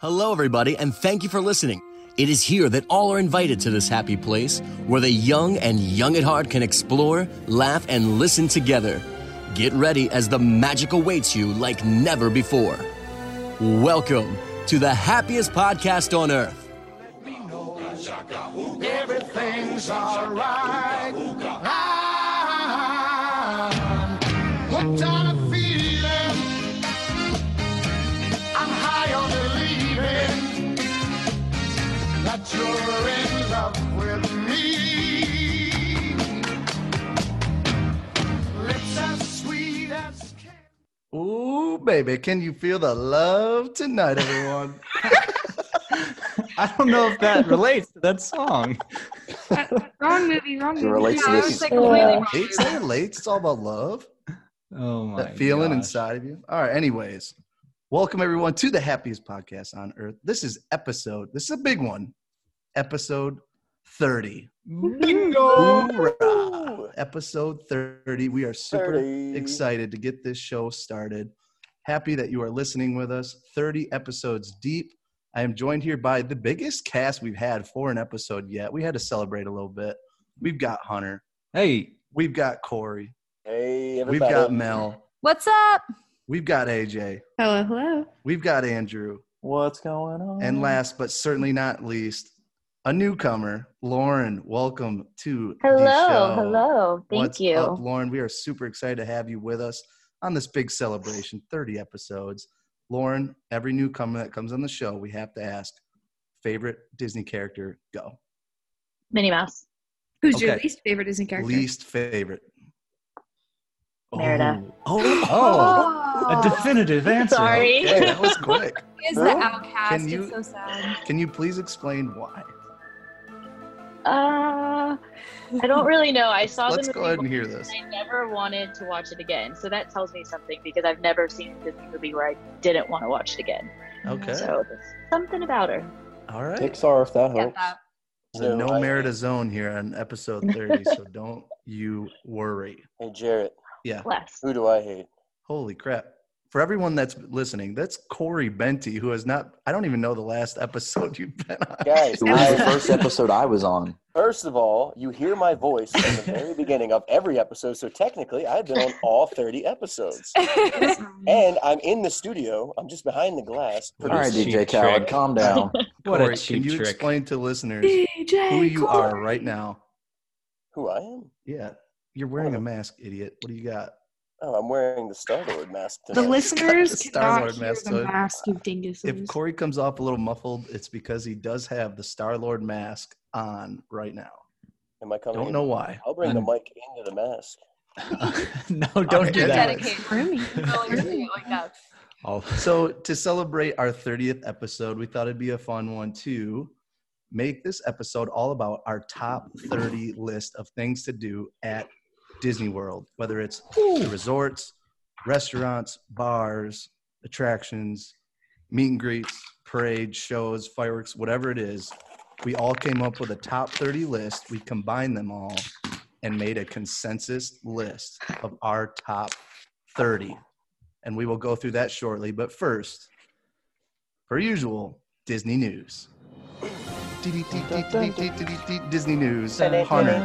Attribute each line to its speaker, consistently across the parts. Speaker 1: Hello, everybody, and thank you for listening. It is here that all are invited to this happy place where the young and young at heart can explore, laugh, and listen together. Get ready as the magic awaits you like never before. Welcome to the happiest podcast on earth.
Speaker 2: Everything's alright. Ah, I'm hooked on a feeling. I'm high on believing that you're in love with me. Lips as sweet as can.
Speaker 3: Ooh, baby, can you feel the love tonight, everyone?
Speaker 4: I don't know if that relates to that song.
Speaker 5: Wrong movie, wrong movie.
Speaker 6: relates to
Speaker 5: Yeah, I
Speaker 6: this-
Speaker 5: was, like, completely
Speaker 6: Yeah.
Speaker 5: wrong.
Speaker 3: it's it late. It's all about love,
Speaker 4: Oh my
Speaker 3: that feeling
Speaker 4: gosh.
Speaker 3: inside of you. All right, anyways, welcome everyone to the happiest podcast on earth. This is episode, this is a big one, episode 30.
Speaker 4: Bingo!
Speaker 3: Hoorah! Episode 30. We are super
Speaker 6: 30.
Speaker 3: excited to get this show started. Happy that you are listening with us. 30 episodes deep. I am joined here by the biggest cast we've had for an episode yet. We had to celebrate a little bit. We've got Hunter.
Speaker 4: Hey,
Speaker 3: We've got Corey.
Speaker 6: Hey,
Speaker 3: We've
Speaker 6: everybody.
Speaker 3: got Mel.
Speaker 7: What's up?
Speaker 3: We've got AJ.
Speaker 5: Hello, hello.
Speaker 3: We've got Andrew.
Speaker 6: What's going on?
Speaker 3: And last but certainly not least, a newcomer, Lauren. Welcome to the
Speaker 7: Hello,
Speaker 3: show.
Speaker 7: hello. Thank
Speaker 3: What's
Speaker 7: you.
Speaker 3: up, Lauren? We are super excited to have you with us on this big celebration, 30 episodes. Lauren, every newcomer that comes on the show, we have to ask favorite Disney character, go.
Speaker 7: Minnie Mouse.
Speaker 5: Who's your
Speaker 3: Okay.
Speaker 5: least favorite Disney character?
Speaker 3: Least favorite.
Speaker 7: Merida.
Speaker 3: Oh, oh,
Speaker 4: a definitive answer.
Speaker 7: Sorry.
Speaker 3: okay, that was quick.
Speaker 7: He Oh. is
Speaker 6: the Huh?
Speaker 7: outcast.
Speaker 3: Can you- It's so
Speaker 7: sad.
Speaker 3: Can you please explain why?
Speaker 7: Uh, I don't really know. I saw
Speaker 3: Let's
Speaker 7: the movie
Speaker 3: go ahead and
Speaker 7: once
Speaker 3: hear this.
Speaker 7: and I never wanted to watch it again. So that tells me something because I've never seen a Disney movie where I didn't want to watch it again.
Speaker 3: Okay.
Speaker 7: Mm-hmm. So there's something about her.
Speaker 3: All right.
Speaker 6: Pixar, if that
Speaker 7: Get
Speaker 6: helps.
Speaker 7: that.
Speaker 3: So no
Speaker 6: I-
Speaker 3: Merida zone here on episode 30, so don't you worry.
Speaker 6: Hey, Jarrett,
Speaker 3: Yeah.
Speaker 7: Bless.
Speaker 6: who do I hate?
Speaker 3: Holy crap. For everyone that's listening, that's Corey Benty, who has not, I don't even know the last episode you've been on.
Speaker 6: Guys,
Speaker 5: It was
Speaker 6: I-
Speaker 5: the
Speaker 6: first,
Speaker 8: episode I was on.
Speaker 6: of all, you hear my voice from the very beginning of every episode. So technically, I've been on all 30 episodes. And I'm in the studio. I'm just behind the glass.
Speaker 3: All
Speaker 8: All
Speaker 3: right,
Speaker 8: right,
Speaker 3: Cheap
Speaker 8: DJ Khaled,
Speaker 4: trick.
Speaker 8: calm down.
Speaker 4: What
Speaker 3: Corey,
Speaker 4: a cheap
Speaker 3: Can you
Speaker 4: trick.
Speaker 3: explain to listeners
Speaker 5: DJ
Speaker 3: who you
Speaker 5: Corey.
Speaker 3: are right now?
Speaker 6: Who I am?
Speaker 3: Yeah. You're
Speaker 4: Oh.
Speaker 3: wearing a mask, idiot. What do you got?
Speaker 6: Oh, I'm wearing the Star Lord mask.
Speaker 5: The
Speaker 6: tonight.
Speaker 5: listeners
Speaker 3: Star
Speaker 5: cannot
Speaker 3: Lord
Speaker 5: hear
Speaker 3: mask,
Speaker 5: the
Speaker 3: so-
Speaker 5: mask, you dinguses.
Speaker 3: If Corey comes off a little muffled, it's because he does have the Star Lord mask on right now.
Speaker 6: Am I coming?
Speaker 3: Don't
Speaker 6: in?
Speaker 3: know why.
Speaker 6: I'll bring the
Speaker 4: I'm-
Speaker 6: mic into the mask.
Speaker 4: no, don't do
Speaker 3: Get
Speaker 4: that.
Speaker 3: out.
Speaker 7: Dedicated.
Speaker 5: Really?
Speaker 7: No, you're doing it like that.
Speaker 4: I'll-
Speaker 3: So, to celebrate our 30th episode, we thought it'd be a fun one to make this episode all about our top 30 list of things to do at Disney World, whether it's the resorts, restaurants, bars, attractions, meet and greets, parades, shows, fireworks, whatever it is. We all came up with a top 30 list. We combined them all and made a consensus list of our top 30 and we will go through that shortly. But first, per usual, Disney news. Disney news. Hunter,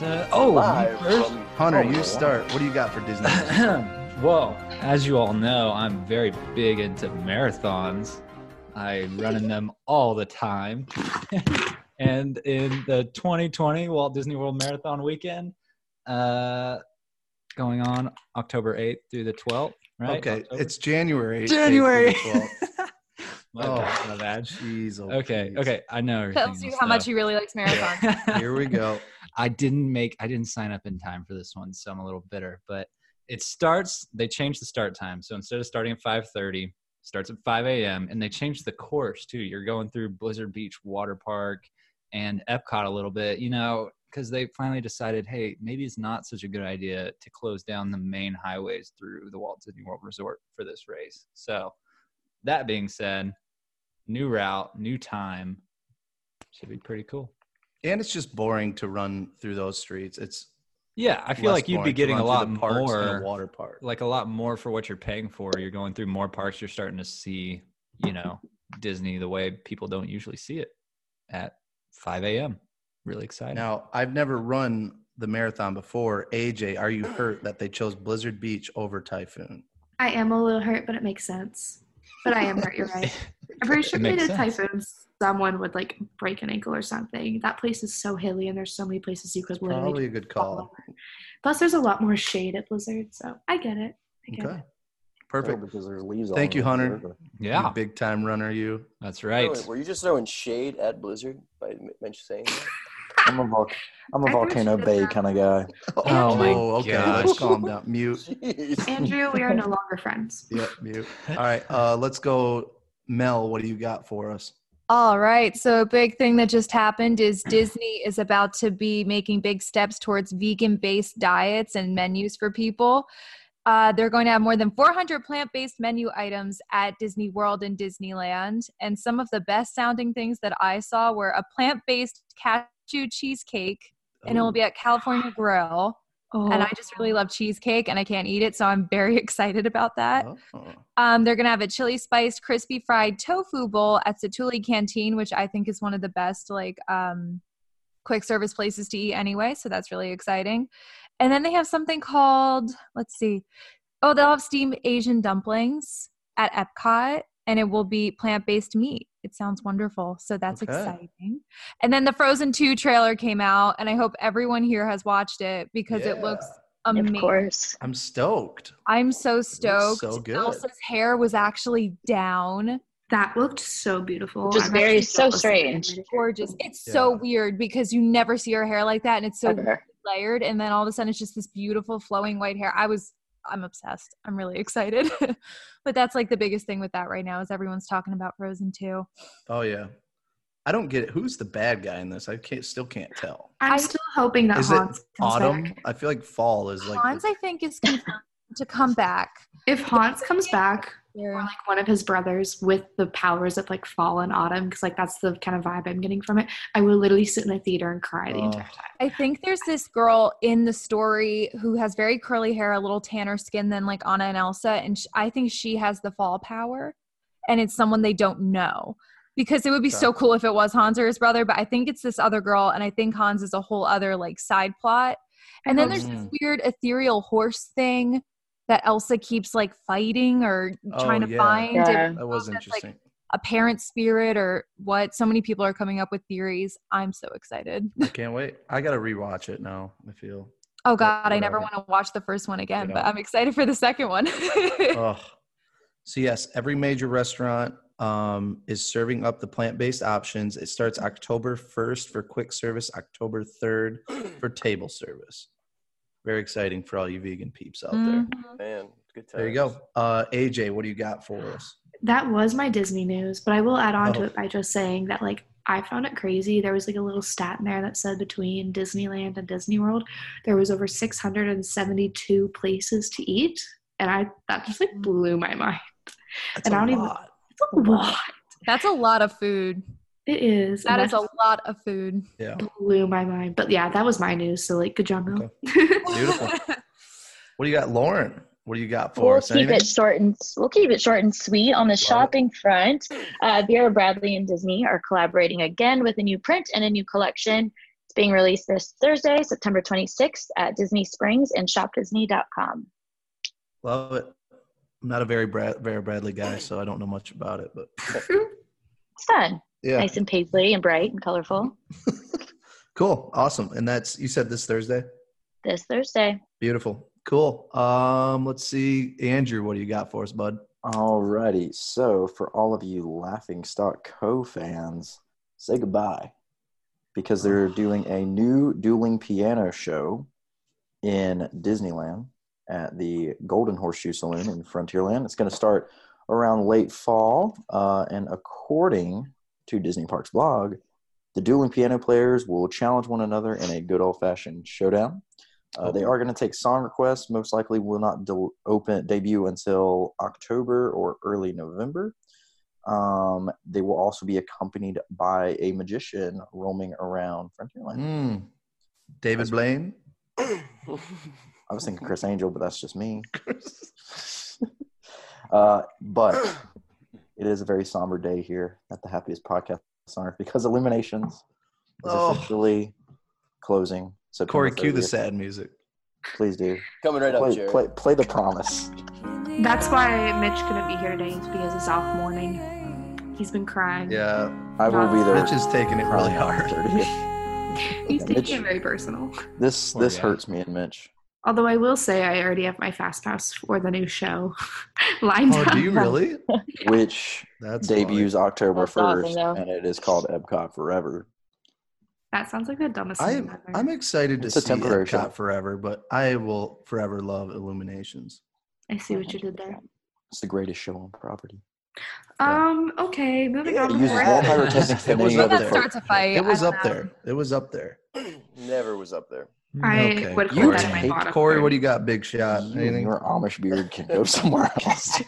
Speaker 4: Uh, oh,
Speaker 6: Live
Speaker 4: you first?
Speaker 6: from-
Speaker 3: Hunter,
Speaker 6: Oh,
Speaker 3: you
Speaker 6: wow.
Speaker 3: start. What do you got for Disney? news?
Speaker 4: well, as you all know, I'm very big into marathons. I run in them all the time. and in the 2020 Walt Disney World Marathon weekend, uh, going on October 8th through the 12th, right?
Speaker 3: Okay,
Speaker 4: October?
Speaker 3: it's January. 8th through
Speaker 4: January.
Speaker 3: the 12th.
Speaker 4: My
Speaker 3: Oh.
Speaker 4: bad, my bad.
Speaker 3: Jeez. oh,
Speaker 4: Okay,
Speaker 3: jeez.
Speaker 4: okay, I know.
Speaker 7: Tells you how much he really likes marathons.
Speaker 3: Here we go.
Speaker 4: I didn't make I didn't sign up in time for this one, so I'm a little bitter. But it starts they changed the start time. So instead of starting at five thirty, starts at five AM and they changed the course too. You're going through Blizzard Beach Water Park and Epcot a little bit, you know, because they finally decided, hey, maybe it's not such a good idea to close down the main highways through the Walt Disney World Resort for this race. So that being said, new route, new time. Should be pretty cool.
Speaker 3: And it's just boring to run through those streets. It's
Speaker 4: Yeah, I feel
Speaker 3: less
Speaker 4: like you'd be
Speaker 3: boring to
Speaker 4: getting a
Speaker 3: run
Speaker 4: lot
Speaker 3: through the parks and
Speaker 4: more,
Speaker 3: a water park.
Speaker 4: like a lot more for what you're paying for. You're going through more parks. You're starting to see, you know, Disney the way people don't usually see it at 5 a.m. Really excited.
Speaker 3: Now, I've never run the marathon before. AJ, are you hurt that they chose Blizzard Beach over Typhoon?
Speaker 5: I am a little hurt, but it makes sense. But I am hurt. You're right. I'm pretty sure
Speaker 4: It
Speaker 5: if they
Speaker 4: makes
Speaker 5: did
Speaker 4: sense.
Speaker 5: typhoons, someone would like break an ankle or something. That place is so hilly, and there's so many places you could literally
Speaker 3: Probably a good call.
Speaker 4: Oh,
Speaker 5: over. Plus, there's a lot more shade at Blizzard, so I get it. I get
Speaker 3: Okay.
Speaker 5: it.
Speaker 3: Perfect.
Speaker 8: because there's leaves.
Speaker 3: Thank
Speaker 8: all
Speaker 3: you,
Speaker 8: over the
Speaker 3: Hunter.
Speaker 8: river.
Speaker 4: Yeah,
Speaker 3: You big time runner, you.
Speaker 4: that's right.
Speaker 6: Wait, were you just throwing shade at Blizzard by m- men- saying that?
Speaker 8: I'm a vol- I'm
Speaker 5: I
Speaker 8: a
Speaker 5: thought you
Speaker 8: volcano
Speaker 5: said
Speaker 8: bay
Speaker 5: that.
Speaker 8: kind of guy.
Speaker 4: Oh my
Speaker 3: okay.
Speaker 4: gosh.
Speaker 3: Let's calm down. Mute.
Speaker 6: Jeez.
Speaker 5: Andrew, we are no longer friends.
Speaker 3: Yep, mute. All right. Uh, let's go. Mel, what do you got for us?
Speaker 9: All right. So, a big thing that just happened is Disney is about to be making big steps towards vegan based diets and menus for people. Uh, they're going to have more than 400 plant based menu items at Disney World and Disneyland. And some of the best sounding things that I saw were a plant based cashew cheesecake, and it will be at California Grill.
Speaker 5: Oh,
Speaker 9: And I just really love cheesecake and I can't eat it. So, I'm very excited about that.
Speaker 3: Oh.
Speaker 9: Um, they're going to have a chili spiced crispy fried tofu bowl at Satuli Canteen, which I think is one of the best like um, quick service places to eat anyway. So that's really exciting. And then they have something called, let's see, oh, they'll have steamed Asian dumplings at Epcot. And it will be plant based meat. It sounds wonderful. So that's
Speaker 3: Okay.
Speaker 9: exciting. And then the Frozen 2 trailer came out, and I hope everyone here has watched it because it
Speaker 3: Yeah.
Speaker 9: looks
Speaker 7: Of
Speaker 9: amazing.
Speaker 7: course.
Speaker 3: I'm stoked.
Speaker 9: I'm so stoked.
Speaker 3: so good.
Speaker 9: Elsa's hair was actually down.
Speaker 5: that looked so beautiful.
Speaker 7: Just
Speaker 5: I'm
Speaker 7: very-
Speaker 5: actually
Speaker 7: so
Speaker 5: jealous of the
Speaker 7: strange.
Speaker 5: animated
Speaker 9: Gorgeous. It's so
Speaker 3: Yeah.
Speaker 9: weird because you never see her hair like that and it's so
Speaker 7: Ever.
Speaker 9: layered and then all of a sudden it's just this beautiful flowing white hair. I was I'm obsessed. I'm really excited. but that's like the biggest thing with that right now is everyone's talking about Frozen 2.
Speaker 3: Oh, yeah. I don't get it. Who's the bad guy in this? I can't. still can't tell.
Speaker 5: I'm
Speaker 9: I-
Speaker 5: still hoping that
Speaker 3: Is it
Speaker 5: Hans comes
Speaker 3: Autumn?
Speaker 5: back.
Speaker 3: I feel like fall is like.
Speaker 9: Hans I think is confirmed to come back.
Speaker 5: If Hans comes back, or
Speaker 9: Yeah.
Speaker 5: like one of his brothers with the powers of like fall and autumn, because like that's the kind of vibe I'm getting from it. I would literally sit in the theater and cry the
Speaker 3: Oh.
Speaker 5: entire time.
Speaker 9: I think there's this girl in the story who has very curly hair, a little tanner skin than like Anna and Elsa, and sh- I think she has the fall power, and it's someone they don't know because it would be so
Speaker 3: Okay.
Speaker 9: cool if it was Hans or his brother, but I think it's this other girl, and I think Hans is a whole other like side plot, and then
Speaker 5: I
Speaker 9: there's
Speaker 5: hope-
Speaker 9: this
Speaker 3: Mm.
Speaker 9: weird ethereal horse thing that Elsa keeps like fighting or
Speaker 3: Oh,
Speaker 9: trying to
Speaker 3: yeah.
Speaker 9: find. It-
Speaker 7: Yeah.
Speaker 3: that was
Speaker 9: that's, like,
Speaker 3: interesting.
Speaker 9: a parent spirit or what so many people are coming up with theories i'm so excited
Speaker 3: I can't wait. I got to rewatch it now. I feel.
Speaker 9: Oh God, I
Speaker 3: whatever.
Speaker 9: never want to watch the first one again, but
Speaker 3: Yeah. Oh.
Speaker 9: I'm excited for the second one.
Speaker 3: Ugh. So yes, every major restaurant um, is serving up the plant-based options. It starts October 1st for quick service, October 3rd for table service. Very exciting for all you vegan peeps out there.
Speaker 9: Mhm.
Speaker 6: Man, good time.
Speaker 3: There you go. Uh, AJ, what do you got for us?
Speaker 5: That was my Disney news, but I will add on
Speaker 3: Oh.
Speaker 5: to it by just saying that like I found it crazy. There was like a little stat in there that said between Disneyland and Disney World, there was over 672 places to eat, and I that just like blew my mind.
Speaker 3: That's
Speaker 5: And
Speaker 3: a
Speaker 5: I don't even-
Speaker 3: lot.
Speaker 5: It's a lot.
Speaker 9: That's a lot of food.
Speaker 5: It is. and
Speaker 9: That is a lot of food.
Speaker 3: Yeah.
Speaker 5: blew my mind. But yeah, that was my news. So like, good job, Mel.
Speaker 3: Beautiful. What do you got, Lauren? What do you got for
Speaker 7: We'll
Speaker 3: us?
Speaker 7: keep it
Speaker 3: Anything?
Speaker 7: short and we'll keep it short and sweet. On the
Speaker 3: it.
Speaker 7: shopping front, uh, Vera Bradley and Disney are collaborating again with a new print and a new collection. It's being released this Thursday, September 26th, at Disney Springs and ShopDisney.com.
Speaker 3: Love it. I'm not a very Brad, Vera Bradley guy, so I don't know much about it, but
Speaker 7: It's fun,
Speaker 3: yeah,
Speaker 7: nice and paisley and bright and colorful.
Speaker 3: cool, awesome. And that's you said this Thursday.
Speaker 7: This Thursday,
Speaker 3: Beautiful. Cool. Um, let's see. Andrew, what do you got for us, bud?
Speaker 8: Alrighty, so for all of you Laughing Stock Co fans, say goodbye because they're doing a new dueling piano show in Disneyland at the Golden Horseshoe Saloon in Frontierland. It's going to start around late fall, uh, and according to Disney Parks blog, the dueling piano players will challenge one another in a good old fashioned showdown. Uh, they are going to take song requests. Most likely, will not del- open debut until October or early November. Um, they will also be accompanied by a magician roaming around Frontierland.
Speaker 3: Mm. David Blaine.
Speaker 8: I was thinking Chris Angel, but that's just me. uh, but
Speaker 2: It is a very somber day here at the happiest podcast on earth because Illuminations is
Speaker 3: Oh.
Speaker 2: officially closing. So
Speaker 3: Corey, cue the sad music.
Speaker 2: Please do
Speaker 8: Coming right up,
Speaker 2: play,
Speaker 8: Jared.
Speaker 2: play, play the promise.
Speaker 5: That's why Mitch couldn't be here today is because it's off morning. He's been crying.
Speaker 3: Yeah,
Speaker 2: I will be there.
Speaker 3: Mitch is taking it really hard.
Speaker 2: 30th.
Speaker 5: He's
Speaker 2: Yeah,
Speaker 5: taking
Speaker 2: Mitch-
Speaker 5: it very personal.
Speaker 2: This
Speaker 4: Poor
Speaker 3: Oh,
Speaker 2: this
Speaker 4: guy.
Speaker 2: hurts me and Mitch.
Speaker 5: Although I will say I already have my fast pass for the new show lined
Speaker 3: Oh,
Speaker 5: up.
Speaker 3: do you really?
Speaker 2: Which
Speaker 3: That's
Speaker 2: debuts October
Speaker 7: That's awesome,
Speaker 2: first,
Speaker 7: though.
Speaker 2: and it is called Epcot Forever.
Speaker 5: That sounds like the dumbest
Speaker 3: I
Speaker 5: thing
Speaker 3: am,
Speaker 5: ever.
Speaker 3: I'm excited to
Speaker 2: It's a
Speaker 3: see
Speaker 2: temporary
Speaker 3: Epcot
Speaker 2: show.
Speaker 3: forever, but I will forever love Illuminations.
Speaker 5: I see what you did there.
Speaker 2: It's the greatest show on property.
Speaker 3: Yeah.
Speaker 5: Um. Okay. Moving
Speaker 8: Yeah,
Speaker 5: on.
Speaker 2: It
Speaker 8: you
Speaker 2: uses
Speaker 5: from
Speaker 8: We're
Speaker 5: there.
Speaker 2: more
Speaker 8: at it.
Speaker 2: pyrotechnics
Speaker 3: It
Speaker 2: than
Speaker 3: was
Speaker 2: any
Speaker 3: up
Speaker 2: other.
Speaker 3: there.
Speaker 9: that
Speaker 2: park.
Speaker 9: starts a fight.
Speaker 3: It was
Speaker 9: I
Speaker 3: up
Speaker 9: don't know.
Speaker 3: there. It was up there.
Speaker 8: Never was up there.
Speaker 5: I
Speaker 3: Okay,
Speaker 5: would
Speaker 2: you
Speaker 5: hold that in my
Speaker 2: take-
Speaker 5: bottom.
Speaker 3: Corey,
Speaker 5: third.
Speaker 3: what do you got? Big shot.
Speaker 2: You and
Speaker 3: Anything?
Speaker 2: your Amish beard can go somewhere else.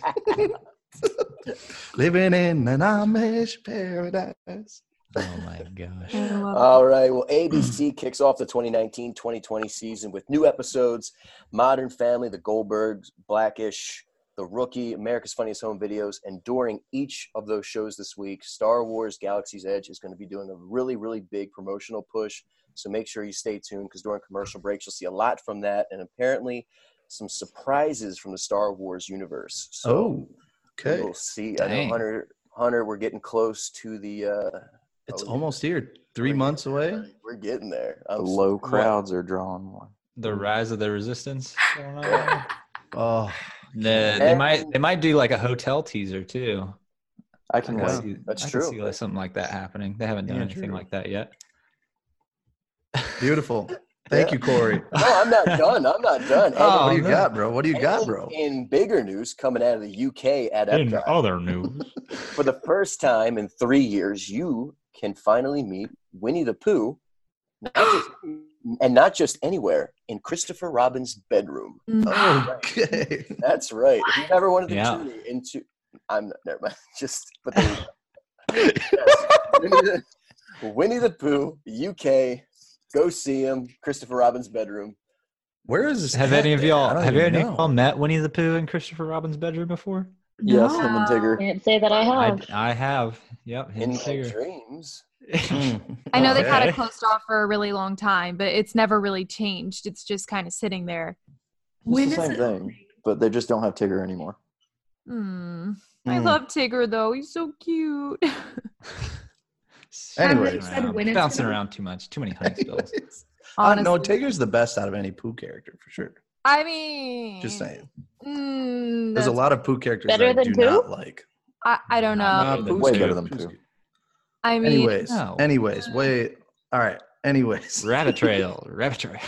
Speaker 3: Living in an Amish paradise.
Speaker 4: Oh my gosh.
Speaker 9: I love it.
Speaker 8: All right. Well, ABC kicks off the 2019 2020 season with new episodes Modern Family, The Goldbergs, Blackish, The Rookie, America's Funniest Home Videos. And during each of those shows this week, Star Wars Galaxy's Edge is going to be doing a really, really big promotional push. So make sure you stay tuned because during commercial breaks, you'll see a lot from that. And apparently, some surprises from the Star Wars universe. So
Speaker 3: Oh, okay.
Speaker 8: we'll see. I
Speaker 4: Dang.
Speaker 8: know Hunter, Hunter, we're getting close to the. Uh,
Speaker 3: It's
Speaker 8: oh, yeah.
Speaker 3: almost here. Three
Speaker 8: We're
Speaker 3: months
Speaker 8: getting
Speaker 3: away.
Speaker 8: there. We're getting there.
Speaker 2: The
Speaker 8: I'm s-
Speaker 2: low crowds are drawing more.
Speaker 4: The rise of the resistance. going on there.
Speaker 3: Oh,
Speaker 4: Nah, they might they might do like a hotel teaser too.
Speaker 2: I
Speaker 4: I
Speaker 2: can
Speaker 4: can
Speaker 3: Yeah.
Speaker 2: wait.
Speaker 4: see,
Speaker 8: That's
Speaker 4: I
Speaker 8: true.
Speaker 4: Can see like something like that happening. They haven't done
Speaker 3: Yeah,
Speaker 4: anything
Speaker 3: true.
Speaker 4: like that yet.
Speaker 3: beautiful. Thank
Speaker 8: Yeah.
Speaker 3: you, Corey.
Speaker 8: No, I'm not done. I'm not done.
Speaker 4: Oh,
Speaker 3: what do you
Speaker 4: man.
Speaker 3: got, bro? What do you
Speaker 8: And
Speaker 3: got, bro?
Speaker 8: In bigger news coming out of the UK at Epcot,
Speaker 4: other news,
Speaker 8: for the first time in three years, you can finally meet Winnie the Pooh, not just- and not just anywhere, in Christopher Robin's bedroom.
Speaker 3: Okay.
Speaker 8: That's right. If you've ever wanted to
Speaker 4: Yeah.
Speaker 8: journey into, I'm never mind. Just put the. Yes. Winnie the Winnie the Pooh, UK. Go see him, Christopher Robin's bedroom.
Speaker 3: Where is this?
Speaker 4: have
Speaker 3: at
Speaker 4: any of
Speaker 3: then? I
Speaker 4: y'all
Speaker 3: don't
Speaker 4: have
Speaker 3: even
Speaker 4: any of
Speaker 3: know.
Speaker 4: y'all met Winnie the Pooh in Christopher Robin's bedroom before?
Speaker 2: Yes,
Speaker 5: No.
Speaker 2: him and Tigger.
Speaker 7: Can't say that I
Speaker 5: Oh.
Speaker 4: I,
Speaker 7: have.
Speaker 4: I have. Yep, him
Speaker 8: In
Speaker 4: and
Speaker 8: my
Speaker 4: Tigger.
Speaker 8: dreams.
Speaker 3: Mm.
Speaker 9: I know they've had
Speaker 4: Okay.
Speaker 9: it closed off for a really long time, but it's never really changed. It's just kind of sitting there.
Speaker 5: When
Speaker 2: it's the
Speaker 5: is
Speaker 2: same
Speaker 5: it
Speaker 2: thing, but they just don't have Tigger anymore.
Speaker 9: Hmm. I
Speaker 3: Mm.
Speaker 9: love Tigger though. He's so cute.
Speaker 3: Anyway.
Speaker 5: You said when it's
Speaker 4: bouncing
Speaker 5: gonna-
Speaker 4: around too much, too many honey spills.
Speaker 3: Uh, no,
Speaker 9: Honestly.
Speaker 3: Tigger's the best out of any Pooh character for sure.
Speaker 9: I mean,
Speaker 3: Just saying.
Speaker 9: Mm,
Speaker 3: There's a
Speaker 9: that's-
Speaker 3: lot of Pooh characters
Speaker 7: Better
Speaker 3: that I
Speaker 7: than
Speaker 3: do
Speaker 7: Pooh?
Speaker 3: not like.
Speaker 9: I, I don't know.
Speaker 4: Nah, Better
Speaker 3: Nah,
Speaker 4: than
Speaker 3: Pooh's
Speaker 2: Way
Speaker 3: good.
Speaker 2: better than
Speaker 3: Pooh's
Speaker 2: Pooh.
Speaker 3: good.
Speaker 9: Uh, I mean,
Speaker 3: Anyways,
Speaker 4: no.
Speaker 3: anyways, wait. All right. Anyways,
Speaker 4: rabbit trail, rabbit trail.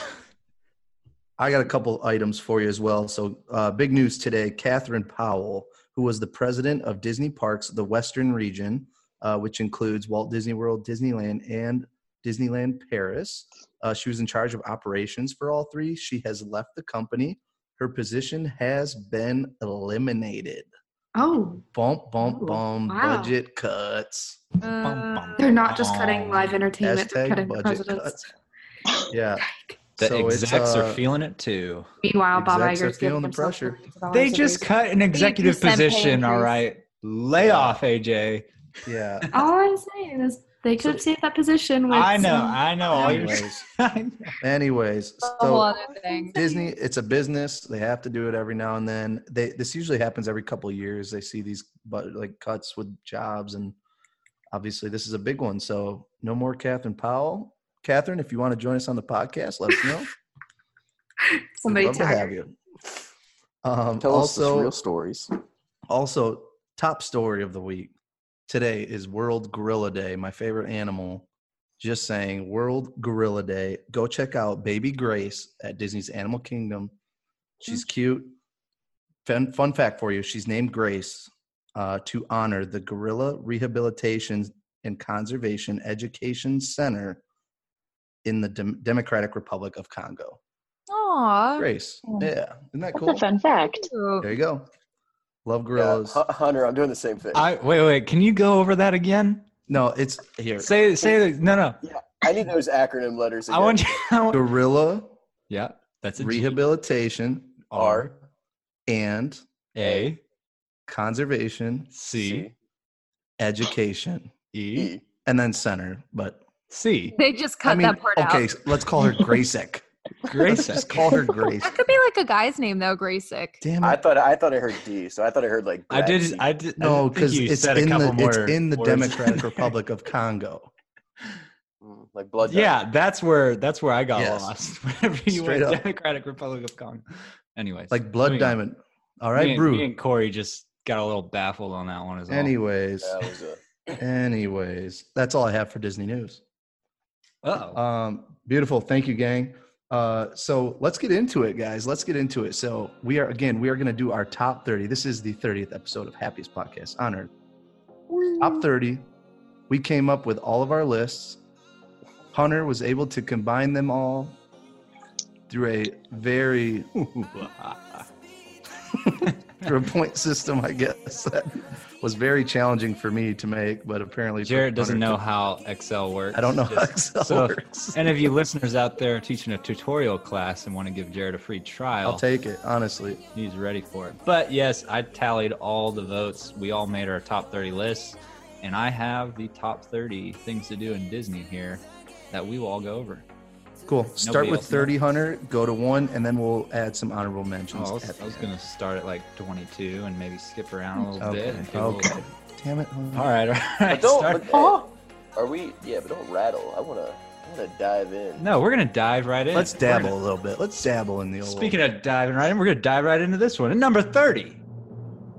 Speaker 3: I got a couple items for you as well. So, uh, big news today Catherine Powell, who was the president of Disney Parks, the Western region, uh, which includes Walt Disney World, Disneyland, and Disneyland Paris. Uh, she was in charge of operations for all three. She has left the company. Her position has been eliminated.
Speaker 5: Oh,
Speaker 3: Bump, bump,
Speaker 5: Ooh,
Speaker 3: bum.
Speaker 5: wow.
Speaker 3: Budget cuts.
Speaker 9: uh,
Speaker 5: they're not just cutting live entertainment; they're
Speaker 3: Oh, Hashtag
Speaker 5: cutting
Speaker 3: budget
Speaker 5: presidents.
Speaker 3: cuts. Yeah.
Speaker 4: The
Speaker 3: So it's,
Speaker 4: execs are
Speaker 3: uh,
Speaker 4: feeling it too.
Speaker 5: Meanwhile, Bob
Speaker 3: Execs are
Speaker 5: Iger's giving
Speaker 3: feeling the
Speaker 5: himself
Speaker 3: pressure.
Speaker 5: millions of dollars
Speaker 4: They
Speaker 5: a
Speaker 4: just
Speaker 5: raise.
Speaker 4: cut an executive
Speaker 9: 8% pay
Speaker 4: position. All
Speaker 9: increase.
Speaker 4: right, lay
Speaker 3: Yeah.
Speaker 4: off AJ.
Speaker 3: Yeah.
Speaker 5: All I'm saying is they could have saved that position with.
Speaker 4: I know,
Speaker 5: some-
Speaker 4: I know. All your
Speaker 3: Anyways.
Speaker 4: I know.
Speaker 3: Anyways,
Speaker 9: a whole
Speaker 3: so
Speaker 9: other thing.
Speaker 3: Disney, it's a business. They have to do it every now and then. They this usually happens every couple of years. They see these but like cuts with jobs, and obviously this is a big one. So no more Catherine Powell. Catherine, if you want to join us on the podcast, let us know. We'd
Speaker 5: Somebody
Speaker 3: love to
Speaker 5: tag her.
Speaker 3: have you. Um,
Speaker 2: Tell us the
Speaker 3: also,
Speaker 2: real stories.
Speaker 3: also top story of the week today is world gorilla day my favorite animal just saying world gorilla day go check out baby grace at disney's animal kingdom
Speaker 7: Mm.
Speaker 3: she's cute fun, fun fact for you she's named grace uh, to honor the gorilla rehabilitation and conservation education center in the Dem- democratic republic of congo
Speaker 9: Aw,
Speaker 3: grace yeah isn't that
Speaker 7: Oh, That's
Speaker 3: cool
Speaker 7: a fun fact.
Speaker 9: cute.
Speaker 3: there you go love
Speaker 8: Yeah,
Speaker 3: gorillas
Speaker 8: Hu- Hunter, I'm doing the same thing. I,
Speaker 4: I wait, wait. Can you go over that again?
Speaker 3: no it's here
Speaker 4: Say, say. No, no.
Speaker 8: need those acronym letters.
Speaker 4: I want you. I want-
Speaker 3: gorilla
Speaker 4: yeah, that's a G.
Speaker 3: rehabilitation
Speaker 8: R
Speaker 3: and
Speaker 4: A
Speaker 3: conservation
Speaker 4: C
Speaker 3: education
Speaker 4: E
Speaker 3: and then center. But
Speaker 4: C.
Speaker 9: They just cut
Speaker 3: I mean,
Speaker 9: that part
Speaker 3: okay,
Speaker 9: out.
Speaker 3: so let's call her Gracek. Let's
Speaker 4: Grace.
Speaker 3: just call her Grace.
Speaker 9: That could be like a guy's name though, Graysick.
Speaker 3: Damn
Speaker 6: I
Speaker 3: it.
Speaker 6: thought I thought I heard D, so I thought I heard like
Speaker 4: I did.
Speaker 6: Braxy.
Speaker 4: I did. I
Speaker 3: No,
Speaker 4: did think
Speaker 3: because
Speaker 4: you
Speaker 3: it's
Speaker 4: said a
Speaker 3: in
Speaker 4: couple
Speaker 3: the it's
Speaker 4: more
Speaker 3: in the
Speaker 4: words.
Speaker 3: Democratic Republic of Congo.
Speaker 6: Mm, like blood.
Speaker 4: yeah, that's where that's where I got
Speaker 3: Yes.
Speaker 4: lost. Whenever you
Speaker 3: Straight
Speaker 4: went
Speaker 3: up.
Speaker 4: Democratic Republic of Congo. Anyways,
Speaker 3: Like blood
Speaker 4: we-
Speaker 3: diamond. All
Speaker 4: me
Speaker 3: right,
Speaker 4: and- Me
Speaker 3: Brew.
Speaker 4: and Corey just got a little baffled on that one as well.
Speaker 3: Anyways,
Speaker 6: That was a,
Speaker 3: anyways, that's all I have for Disney news.
Speaker 4: Oh,
Speaker 3: Um, beautiful. Thank you, gang. Uh, so let's get into it, guys. Let's get into it. So we are again, we are going to do our top 30. This is the 30th episode of Happiest Podcast on Earth. Top 30. We came up with all of our lists. Hunter was able to combine them all through a very through a point system, I guess. That was very challenging for me to make, but apparently
Speaker 4: Jared doesn't
Speaker 3: Hunter
Speaker 4: know
Speaker 3: could-
Speaker 4: how Excel works.
Speaker 3: I don't know how
Speaker 4: Just-
Speaker 3: Excel
Speaker 4: so if
Speaker 3: works.
Speaker 4: any of you listeners out there teaching a tutorial class and want to give Jared a free trial,
Speaker 3: I'll take it, honestly.
Speaker 4: he's ready for it. But yes, I tallied all the votes. We all made our top 30 lists, and I have the top 30 things to do in Disney here that we will all go over.
Speaker 3: Cool. Start with
Speaker 4: else knows.
Speaker 3: 30, Hunter. Go to one, and then we'll add some honorable
Speaker 4: Oh,
Speaker 3: mentions.
Speaker 4: I was,
Speaker 3: at
Speaker 4: I was
Speaker 3: the end.
Speaker 4: going to start at like 22 and maybe skip around a little
Speaker 3: Okay.
Speaker 4: bit. and do a little-
Speaker 3: Okay. Damn it. Hunter.
Speaker 4: All right, all
Speaker 6: but
Speaker 4: right.
Speaker 6: don't.
Speaker 4: start-
Speaker 6: But, hey, Are we? Yeah, but don't rattle. I wanna. I wanna dive in.
Speaker 4: no, we're going to dive right in.
Speaker 3: Let's
Speaker 4: We're
Speaker 3: dabble
Speaker 4: gonna-
Speaker 3: a little bit. Let's dabble in the old.
Speaker 4: Speaking of diving right in, we're going to dive right into this one. At number 30,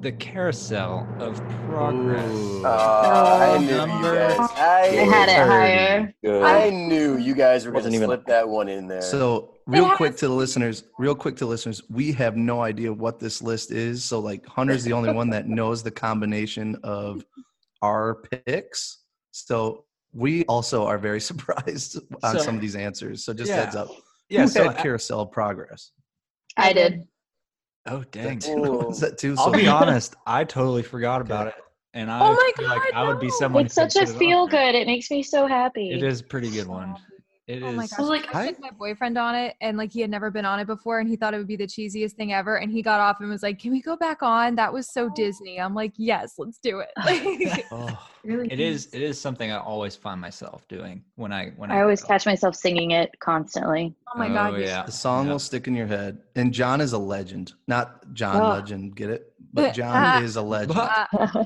Speaker 4: the Carousel of Progress.
Speaker 3: Ooh.
Speaker 6: Uh, I knew you
Speaker 4: Number-
Speaker 6: guys. I,
Speaker 7: I had it higher.
Speaker 8: Good.
Speaker 6: I knew you guys were
Speaker 8: Wasn't
Speaker 6: gonna
Speaker 8: even-
Speaker 6: slip that one in there.
Speaker 3: so, real quick to the listeners, real quick to listeners, we have no idea what this list is. So, like, Hunter's the only one that knows the combination of our picks. So, we also are very surprised on
Speaker 4: So-
Speaker 3: some of these answers. So, just
Speaker 4: Yeah.
Speaker 3: heads up.
Speaker 4: Yeah,
Speaker 3: Who
Speaker 4: so
Speaker 3: had carousel progress?
Speaker 7: I did.
Speaker 4: Oh dang!
Speaker 3: Is that two?
Speaker 6: Ooh.
Speaker 3: Is that two?
Speaker 4: I'll
Speaker 3: So-
Speaker 4: be honest, I totally forgot about it, and I
Speaker 9: Oh my
Speaker 4: feel like
Speaker 9: God,
Speaker 4: I would be
Speaker 9: no.
Speaker 4: someone.
Speaker 7: It's
Speaker 4: who
Speaker 7: such a
Speaker 4: put it on
Speaker 7: feel
Speaker 4: there.
Speaker 7: good. It makes me so happy.
Speaker 4: It is a pretty good one. It is.
Speaker 9: Oh my gosh.
Speaker 5: So, like,
Speaker 9: I took my boyfriend on it and like he had never been on it before and he thought it would be the cheesiest thing ever and he got off and was like, "Can we go back on? That was so Disney." I'm like, "Yes, let's do it." Like,
Speaker 3: Oh,
Speaker 5: really
Speaker 4: It is. It is something I always find myself doing when I when I.
Speaker 7: I always catch myself singing it constantly.
Speaker 9: oh my god.
Speaker 4: Oh,
Speaker 9: yes.
Speaker 4: yeah.
Speaker 3: the song will stick in your head. And John is a legend. Not John
Speaker 7: Oh.
Speaker 3: Legend, get it? But
Speaker 9: uh,
Speaker 3: John is a legend.
Speaker 4: But-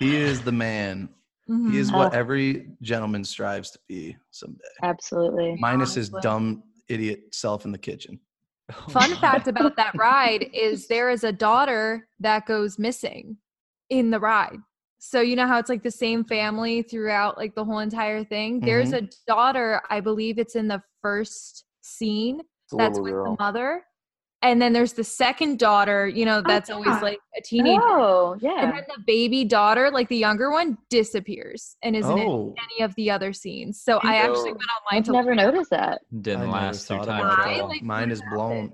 Speaker 3: He is the man.
Speaker 9: Mhm.
Speaker 3: He is
Speaker 7: Oh.
Speaker 3: what every gentleman strives to be someday.
Speaker 7: Absolutely.
Speaker 3: Minus his
Speaker 9: Honestly.
Speaker 3: dumb idiot self in the kitchen.
Speaker 9: Fun fact about that ride is there is a daughter that goes missing in the ride. So you know how it's like the same family throughout like the whole entire thing? There's
Speaker 8: Mm-hmm.
Speaker 9: a daughter, I believe it's in the first scene
Speaker 8: It's a
Speaker 9: that's
Speaker 8: little
Speaker 9: with
Speaker 8: girl.
Speaker 9: the mother. And then there's the second daughter, you know, that's
Speaker 5: yeah.
Speaker 9: always like a teenager.
Speaker 7: Oh,
Speaker 9: And
Speaker 7: yeah.
Speaker 9: then the baby daughter, like the younger one, disappears and isn't in
Speaker 3: Oh,
Speaker 9: any of the other scenes. So I actually
Speaker 6: Yo.
Speaker 9: went online
Speaker 7: I've
Speaker 9: to
Speaker 7: never
Speaker 9: look it up.
Speaker 7: noticed that.
Speaker 3: I
Speaker 4: Didn't
Speaker 3: never
Speaker 4: last through
Speaker 3: thought
Speaker 4: time
Speaker 3: about
Speaker 4: at
Speaker 9: I,
Speaker 3: that.
Speaker 4: all.
Speaker 9: like,
Speaker 3: Mine is blown.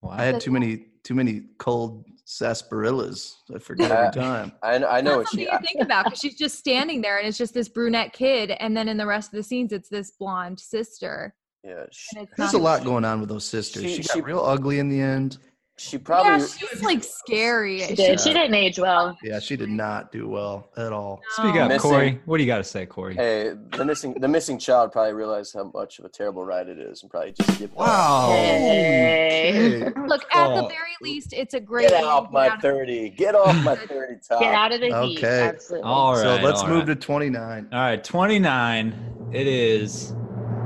Speaker 4: Wow.
Speaker 3: I had too many too many cold sarsaparillas. I forget
Speaker 6: Uh,
Speaker 3: every time.
Speaker 6: I, I know
Speaker 9: That's
Speaker 6: what she.
Speaker 9: something you think about because she's just standing there and it's just this brunette kid, and then in the rest of the scenes, it's this blonde sister.
Speaker 6: I- yeah, she,
Speaker 9: And it's
Speaker 3: There's
Speaker 9: not
Speaker 3: a lot going on with those sisters.
Speaker 6: She-
Speaker 3: She, got
Speaker 6: she-
Speaker 3: real ugly in the end.
Speaker 6: she probably.
Speaker 9: yeah, she's like scary.
Speaker 7: She did. She didn't age well.
Speaker 3: Yeah, she did not do well at all.
Speaker 4: Speak
Speaker 9: No.
Speaker 4: up,
Speaker 6: Missing-
Speaker 4: Corey. What do you got to say, Corey?
Speaker 6: Hey, the missing the missing child probably realized how much of a terrible ride it is, and probably just skipped. that.
Speaker 7: Hey.
Speaker 3: Okay.
Speaker 9: Um, Look, at the
Speaker 4: Oh.
Speaker 9: very least, it's a great.
Speaker 6: Get
Speaker 9: way to
Speaker 6: off
Speaker 9: get
Speaker 6: my
Speaker 9: out of-
Speaker 6: thirty. Get off my thirty top.
Speaker 7: Get out of the heat.
Speaker 3: Oh, Okay.
Speaker 7: Absolutely.
Speaker 4: All right.
Speaker 3: so let's
Speaker 4: all
Speaker 3: move
Speaker 4: right.
Speaker 3: to 29.
Speaker 4: All right, 29. It is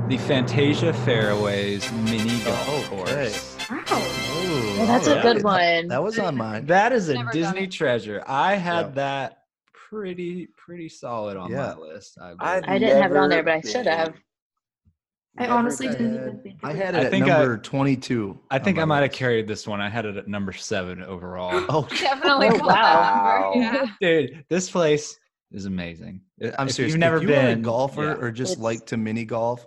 Speaker 4: the Fantasia Fairways mini golf
Speaker 3: Okay.
Speaker 4: course.
Speaker 5: Wow.
Speaker 3: Ooh,
Speaker 7: Well, that's a
Speaker 3: alright.
Speaker 7: good one.
Speaker 3: Oh, That was on mine.
Speaker 4: That is a
Speaker 9: Never done
Speaker 4: Disney
Speaker 9: it.
Speaker 4: treasure. I had
Speaker 3: Yeah.
Speaker 4: that pretty pretty solid on my
Speaker 3: Yeah.
Speaker 4: list. I,
Speaker 6: I've
Speaker 4: believe.
Speaker 7: I didn't have it on there,
Speaker 6: never
Speaker 7: but I should have.
Speaker 6: been-
Speaker 5: I
Speaker 6: never
Speaker 5: honestly
Speaker 6: been-
Speaker 5: didn't even think.
Speaker 3: I
Speaker 5: of
Speaker 3: had
Speaker 5: it.
Speaker 3: it
Speaker 4: I
Speaker 3: at
Speaker 4: think I-
Speaker 3: number 22.
Speaker 4: I think
Speaker 3: on
Speaker 4: I
Speaker 3: my
Speaker 4: might have
Speaker 3: list.
Speaker 4: carried this one. I had it at number seven overall.
Speaker 3: Oh,
Speaker 9: Definitely.
Speaker 7: Oh,
Speaker 9: call that
Speaker 6: wow.
Speaker 9: number, Yeah.
Speaker 4: Dude, this place is amazing.
Speaker 3: I'm
Speaker 4: If
Speaker 3: serious.
Speaker 4: You've never
Speaker 3: if you
Speaker 4: been
Speaker 3: are a golfer
Speaker 4: yeah.
Speaker 3: or just
Speaker 7: It's-
Speaker 3: like to mini golf,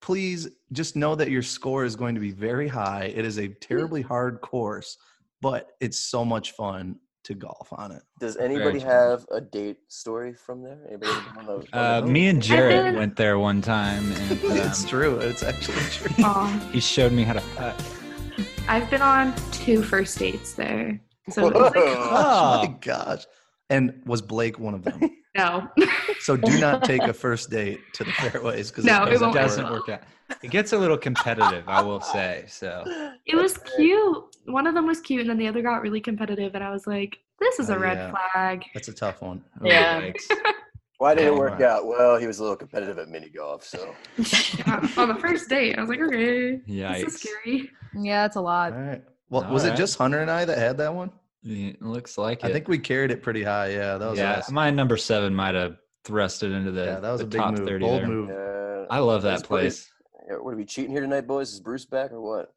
Speaker 3: please just know that your score is going to be very high. It is a terribly hard course, but it's so much fun to golf on it.
Speaker 6: Does anybody
Speaker 4: true.
Speaker 6: have a date story from there? Anybody on the- on the
Speaker 4: Uh,
Speaker 6: boat?
Speaker 4: me and Jared
Speaker 5: been-
Speaker 4: went there one time, and
Speaker 3: oh. It's
Speaker 4: um,
Speaker 3: true. It's actually true.
Speaker 5: Aw.
Speaker 4: he showed me how to putt.
Speaker 5: I've been on two first dates there. So
Speaker 6: Whoa.
Speaker 5: it's like,
Speaker 3: Oh my
Speaker 4: Oh.
Speaker 3: gosh. And was Blake one of them?
Speaker 5: No.
Speaker 3: so do not take a first date to the fairways because
Speaker 5: No,
Speaker 3: it
Speaker 5: it
Speaker 3: doesn't,
Speaker 5: won't
Speaker 3: work.
Speaker 4: doesn't work out. It gets a little competitive, I will say. So Oh,
Speaker 5: It was cute. One of them was cute, and then the other got really competitive, and I was like, "This is
Speaker 3: Oh,
Speaker 5: a red
Speaker 3: yeah.
Speaker 5: flag."
Speaker 3: That's a tough one.
Speaker 4: oh,
Speaker 7: Yeah.
Speaker 4: yikes.
Speaker 6: Why did it
Speaker 3: Oh,
Speaker 6: work
Speaker 3: my.
Speaker 6: out? Well, he was a little competitive at mini golf, so
Speaker 5: on on the first date, I was like, "Okay, this
Speaker 4: Yikes.
Speaker 5: is scary."
Speaker 9: Yeah, that's a
Speaker 3: All
Speaker 9: lot.
Speaker 3: right. Well, was
Speaker 4: Alright.
Speaker 3: it just Hunter and I that had that one?
Speaker 4: Yeah, it looks like it.
Speaker 3: I think we carried it pretty high. Yeah, that was
Speaker 4: yeah,
Speaker 3: us.
Speaker 4: my number seven might have thrust it into the,
Speaker 3: yeah, that was
Speaker 4: the
Speaker 3: a big
Speaker 4: top
Speaker 3: move,
Speaker 4: 30
Speaker 3: bold
Speaker 4: there.
Speaker 6: uh,
Speaker 3: move.
Speaker 4: I love that
Speaker 6: That's pretty-
Speaker 4: place.
Speaker 6: yeah, what are we cheating here tonight, boys? Is Bruce back or what?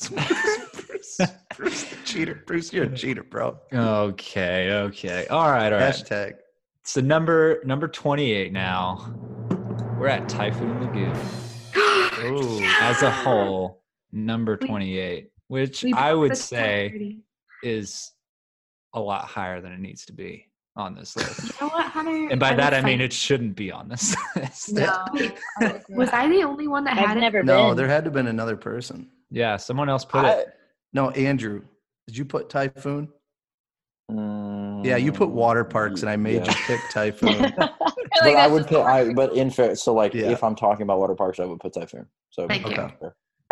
Speaker 3: Bruce, Bruce the cheater. Bruce, you're a cheater, bro.
Speaker 4: Okay, okay. All right, all right.
Speaker 3: Hashtag.
Speaker 4: So number number 28 now. We're at Typhoon Lagoon
Speaker 3: Ooh.
Speaker 4: as a whole, number
Speaker 5: We-
Speaker 4: 28, which
Speaker 5: We
Speaker 4: I would
Speaker 5: That's
Speaker 4: say
Speaker 5: 10:30.
Speaker 4: is a lot higher than it needs to be on this list.
Speaker 5: You know what, Hunter?
Speaker 4: And by that
Speaker 5: was
Speaker 4: I mean
Speaker 5: like,
Speaker 4: it shouldn't be on this list.
Speaker 5: No. Was I the only one that
Speaker 7: I've
Speaker 5: had it?
Speaker 7: never
Speaker 3: No,
Speaker 7: been.
Speaker 3: there had to have been another person.
Speaker 4: Yeah, someone else put
Speaker 6: I-
Speaker 4: it.
Speaker 3: No, Andrew, did you put Typhoon? Yeah, you
Speaker 6: Mm.
Speaker 8: Um,
Speaker 3: put water parks, and I made you pick Typhoon.
Speaker 9: feel like
Speaker 8: but I
Speaker 9: that's
Speaker 8: would
Speaker 9: just
Speaker 8: put, I,
Speaker 9: overkill.
Speaker 8: but in fair, so like
Speaker 3: Yeah.
Speaker 8: if I'm talking about water parks, I would put Typhoon. So
Speaker 5: Thank you.
Speaker 3: Okay.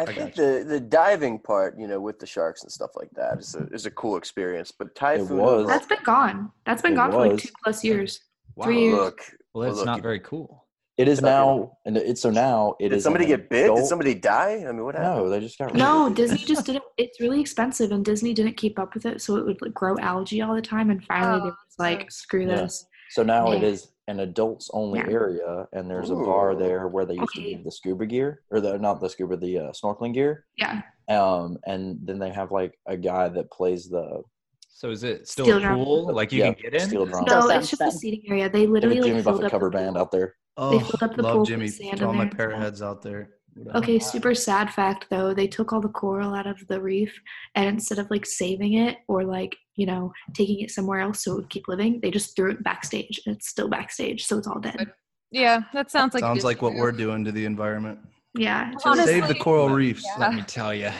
Speaker 6: I,
Speaker 3: got
Speaker 6: think the, the diving part, you know, with the sharks and stuff like that is a, is a cool experience. But typhoon
Speaker 8: was.
Speaker 6: overall-
Speaker 5: That's been gone. That's been
Speaker 8: It
Speaker 5: gone for like
Speaker 8: was.
Speaker 5: two plus years.
Speaker 4: Wow.
Speaker 5: Three years.
Speaker 6: look.
Speaker 4: Well,
Speaker 6: Well,
Speaker 4: that's
Speaker 6: look,
Speaker 4: not
Speaker 6: you-
Speaker 4: very cool.
Speaker 8: it is
Speaker 6: Get up here.
Speaker 8: now, and it's so now it is.
Speaker 6: Did somebody
Speaker 8: an
Speaker 6: get bit? Did
Speaker 8: adult-
Speaker 6: somebody die? I mean, what happened?
Speaker 8: No, they just got. rid of
Speaker 5: No,
Speaker 8: it.
Speaker 5: Disney just didn't. It's really expensive, and Disney didn't keep up with it, so it would like, grow algae all the time. And finally, they
Speaker 9: Oh,
Speaker 5: were just like, "Screw
Speaker 8: Yeah.
Speaker 5: this."
Speaker 8: So now it
Speaker 5: Yeah.
Speaker 8: is an adults only
Speaker 5: Yeah.
Speaker 8: area, and there's a bar
Speaker 6: Ooh.
Speaker 8: there where they used
Speaker 5: Okay.
Speaker 8: to give the scuba gear, or the not the scuba, the uh, snorkeling gear.
Speaker 5: Yeah,
Speaker 8: Um, and then they have like a guy that plays the
Speaker 4: So is it still
Speaker 5: Steel
Speaker 4: a
Speaker 5: drum.
Speaker 4: pool? Like you
Speaker 8: yeah,
Speaker 4: can get in?
Speaker 8: steel drum.
Speaker 5: no,
Speaker 7: Still
Speaker 5: it's
Speaker 7: sounds
Speaker 5: just a
Speaker 7: fun.
Speaker 5: seating area. They
Speaker 8: They have a
Speaker 5: literally
Speaker 8: Jimmy
Speaker 5: like, filled
Speaker 8: Buffett
Speaker 5: up
Speaker 8: cover
Speaker 5: the
Speaker 8: band
Speaker 5: pool.
Speaker 8: out there.
Speaker 3: Oh,
Speaker 5: filled up the pool
Speaker 3: love
Speaker 5: with
Speaker 3: Jimmy.
Speaker 5: sand
Speaker 3: To all
Speaker 5: in
Speaker 3: my
Speaker 5: there.
Speaker 3: parrot heads out there.
Speaker 5: Okay, super sad fact though, they took all the coral out of the reef, and instead of like saving it or like you know taking it somewhere else so it would keep living, they just threw it backstage, and it's still backstage, so it's all dead.
Speaker 9: Yeah, that sounds like
Speaker 3: Sounds
Speaker 9: Disney
Speaker 3: like what
Speaker 9: too.
Speaker 3: we're doing to the environment.
Speaker 5: Yeah, it's really
Speaker 9: Honestly,
Speaker 3: Save the coral reefs.
Speaker 9: yeah.
Speaker 4: Let me tell you,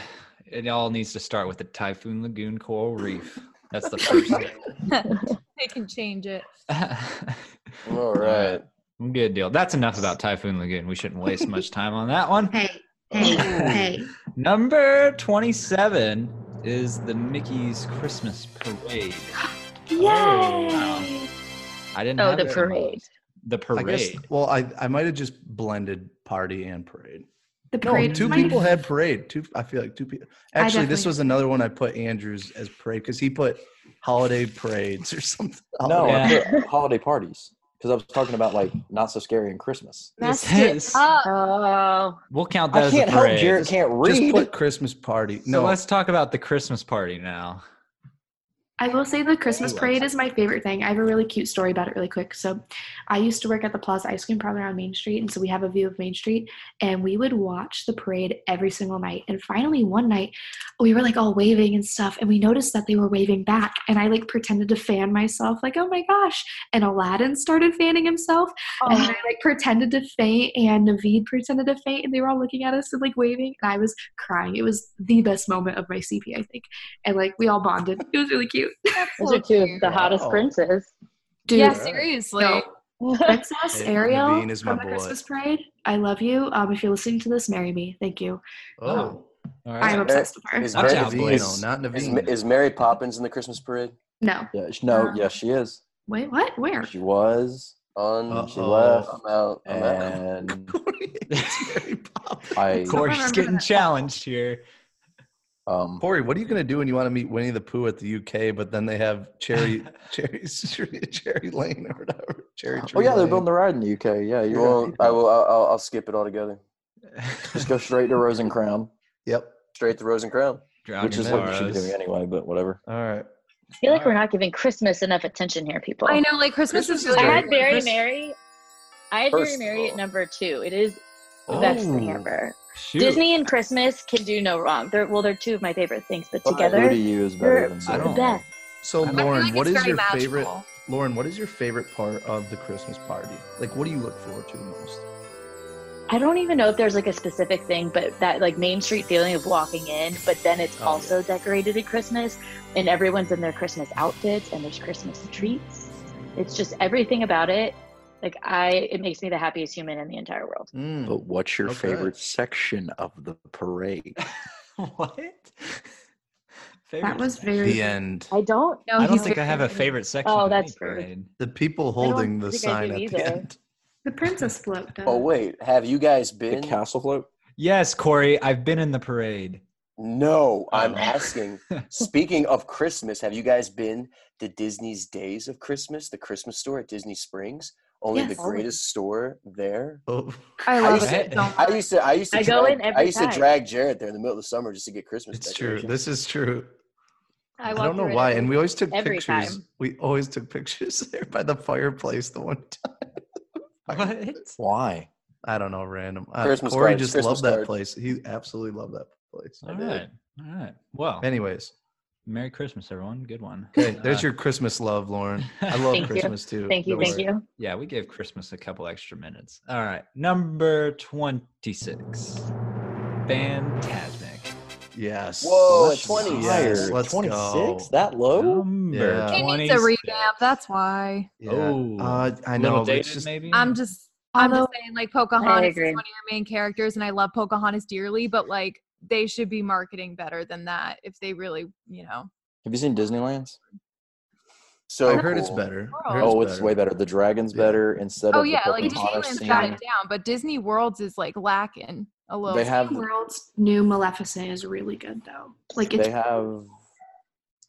Speaker 4: it all needs to start with the Typhoon Lagoon Coral Reef. That's the first
Speaker 9: they can change it.
Speaker 4: thing.
Speaker 6: All right.
Speaker 4: Good deal. That's enough about Typhoon Lagoon. We shouldn't waste much time on that one.
Speaker 5: hey, hey, hey.
Speaker 4: Number 27 is the Mickey's Christmas Parade. Oh,
Speaker 5: Yay!
Speaker 4: wow. I didn't
Speaker 7: Oh,
Speaker 4: have
Speaker 7: the
Speaker 4: it on my
Speaker 7: parade.
Speaker 4: list. The
Speaker 3: I guess.
Speaker 4: parade.
Speaker 3: Well, I I might have just blended party and parade.
Speaker 5: The
Speaker 3: No,
Speaker 5: parade.
Speaker 3: two
Speaker 5: was mine.
Speaker 3: people had parade. Two. I feel like two people.
Speaker 5: I
Speaker 3: Actually, this
Speaker 5: definitely-
Speaker 3: was another one I put Andrews as parade because he put holiday parades or something.
Speaker 8: No,
Speaker 3: Holiday-
Speaker 8: I
Speaker 4: Yeah.
Speaker 8: put holiday parties because I was talking about like not so scary and Christmas.
Speaker 5: Messed it
Speaker 4: Yes.
Speaker 9: Uh,
Speaker 7: Oh,
Speaker 4: We'll count that
Speaker 8: I
Speaker 4: as a
Speaker 8: can't help
Speaker 4: parade.
Speaker 8: Jarrett can't
Speaker 3: just
Speaker 8: read.
Speaker 3: put Christmas party.
Speaker 4: So
Speaker 3: No,
Speaker 4: let's talk about the Christmas party now.
Speaker 5: I will say the Christmas
Speaker 4: Ooh,
Speaker 5: parade
Speaker 4: that's-
Speaker 5: is my favorite thing. I have a really cute story about it, really quick. So, I used to work at the Plaza Ice Cream Parlor on Main Street, and so we have a view of Main Street, and we would watch the parade every single night. And finally, one night, we were like all waving and stuff, and we noticed that they were waving back. And I like pretended to fan myself, like, oh my gosh. And Aladdin started fanning himself, and
Speaker 9: Oh,
Speaker 5: then I like pretended to faint, and Naveed pretended to faint, and they were all looking at us and like waving, and I was crying. It was the best moment of my CP, I think. And like, we all bonded. It was really cute.
Speaker 7: those are two of the hottest
Speaker 3: Wow.
Speaker 7: princes.
Speaker 5: Dude,
Speaker 9: yeah, seriously.
Speaker 5: no. Princess
Speaker 3: Hey,
Speaker 5: Ariel
Speaker 3: Naveen is my
Speaker 5: from the
Speaker 3: boy.
Speaker 5: Christmas Parade. I love you. Um, if you're listening to this, marry me. Thank you.
Speaker 3: oh,
Speaker 4: All
Speaker 5: I am
Speaker 4: right.
Speaker 5: obsessed with her.
Speaker 6: Is,
Speaker 4: That's
Speaker 6: Mary,
Speaker 4: how
Speaker 6: is,
Speaker 4: boys-
Speaker 3: Naveen, not
Speaker 6: is,
Speaker 3: Naveen.
Speaker 6: is Mary Poppins in the Christmas parade?
Speaker 5: No.
Speaker 8: yeah, she- no,
Speaker 5: Uh,
Speaker 8: yeah, she is.
Speaker 5: Wait, what? Where?
Speaker 8: She was,
Speaker 6: On
Speaker 3: Uh-oh.
Speaker 8: she left,
Speaker 6: I'm out. I'm out.
Speaker 8: and
Speaker 3: Mary Poppins.
Speaker 8: I.
Speaker 4: Corey's getting challenged here.
Speaker 8: Um,
Speaker 3: Corey, what are you going to do when you want to meet Winnie the Pooh at the UK, but then they have Cherry Cherry Cherry, Cherry Lane or whatever? Cherry
Speaker 8: oh
Speaker 3: Tree
Speaker 8: yeah, they're
Speaker 3: Lane.
Speaker 8: building the ride in the UK. Yeah,
Speaker 6: You
Speaker 8: you're
Speaker 6: won't- I will. I'll, I'll- I'll skip it altogether.
Speaker 8: just go straight to Rosencrown,
Speaker 3: Yep.
Speaker 6: Straight to Rose and Crown.
Speaker 4: Drown
Speaker 8: which
Speaker 4: your
Speaker 8: is what you should
Speaker 4: sorrows.
Speaker 8: do anyway. But whatever.
Speaker 3: All right.
Speaker 7: I feel like we're not giving Christmas enough attention here, people.
Speaker 9: I know, like Christmas,
Speaker 3: Christmas
Speaker 9: is
Speaker 3: is
Speaker 9: really
Speaker 7: I
Speaker 3: great.
Speaker 7: had Very
Speaker 3: Chris-
Speaker 7: Mary. I had
Speaker 6: First
Speaker 7: Very
Speaker 6: of
Speaker 7: Mary
Speaker 6: all.
Speaker 7: at number two. It is the best thing
Speaker 3: Oh.
Speaker 7: ever.
Speaker 4: Shoot.
Speaker 7: Disney and Christmas can do no wrong. They're well, they're two of my favorite things, but
Speaker 6: Why?
Speaker 8: Who
Speaker 7: together,
Speaker 8: do you is better
Speaker 7: You're-
Speaker 8: than
Speaker 4: I
Speaker 7: the
Speaker 4: don't
Speaker 8: Sarah?
Speaker 7: best.
Speaker 3: So
Speaker 4: I feel
Speaker 3: Lauren,
Speaker 9: like
Speaker 3: what
Speaker 9: it's
Speaker 3: is
Speaker 9: very
Speaker 3: your favorite?
Speaker 9: magical.
Speaker 3: Lauren, what is your favorite part of the Christmas party? Like, what do you look forward to the most?
Speaker 7: I don't even know if there's like a specific thing, but that like Main Street feeling of walking in, but then it's
Speaker 3: Oh,
Speaker 7: also decorated at Christmas, and everyone's in their Christmas outfits, and there's Christmas treats, It's just everything about it. Like I, it makes me the happiest human in the entire world.
Speaker 3: Mm.
Speaker 2: But what's your
Speaker 3: Okay.
Speaker 2: favorite section of the parade?
Speaker 4: what? Favorite
Speaker 5: That was
Speaker 4: section?
Speaker 5: very-
Speaker 3: The end.
Speaker 7: I don't.
Speaker 9: No,
Speaker 4: I
Speaker 9: he's
Speaker 4: don't think I have a
Speaker 9: very-
Speaker 4: favorite section.
Speaker 7: Oh,
Speaker 4: of any
Speaker 7: that's fair.
Speaker 4: parade.
Speaker 3: The people
Speaker 7: don't
Speaker 3: holding the
Speaker 7: think I
Speaker 3: sign
Speaker 7: do
Speaker 3: at
Speaker 7: either.
Speaker 3: the end.
Speaker 5: The princess float does.
Speaker 8: Oh wait, have you guys
Speaker 2: The
Speaker 8: been?
Speaker 2: castle float?
Speaker 4: Yes, Corey, I've been in the parade.
Speaker 8: no, I'm
Speaker 4: Oh.
Speaker 8: asking. Speaking of Christmas, have you guys been to Disney's Days of Christmas, the Christmas store at Disney Springs? Only
Speaker 5: Yes.
Speaker 8: the greatest store there.
Speaker 3: Oh,
Speaker 9: I
Speaker 8: I
Speaker 9: love
Speaker 8: used, to,
Speaker 9: it.
Speaker 4: it.
Speaker 9: so
Speaker 8: I
Speaker 9: much.
Speaker 8: used to I used to
Speaker 7: I go
Speaker 8: drag,
Speaker 7: in every
Speaker 8: I used
Speaker 7: time.
Speaker 8: to drag Jared there in the middle of the summer just to get Christmas.
Speaker 3: it's true.
Speaker 8: decorations.
Speaker 3: This is true.
Speaker 7: I,
Speaker 3: I,
Speaker 7: walk
Speaker 3: don't know
Speaker 7: through it
Speaker 3: why.
Speaker 7: every-
Speaker 3: And we always took
Speaker 7: every
Speaker 3: pictures.
Speaker 7: time.
Speaker 3: We always took pictures there by the fireplace the one time.
Speaker 4: What?
Speaker 2: Why?
Speaker 3: I don't know, random. Uh,
Speaker 8: Christmas
Speaker 3: Corey
Speaker 8: cards,
Speaker 3: just
Speaker 8: Christmas
Speaker 3: loved that
Speaker 8: cards.
Speaker 3: place. He absolutely loved that place.
Speaker 4: All
Speaker 8: did.
Speaker 4: right. All right. Well,
Speaker 3: Anyways,
Speaker 4: Merry Christmas, everyone. Good one.
Speaker 3: hey, there's
Speaker 4: Uh,
Speaker 3: your Christmas love, Lauren. I love
Speaker 7: Thank you.
Speaker 3: Christmas too.
Speaker 7: Thank you,
Speaker 3: Don't
Speaker 7: thank
Speaker 3: worry.
Speaker 7: you.
Speaker 4: Yeah, we gave Christmas a couple extra minutes. All right. Number 26. Fantasmic.
Speaker 3: Yes.
Speaker 6: Oh,
Speaker 8: Whoa,
Speaker 2: Much
Speaker 8: at 20.
Speaker 3: Yes,
Speaker 2: higher.
Speaker 3: let's
Speaker 2: 26?
Speaker 3: go.
Speaker 2: That low?
Speaker 4: Number
Speaker 3: Yeah.
Speaker 9: It
Speaker 4: 26.
Speaker 9: needs a revamp. That's why.
Speaker 3: Yeah.
Speaker 4: Oh,
Speaker 3: Uh, I
Speaker 4: A
Speaker 3: know.
Speaker 4: little
Speaker 3: but it's
Speaker 4: dated,
Speaker 3: just-
Speaker 4: maybe?
Speaker 9: I'm just, I'm
Speaker 7: Although-
Speaker 9: just saying, like Pocahontas is one
Speaker 7: agree.
Speaker 9: of your main characters, and I love Pocahontas dearly, but like they should be marketing better than that if they really, you know.
Speaker 2: Have you seen Disneyland's?
Speaker 8: So
Speaker 3: I heard it's
Speaker 8: cool.
Speaker 3: better. I
Speaker 9: Oh.
Speaker 3: heard
Speaker 2: Oh, it's way better. The dragon's
Speaker 3: Yeah.
Speaker 2: better instead
Speaker 9: Oh
Speaker 2: of
Speaker 9: yeah,
Speaker 2: the
Speaker 9: like
Speaker 2: Pocahontas
Speaker 9: Disneyland's
Speaker 2: scene.
Speaker 9: got it down, but Disney World's is like lacking a little.
Speaker 2: They have
Speaker 5: World's new Maleficent is really good though. Like it's
Speaker 2: they have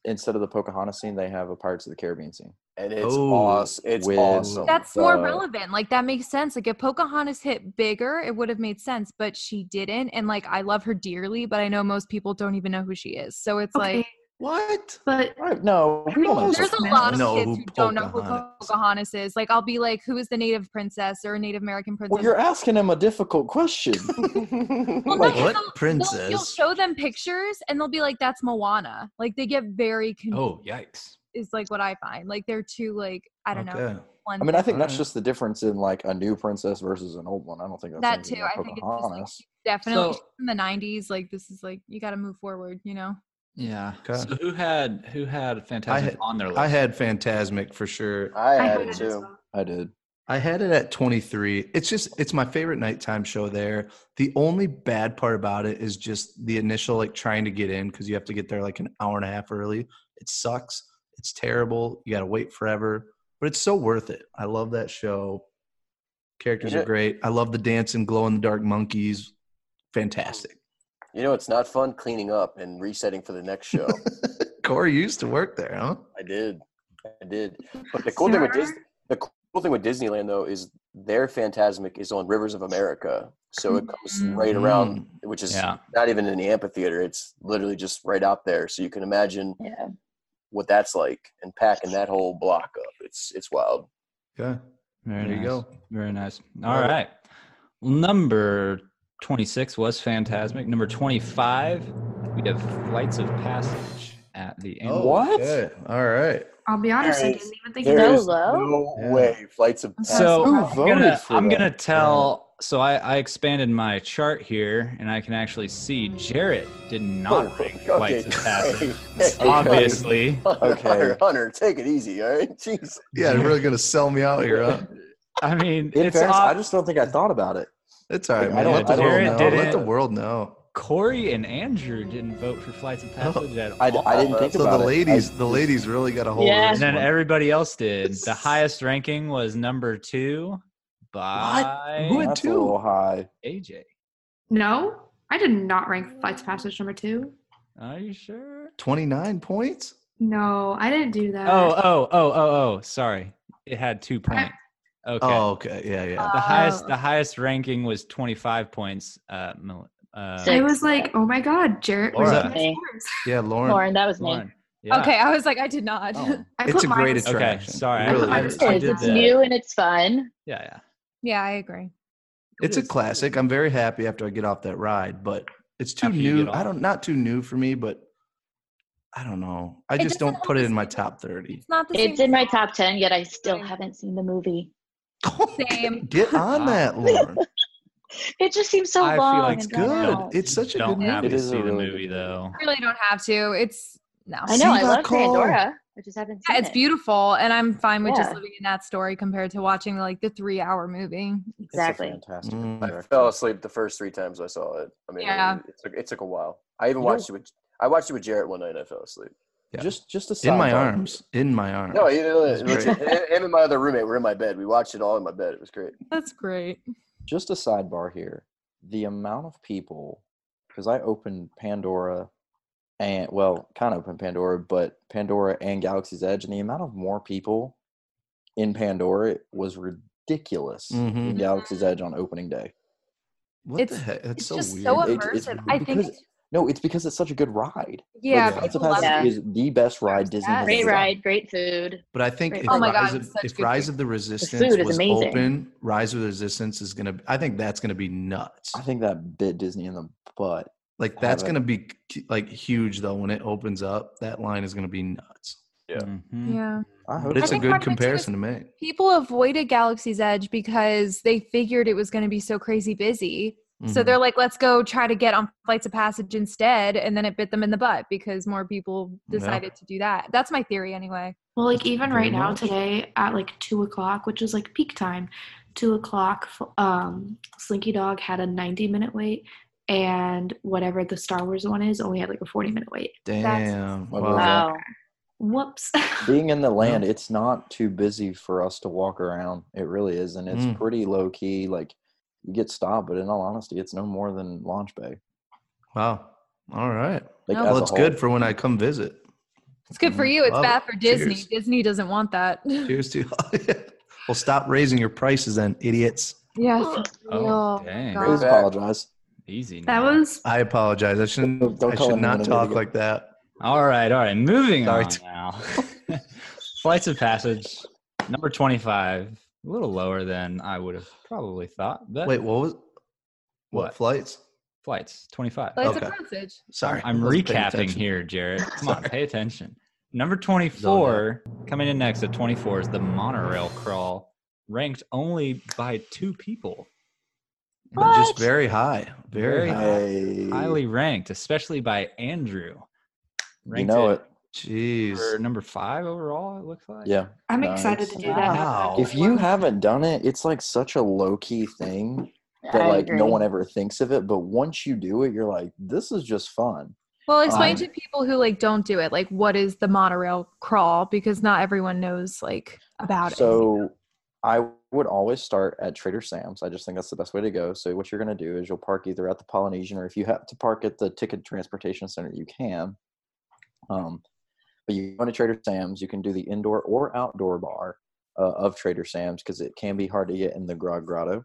Speaker 2: instead of the Pocahontas scene, they have a Pirates of the Caribbean scene.
Speaker 8: And it's
Speaker 3: Oh,
Speaker 8: awesome. It's
Speaker 2: with-
Speaker 8: awesome.
Speaker 9: That's more
Speaker 2: the-
Speaker 9: relevant. Like that makes sense. Like if Pocahontas hit bigger, it would have made sense, but she didn't. And like I love her dearly, but I know most people don't even know who she is. So it's
Speaker 5: okay,
Speaker 9: like
Speaker 3: What?
Speaker 5: but
Speaker 2: Right? No, we
Speaker 5: mean,
Speaker 2: don't know.
Speaker 9: there's a
Speaker 5: Pocahontas.
Speaker 9: lot of
Speaker 3: Know
Speaker 9: kids
Speaker 3: who
Speaker 9: who don't know who
Speaker 3: Pocahontas-
Speaker 9: Pocahontas is. Like I'll be like, who is the native princess or Native American princess?
Speaker 2: Well, you're asking him a difficult question.
Speaker 9: Well,
Speaker 2: like,
Speaker 9: no,
Speaker 3: What
Speaker 9: they'll- they'll- You'll
Speaker 3: princess?
Speaker 9: show them pictures, and they'll be like, "That's Moana." Like they get very confused.
Speaker 4: oh, yikes.
Speaker 9: Is like what I find. Like they're too like I don't know.
Speaker 3: Okay.
Speaker 9: One
Speaker 2: I mean, I
Speaker 9: thing.
Speaker 2: think that's
Speaker 3: Alright.
Speaker 2: just the difference in like a new princess versus an old one. I don't think that's
Speaker 9: That
Speaker 2: anything
Speaker 9: too,
Speaker 2: about
Speaker 9: I think it's just, like,
Speaker 2: Pocahontas.
Speaker 9: definitely
Speaker 4: So-
Speaker 9: in the '90s. Like this is like you got to move forward. You know.
Speaker 4: Yeah.
Speaker 3: Okay.
Speaker 4: So who had who had Fantasmic
Speaker 3: had-
Speaker 4: on their list?
Speaker 3: I had Phantasmic for sure.
Speaker 8: I
Speaker 5: I
Speaker 8: had
Speaker 5: heard
Speaker 8: it
Speaker 5: it as
Speaker 8: too.
Speaker 5: well.
Speaker 2: I did.
Speaker 3: I had it at 23. It's just it's my favorite nighttime show there. The only bad part about it is just the initial like trying to get in cuz you have to get there like an hour and a half early. It sucks. It's terrible. You got to wait forever, but it's so worth it. I love that show. Characters
Speaker 8: You
Speaker 3: are
Speaker 8: know-
Speaker 3: great. I love the dancing glow in the dark monkeys. Fantastic.
Speaker 8: You know, it's not fun cleaning up and resetting for the next show.
Speaker 3: Corey used to work there, huh?
Speaker 8: I did. I did. But the cool thing with Disney, the cool thing with Disneyland though is their Phantasmic is on Rivers of America, so it comes
Speaker 9: Mhm.
Speaker 8: right
Speaker 3: Mm.
Speaker 8: around, which is
Speaker 4: yeah.
Speaker 8: not even in the amphitheater. It's literally just right out there, so you can imagine
Speaker 7: Yeah.
Speaker 8: what that's like and packing that whole block up. It's it's wild.
Speaker 3: Yeah.
Speaker 4: Very
Speaker 3: There you
Speaker 4: nice.
Speaker 3: go.
Speaker 4: Very nice. All
Speaker 8: Love it.
Speaker 4: right. Number 26 was Fantasmic. Number 25, we have Flights of Passage at the end.
Speaker 2: What?
Speaker 3: okay. All right.
Speaker 5: I'll be honest, I
Speaker 8: There is-
Speaker 5: didn't even think
Speaker 8: There
Speaker 5: about
Speaker 7: No
Speaker 8: is
Speaker 7: low?
Speaker 8: no
Speaker 3: Yeah.
Speaker 8: way flights of
Speaker 4: So
Speaker 2: Who
Speaker 4: I'm gonna,
Speaker 2: voted for
Speaker 4: I'm
Speaker 2: that?
Speaker 4: gonna tell. So I, I expanded my chart here, and I can actually see Jarrett did
Speaker 8: Oh
Speaker 4: not rank Flights of Passage. Obviously,
Speaker 2: Okay.
Speaker 8: Okay. Hunter, take it easy, all right? Jeez.
Speaker 3: Yeah, you're really going to sell me out here, huh?
Speaker 4: I mean,
Speaker 2: In
Speaker 4: it's
Speaker 2: fairness, I
Speaker 4: ob-
Speaker 2: just don't think I thought about it.
Speaker 3: It's all right,
Speaker 2: I
Speaker 3: man.
Speaker 2: don't-
Speaker 3: Let the
Speaker 2: I don't
Speaker 3: world
Speaker 2: know.
Speaker 3: know.
Speaker 4: Didn't-
Speaker 3: Let the world know.
Speaker 4: Corey and Andrew didn't vote for Flights of Passage at all.
Speaker 2: I, I didn't think
Speaker 3: Uh, So the
Speaker 2: about it. I
Speaker 3: ladies, the
Speaker 2: just-
Speaker 3: ladies really got a hold
Speaker 7: Yeah.
Speaker 3: of
Speaker 4: and
Speaker 3: this
Speaker 4: then
Speaker 3: one.
Speaker 4: everybody else did. The highest ranking was number two by
Speaker 3: Who had
Speaker 2: That's a
Speaker 3: two?
Speaker 2: little high.
Speaker 4: AJ.
Speaker 5: No, I did not rank Flights of Passage number two.
Speaker 4: Are you sure?
Speaker 3: Twenty-nine points.
Speaker 5: No, I didn't do
Speaker 7: Uh,
Speaker 5: that.
Speaker 4: Oh, oh, oh, oh, oh. Sorry, it had two points. Okay.
Speaker 3: Oh, okay. Yeah, yeah.
Speaker 4: the highest
Speaker 9: Oh.
Speaker 4: the highest ranking was 25 points uh, Mel- uh
Speaker 7: Six.
Speaker 5: I was like, oh my god, Jarrett was
Speaker 3: Laura.
Speaker 5: in the
Speaker 7: Me.
Speaker 5: scores.
Speaker 3: Yeah, Lauren.
Speaker 7: Lauren, that was me.
Speaker 4: Lauren. Yeah.
Speaker 9: Okay, I was like, I did not.
Speaker 4: Oh.
Speaker 5: I
Speaker 3: It's
Speaker 5: put
Speaker 3: a
Speaker 5: mine
Speaker 3: great
Speaker 5: as-
Speaker 4: Okay,
Speaker 3: attraction.
Speaker 4: sorry,
Speaker 3: It really
Speaker 5: I- I
Speaker 3: is.
Speaker 5: did
Speaker 7: It is.
Speaker 5: did
Speaker 7: It's
Speaker 5: that.
Speaker 7: new and it's fun.
Speaker 4: yeah yeah
Speaker 9: yeah, I agree.
Speaker 3: It's
Speaker 4: It
Speaker 3: a
Speaker 4: is-
Speaker 3: classic. I'm very happy after I get off that ride, but it's too
Speaker 4: After you
Speaker 3: new.
Speaker 4: get
Speaker 3: I
Speaker 4: off.
Speaker 3: don't not too new for me, but I don't know. I
Speaker 9: It
Speaker 3: just
Speaker 9: doesn't
Speaker 3: don't put it in my top thirty.
Speaker 9: It's not the same.
Speaker 7: It's in my
Speaker 9: as-
Speaker 7: top 10, yet I still haven't seen the movie.
Speaker 9: Same.
Speaker 3: Get on that, Lauren.
Speaker 7: It just seems so
Speaker 4: I feel
Speaker 7: long.
Speaker 4: like
Speaker 3: It's
Speaker 7: and drawn
Speaker 3: good.
Speaker 7: out.
Speaker 3: It's such a
Speaker 4: don't
Speaker 3: good
Speaker 4: have
Speaker 2: movie.
Speaker 4: to
Speaker 2: It is a
Speaker 4: see the
Speaker 2: really
Speaker 4: movie
Speaker 2: good movie.
Speaker 4: though
Speaker 9: I really don't have to. It's no.
Speaker 7: I know. I
Speaker 3: See,
Speaker 7: love
Speaker 3: Nicole.
Speaker 7: Pandora. I just haven't seen
Speaker 9: Yeah, it's
Speaker 7: it.
Speaker 9: beautiful, and I'm fine with just
Speaker 7: Yeah.
Speaker 9: living in that story compared to watching like the three hour movie.
Speaker 7: Exactly.
Speaker 8: It's a fantastic
Speaker 3: Mm.
Speaker 6: I
Speaker 8: director.
Speaker 6: fell asleep the first three times I saw it. I mean,
Speaker 9: Yeah.
Speaker 6: it, took, it took a while. I even
Speaker 8: You know-
Speaker 6: watched it with I watched it with Jarrett one night. and I fell asleep.
Speaker 3: Yeah.
Speaker 8: Just just a
Speaker 3: in my
Speaker 8: sidebar.
Speaker 3: arms. In my arms.
Speaker 6: No, you know,
Speaker 3: That's
Speaker 6: legit, him and my other roommate were in my bed. We watched it all in my bed. It was great.
Speaker 9: That's great.
Speaker 8: Just a sidebar here. The amount of people, because I opened Pandora, and well, kind of opened Pandora, but Pandora and Galaxy's Edge, and the amount of more people in Pandora was ridiculous.
Speaker 3: Mhm.
Speaker 8: In Galaxy's Edge on opening day.
Speaker 3: What
Speaker 9: It's-
Speaker 3: the heck? That's
Speaker 9: it's
Speaker 3: so
Speaker 9: just
Speaker 3: weird.
Speaker 9: so
Speaker 8: It- it's
Speaker 9: immersive. I think.
Speaker 8: because-
Speaker 9: It's,
Speaker 8: No, it's because it's such a good ride.
Speaker 9: yeah,
Speaker 3: Yeah.
Speaker 8: Flights
Speaker 9: people
Speaker 8: of
Speaker 9: love
Speaker 8: Passage
Speaker 9: it.
Speaker 7: Yeah.
Speaker 8: is the best ride Disney has
Speaker 7: Great
Speaker 8: ever done.
Speaker 7: ride, great food.
Speaker 3: But I think
Speaker 7: Right.
Speaker 3: if
Speaker 7: Oh my
Speaker 9: God,
Speaker 3: Rise,
Speaker 9: it's
Speaker 3: of,
Speaker 9: such
Speaker 3: if
Speaker 9: good
Speaker 3: Rise
Speaker 9: food.
Speaker 3: of the Resistance
Speaker 7: food is
Speaker 3: was
Speaker 7: amazing.
Speaker 3: open, Rise of the Resistance is gonna. I think that's gonna be nuts.
Speaker 8: I think that bit Disney in the butt.
Speaker 3: Like that's
Speaker 8: haven't-
Speaker 3: gonna be c- like huge though when it opens up. That line is gonna be nuts.
Speaker 6: Yeah.
Speaker 3: Mm-hmm.
Speaker 4: Mhm.
Speaker 7: Mm-hmm.
Speaker 9: Yeah.
Speaker 8: I hope
Speaker 3: But it's
Speaker 8: so.
Speaker 3: a
Speaker 9: think
Speaker 3: good
Speaker 9: part of it too is-
Speaker 3: comparison to make.
Speaker 9: People avoided Galaxy's Edge because they figured it was going to be so crazy busy. So
Speaker 3: Mhm.
Speaker 9: they're like, let's go try to get on Flights of Passage instead. And then it bit them in the butt because more people
Speaker 3: Yeah.
Speaker 9: decided to do that. That's my theory, anyway.
Speaker 5: Well, like even
Speaker 3: Very
Speaker 5: right now
Speaker 3: much.
Speaker 5: today at like two o'clock, which is like peak time, two o'clock, f- um, Slinky Dog had a ninety-minute wait, and whatever the Star Wars one is, only had like a forty-minute wait.
Speaker 3: Mm-hmm. Damn.
Speaker 8: Well,
Speaker 3: Wow.
Speaker 8: there's
Speaker 7: Wow.
Speaker 5: Whoops.
Speaker 8: being in the land, it's not too busy for us to walk around. It really is, and it's
Speaker 3: Mm.
Speaker 8: pretty low key. Like you get stopped, but in all honesty, it's no more than Launch Bay.
Speaker 3: Wow. All right.
Speaker 8: Like
Speaker 9: No.
Speaker 8: as
Speaker 3: Well,
Speaker 8: a
Speaker 3: it's
Speaker 8: whole.
Speaker 3: good for when I come visit.
Speaker 9: It's good for
Speaker 3: Mm,
Speaker 9: you. It's
Speaker 3: love
Speaker 9: bad
Speaker 3: it.
Speaker 9: for Disney.
Speaker 3: Cheers.
Speaker 9: Disney doesn't want that.
Speaker 3: Cheers to. well, stop raising your prices then, idiots.
Speaker 9: Yes.
Speaker 4: Oh,
Speaker 9: real.
Speaker 4: dang.
Speaker 9: God.
Speaker 8: Please apologize.
Speaker 4: Easy.
Speaker 5: that
Speaker 4: now.
Speaker 5: was
Speaker 3: I apologize. I shouldn't.
Speaker 8: Don't- don't
Speaker 3: I
Speaker 8: call
Speaker 3: should
Speaker 8: him
Speaker 3: not
Speaker 8: an idiot
Speaker 3: talk
Speaker 8: again.
Speaker 3: like that.
Speaker 4: All right, all right. Moving
Speaker 3: Sorry.
Speaker 4: on now. Flights of Passage, number 25. A little lower than I would have probably thought, but
Speaker 3: Wait, what was? What,
Speaker 4: What?
Speaker 3: flights?
Speaker 4: flights, 25.
Speaker 9: Flights of
Speaker 3: Okay.
Speaker 9: Passage.
Speaker 3: Sorry,
Speaker 4: I'm
Speaker 3: I wasn't paying
Speaker 4: recapping
Speaker 3: attention.
Speaker 4: here, Jared. Come on,
Speaker 3: Sorry.
Speaker 4: pay attention. Number 24, coming in next at 24 is the monorail crawl, ranked only by two people.
Speaker 3: But Just very high,
Speaker 4: Very
Speaker 3: very, high.
Speaker 4: high.
Speaker 8: Hey,
Speaker 4: Highly ranked, especially by Andrew.
Speaker 8: you
Speaker 4: Ranked
Speaker 8: know it.
Speaker 4: for
Speaker 3: Jeez.
Speaker 4: number five overall, it looks like.
Speaker 8: Yeah.
Speaker 5: I'm
Speaker 8: Nice.
Speaker 5: excited to do that.
Speaker 3: Wow.
Speaker 8: If you haven't done it, it's like such a low key thing that
Speaker 7: I
Speaker 8: like
Speaker 7: agree.
Speaker 8: no one ever thinks of it. But once you do it, you're like, this is just fun.
Speaker 9: Well, explain
Speaker 8: Um,
Speaker 9: to people who like don't do it, like what is the monorail crawl because not everyone knows like about it.
Speaker 8: So I would always start at Trader Sam's. I just think that's the best way to go. So what you're going to do is you'll park either at the Polynesian or if you have to park at the Ticket Transportation Center, you can. Um, but you go to Trader Sam's, you can do the indoor or outdoor bar uh, of Trader Sam's because it can be hard to get in the Grog Grotto.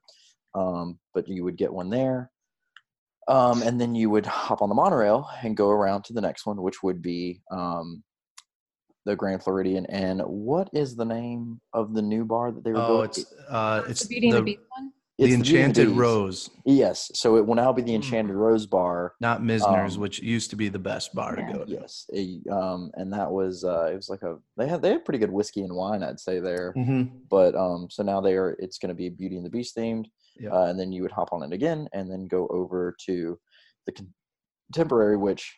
Speaker 8: Um, but you would get one there. Um, and then you would hop on the monorail and go around to the next one, which would be um, the Grand Floridian. And what is the name of the new bar that they were
Speaker 3: Oh,
Speaker 8: building?
Speaker 3: it's uh, it's
Speaker 9: the Beauty and the Beast one.
Speaker 3: the
Speaker 8: It's Beauty and
Speaker 3: Enchanted
Speaker 8: Beast.
Speaker 3: Rose,
Speaker 8: Yes. So it will now be the
Speaker 3: Hmm.
Speaker 8: Enchanted Rose Bar.
Speaker 3: not Misner's,
Speaker 8: Um,
Speaker 3: which used to be the best bar
Speaker 7: yeah.
Speaker 3: to go to.
Speaker 8: Yes. a- um, and that was uh, it was like a they had they had pretty good whiskey and wine, I'd say there.
Speaker 3: Mm-hmm.
Speaker 8: But um, so now they are it's going to be Beauty and the Beast themed.
Speaker 3: Yeah.
Speaker 8: Uh, and then you would hop on it again, and then go over to the contemporary, which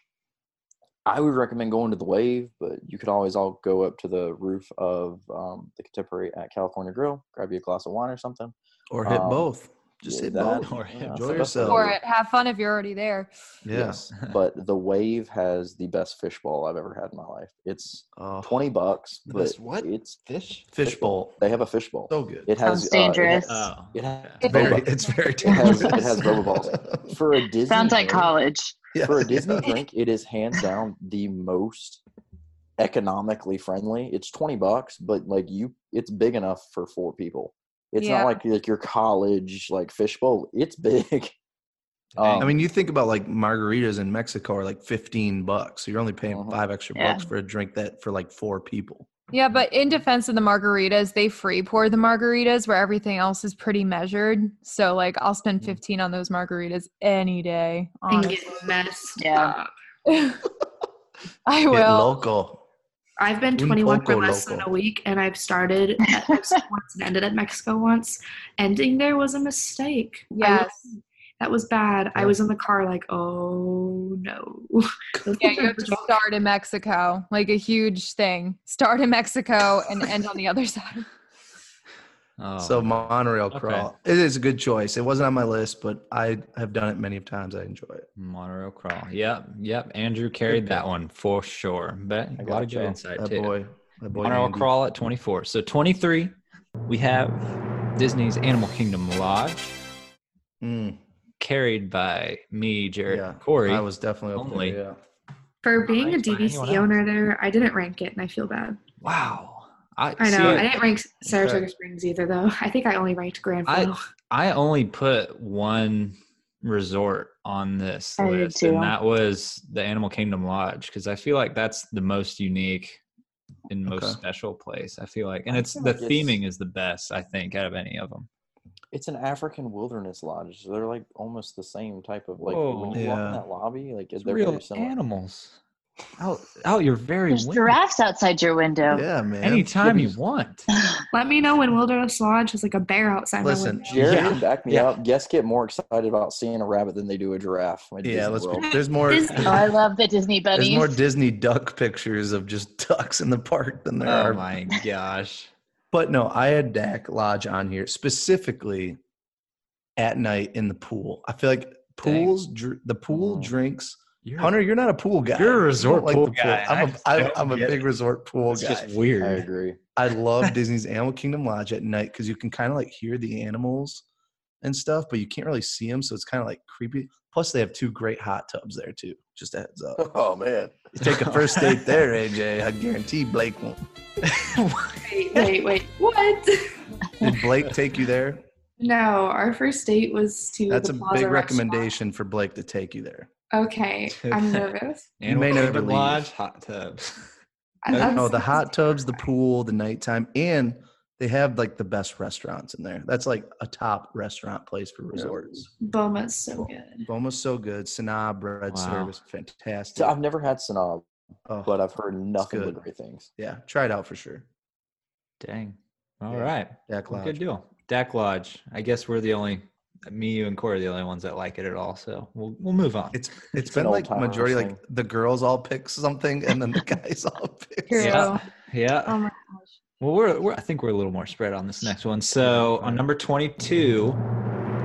Speaker 8: I would recommend going to the Wave, but you could always all go up to the roof of um, the contemporary at California Grill, grab you a glass of wine or something.
Speaker 3: Or hit
Speaker 8: Um,
Speaker 3: both. Just
Speaker 8: yeah,
Speaker 3: hit
Speaker 8: that-
Speaker 3: both.
Speaker 4: or
Speaker 8: yeah,
Speaker 3: Enjoy
Speaker 8: that's the best way to
Speaker 3: yourself.
Speaker 8: do
Speaker 9: Or
Speaker 8: it.
Speaker 9: it. have fun if you're already there.
Speaker 3: Yes.
Speaker 8: Yes, but the Wave has the best fishbowl I've ever had in my life. It's
Speaker 3: Oh,
Speaker 8: twenty bucks,
Speaker 3: The
Speaker 8: but
Speaker 3: best what?
Speaker 8: it's
Speaker 4: Fish?
Speaker 3: fishbowl.
Speaker 8: they have a fishbowl.
Speaker 3: So good.
Speaker 8: It has
Speaker 7: Sounds
Speaker 8: uh, it ha-
Speaker 7: dangerous.
Speaker 4: Oh.
Speaker 8: it ha-
Speaker 4: okay.
Speaker 3: It's very,
Speaker 8: boba.
Speaker 3: it's very
Speaker 8: It has- it
Speaker 3: dangerous.
Speaker 8: has boba balls. for a Disney.
Speaker 7: Sounds like
Speaker 8: drink-
Speaker 7: college.
Speaker 3: Yeah,
Speaker 8: for
Speaker 3: yeah.
Speaker 8: a Disney drink, it is hands down the most economically friendly. It's twenty bucks, but like you, it's big enough for four people. It's
Speaker 9: Yeah.
Speaker 8: not like like your college like fishbowl. It's big.
Speaker 4: Dang.
Speaker 8: Um,
Speaker 3: I mean, you think about like margaritas in Mexico are like 15 bucks. So you're only paying
Speaker 8: Mhm.
Speaker 3: five extra
Speaker 7: Yeah.
Speaker 3: bucks for a drink that for like four people.
Speaker 9: Yeah, but in defense of the margaritas, they free pour the margaritas where everything else is pretty measured. So like I'll spend 15 on those margaritas any day.
Speaker 5: and
Speaker 9: Honestly.
Speaker 5: get messed
Speaker 7: Yeah.
Speaker 5: up.
Speaker 9: I
Speaker 3: Get
Speaker 9: will.
Speaker 3: local.
Speaker 5: I've been
Speaker 3: Un
Speaker 5: 21 for
Speaker 3: poco
Speaker 5: less than
Speaker 3: loco.
Speaker 5: a week, and I've started at Mexico once and ended at Mexico once. Ending there was a mistake. I
Speaker 9: Yes.
Speaker 5: was- That was bad. I
Speaker 3: Yeah.
Speaker 5: was in the car like, oh no. Those
Speaker 9: Yeah,
Speaker 5: kids
Speaker 9: you
Speaker 5: are
Speaker 9: have to
Speaker 5: brutal.
Speaker 9: start in Mexico, like a huge thing. Start in Mexico and end on the other side.
Speaker 4: Oh.
Speaker 3: So monorail
Speaker 4: Okay.
Speaker 3: crawl. It is a good choice. It wasn't on my list, but I have done it many times. I enjoy it.
Speaker 4: Monorail crawl. Yep, yep. Andrew carried that one for sure. But
Speaker 8: I
Speaker 4: a
Speaker 8: got
Speaker 4: lot of good
Speaker 8: you.
Speaker 4: insight
Speaker 3: That
Speaker 4: too.
Speaker 3: boy. That boy.
Speaker 4: Monorail
Speaker 3: Andy.
Speaker 4: crawl at 24. So 23, we have Disney's Animal Kingdom Lodge,
Speaker 3: Mm,
Speaker 4: carried by me, Jared,
Speaker 3: yeah.
Speaker 4: and Corey.
Speaker 3: I was definitely up
Speaker 4: Only.
Speaker 3: there. Yeah.
Speaker 5: For being a
Speaker 4: ranked by anyone
Speaker 5: DVC
Speaker 4: else.
Speaker 5: owner there, I didn't rank it and I feel bad.
Speaker 4: wow.
Speaker 5: I know.
Speaker 4: see,
Speaker 5: I didn't rank Saratoga
Speaker 3: Okay.
Speaker 5: Springs either though. I think I only ranked Grand
Speaker 4: I-
Speaker 7: Oh.
Speaker 5: Flow.
Speaker 4: I only put one resort on this
Speaker 7: I did
Speaker 4: list, and
Speaker 7: too.
Speaker 4: that was the Animal Kingdom Lodge because I feel like that's the most unique and most
Speaker 3: Okay.
Speaker 4: special place. I feel like, and
Speaker 8: I
Speaker 4: it's
Speaker 8: feel
Speaker 4: the
Speaker 8: like it's-
Speaker 4: theming is the best I think out of any of them.
Speaker 8: It's an African wilderness lodge. So they're like almost the same type of like when you walk
Speaker 3: Yeah.
Speaker 8: in that lobby, like
Speaker 4: It's
Speaker 8: they're
Speaker 4: real
Speaker 8: very similar.
Speaker 4: animals out out your very
Speaker 7: There's
Speaker 4: window
Speaker 7: giraffes outside your window.
Speaker 3: Yeah, man.
Speaker 4: anytime you want.
Speaker 5: Let me know when Wilderness Lodge has like a bear outside my
Speaker 3: Listen,
Speaker 5: window.
Speaker 8: Jared
Speaker 4: Yeah,
Speaker 8: can back me
Speaker 4: yeah.
Speaker 8: up. Guests get more excited about seeing a rabbit than they do a giraffe. at
Speaker 3: Yeah,
Speaker 8: Disney
Speaker 3: let's.
Speaker 8: World.
Speaker 3: Be, there's more.
Speaker 5: Disney.
Speaker 7: Oh, I love the Disney
Speaker 3: There's
Speaker 7: bunnies.
Speaker 3: more Disney duck pictures of just ducks in the park than there
Speaker 4: Oh
Speaker 3: are.
Speaker 4: my gosh.
Speaker 3: But no, I had Dak Lodge on here specifically at night in the pool. I feel like pools, dr- the
Speaker 4: Oh.
Speaker 3: pool
Speaker 8: Mhm.
Speaker 3: drinks.
Speaker 4: You're,
Speaker 3: Hunter, you're not a pool guy.
Speaker 4: You're a
Speaker 3: You don't
Speaker 4: resort pool
Speaker 3: the
Speaker 4: guy, and I
Speaker 3: I'm a,
Speaker 4: just
Speaker 3: I,
Speaker 4: don't
Speaker 3: I'm a
Speaker 4: get
Speaker 3: big
Speaker 4: it.
Speaker 3: resort pool
Speaker 4: it's
Speaker 3: guy.
Speaker 4: just
Speaker 8: I
Speaker 4: weird.
Speaker 8: agree.
Speaker 3: I love Disney's Animal Kingdom Lodge at night because you can kind of like hear the animals and stuff, but you can't really see them, so it's kind of like creepy. Plus, they have two great hot tubs there too. Just a heads up.
Speaker 6: Oh man.
Speaker 3: You take a first date there, AJ. I guarantee Blake won't.
Speaker 5: Wait, wait, wait. What?
Speaker 3: Did Blake take you there?
Speaker 5: no, our first date was to
Speaker 3: That's
Speaker 5: the
Speaker 3: a
Speaker 5: Plaza
Speaker 3: big
Speaker 5: restaurant.
Speaker 3: recommendation for Blake to take you there.
Speaker 5: Okay, I'm nervous.
Speaker 3: You may
Speaker 4: Animal
Speaker 3: never
Speaker 4: Kingdom
Speaker 3: leave.
Speaker 4: Lodge, hot tubs.
Speaker 5: I-
Speaker 3: No,
Speaker 5: I'm
Speaker 3: no, Oh, the hot
Speaker 5: serious.
Speaker 3: tubs, the pool, the nighttime, and they have like the best restaurants in there. That's like a top restaurant place for resorts.
Speaker 5: Boma's so good.
Speaker 3: Boma's so good. Sanaa bread
Speaker 4: Wow.
Speaker 3: service, fantastic.
Speaker 8: So I've never had Sanaa,
Speaker 3: Oh,
Speaker 8: but uh, I've heard nothing but
Speaker 3: good.
Speaker 8: great things.
Speaker 3: yeah, try it out for sure.
Speaker 4: Dang. All
Speaker 3: Yeah.
Speaker 4: right.
Speaker 3: Dak
Speaker 4: Well, Good
Speaker 3: Lodge.
Speaker 4: deal. Dak Lodge. I guess we're the only, me, you, and Corey are the only ones that like it at all. So we'll, we'll move on.
Speaker 3: It's
Speaker 8: It's
Speaker 3: it's been
Speaker 8: an
Speaker 3: like
Speaker 8: old-timer
Speaker 3: majority
Speaker 8: thing.
Speaker 3: like the girls all pick something and then the guys all pick.
Speaker 5: True.
Speaker 4: Yeah. Yeah.
Speaker 5: Oh my gosh.
Speaker 4: well, we're, we're, I think we're a little more spread on this next one. So on number 22,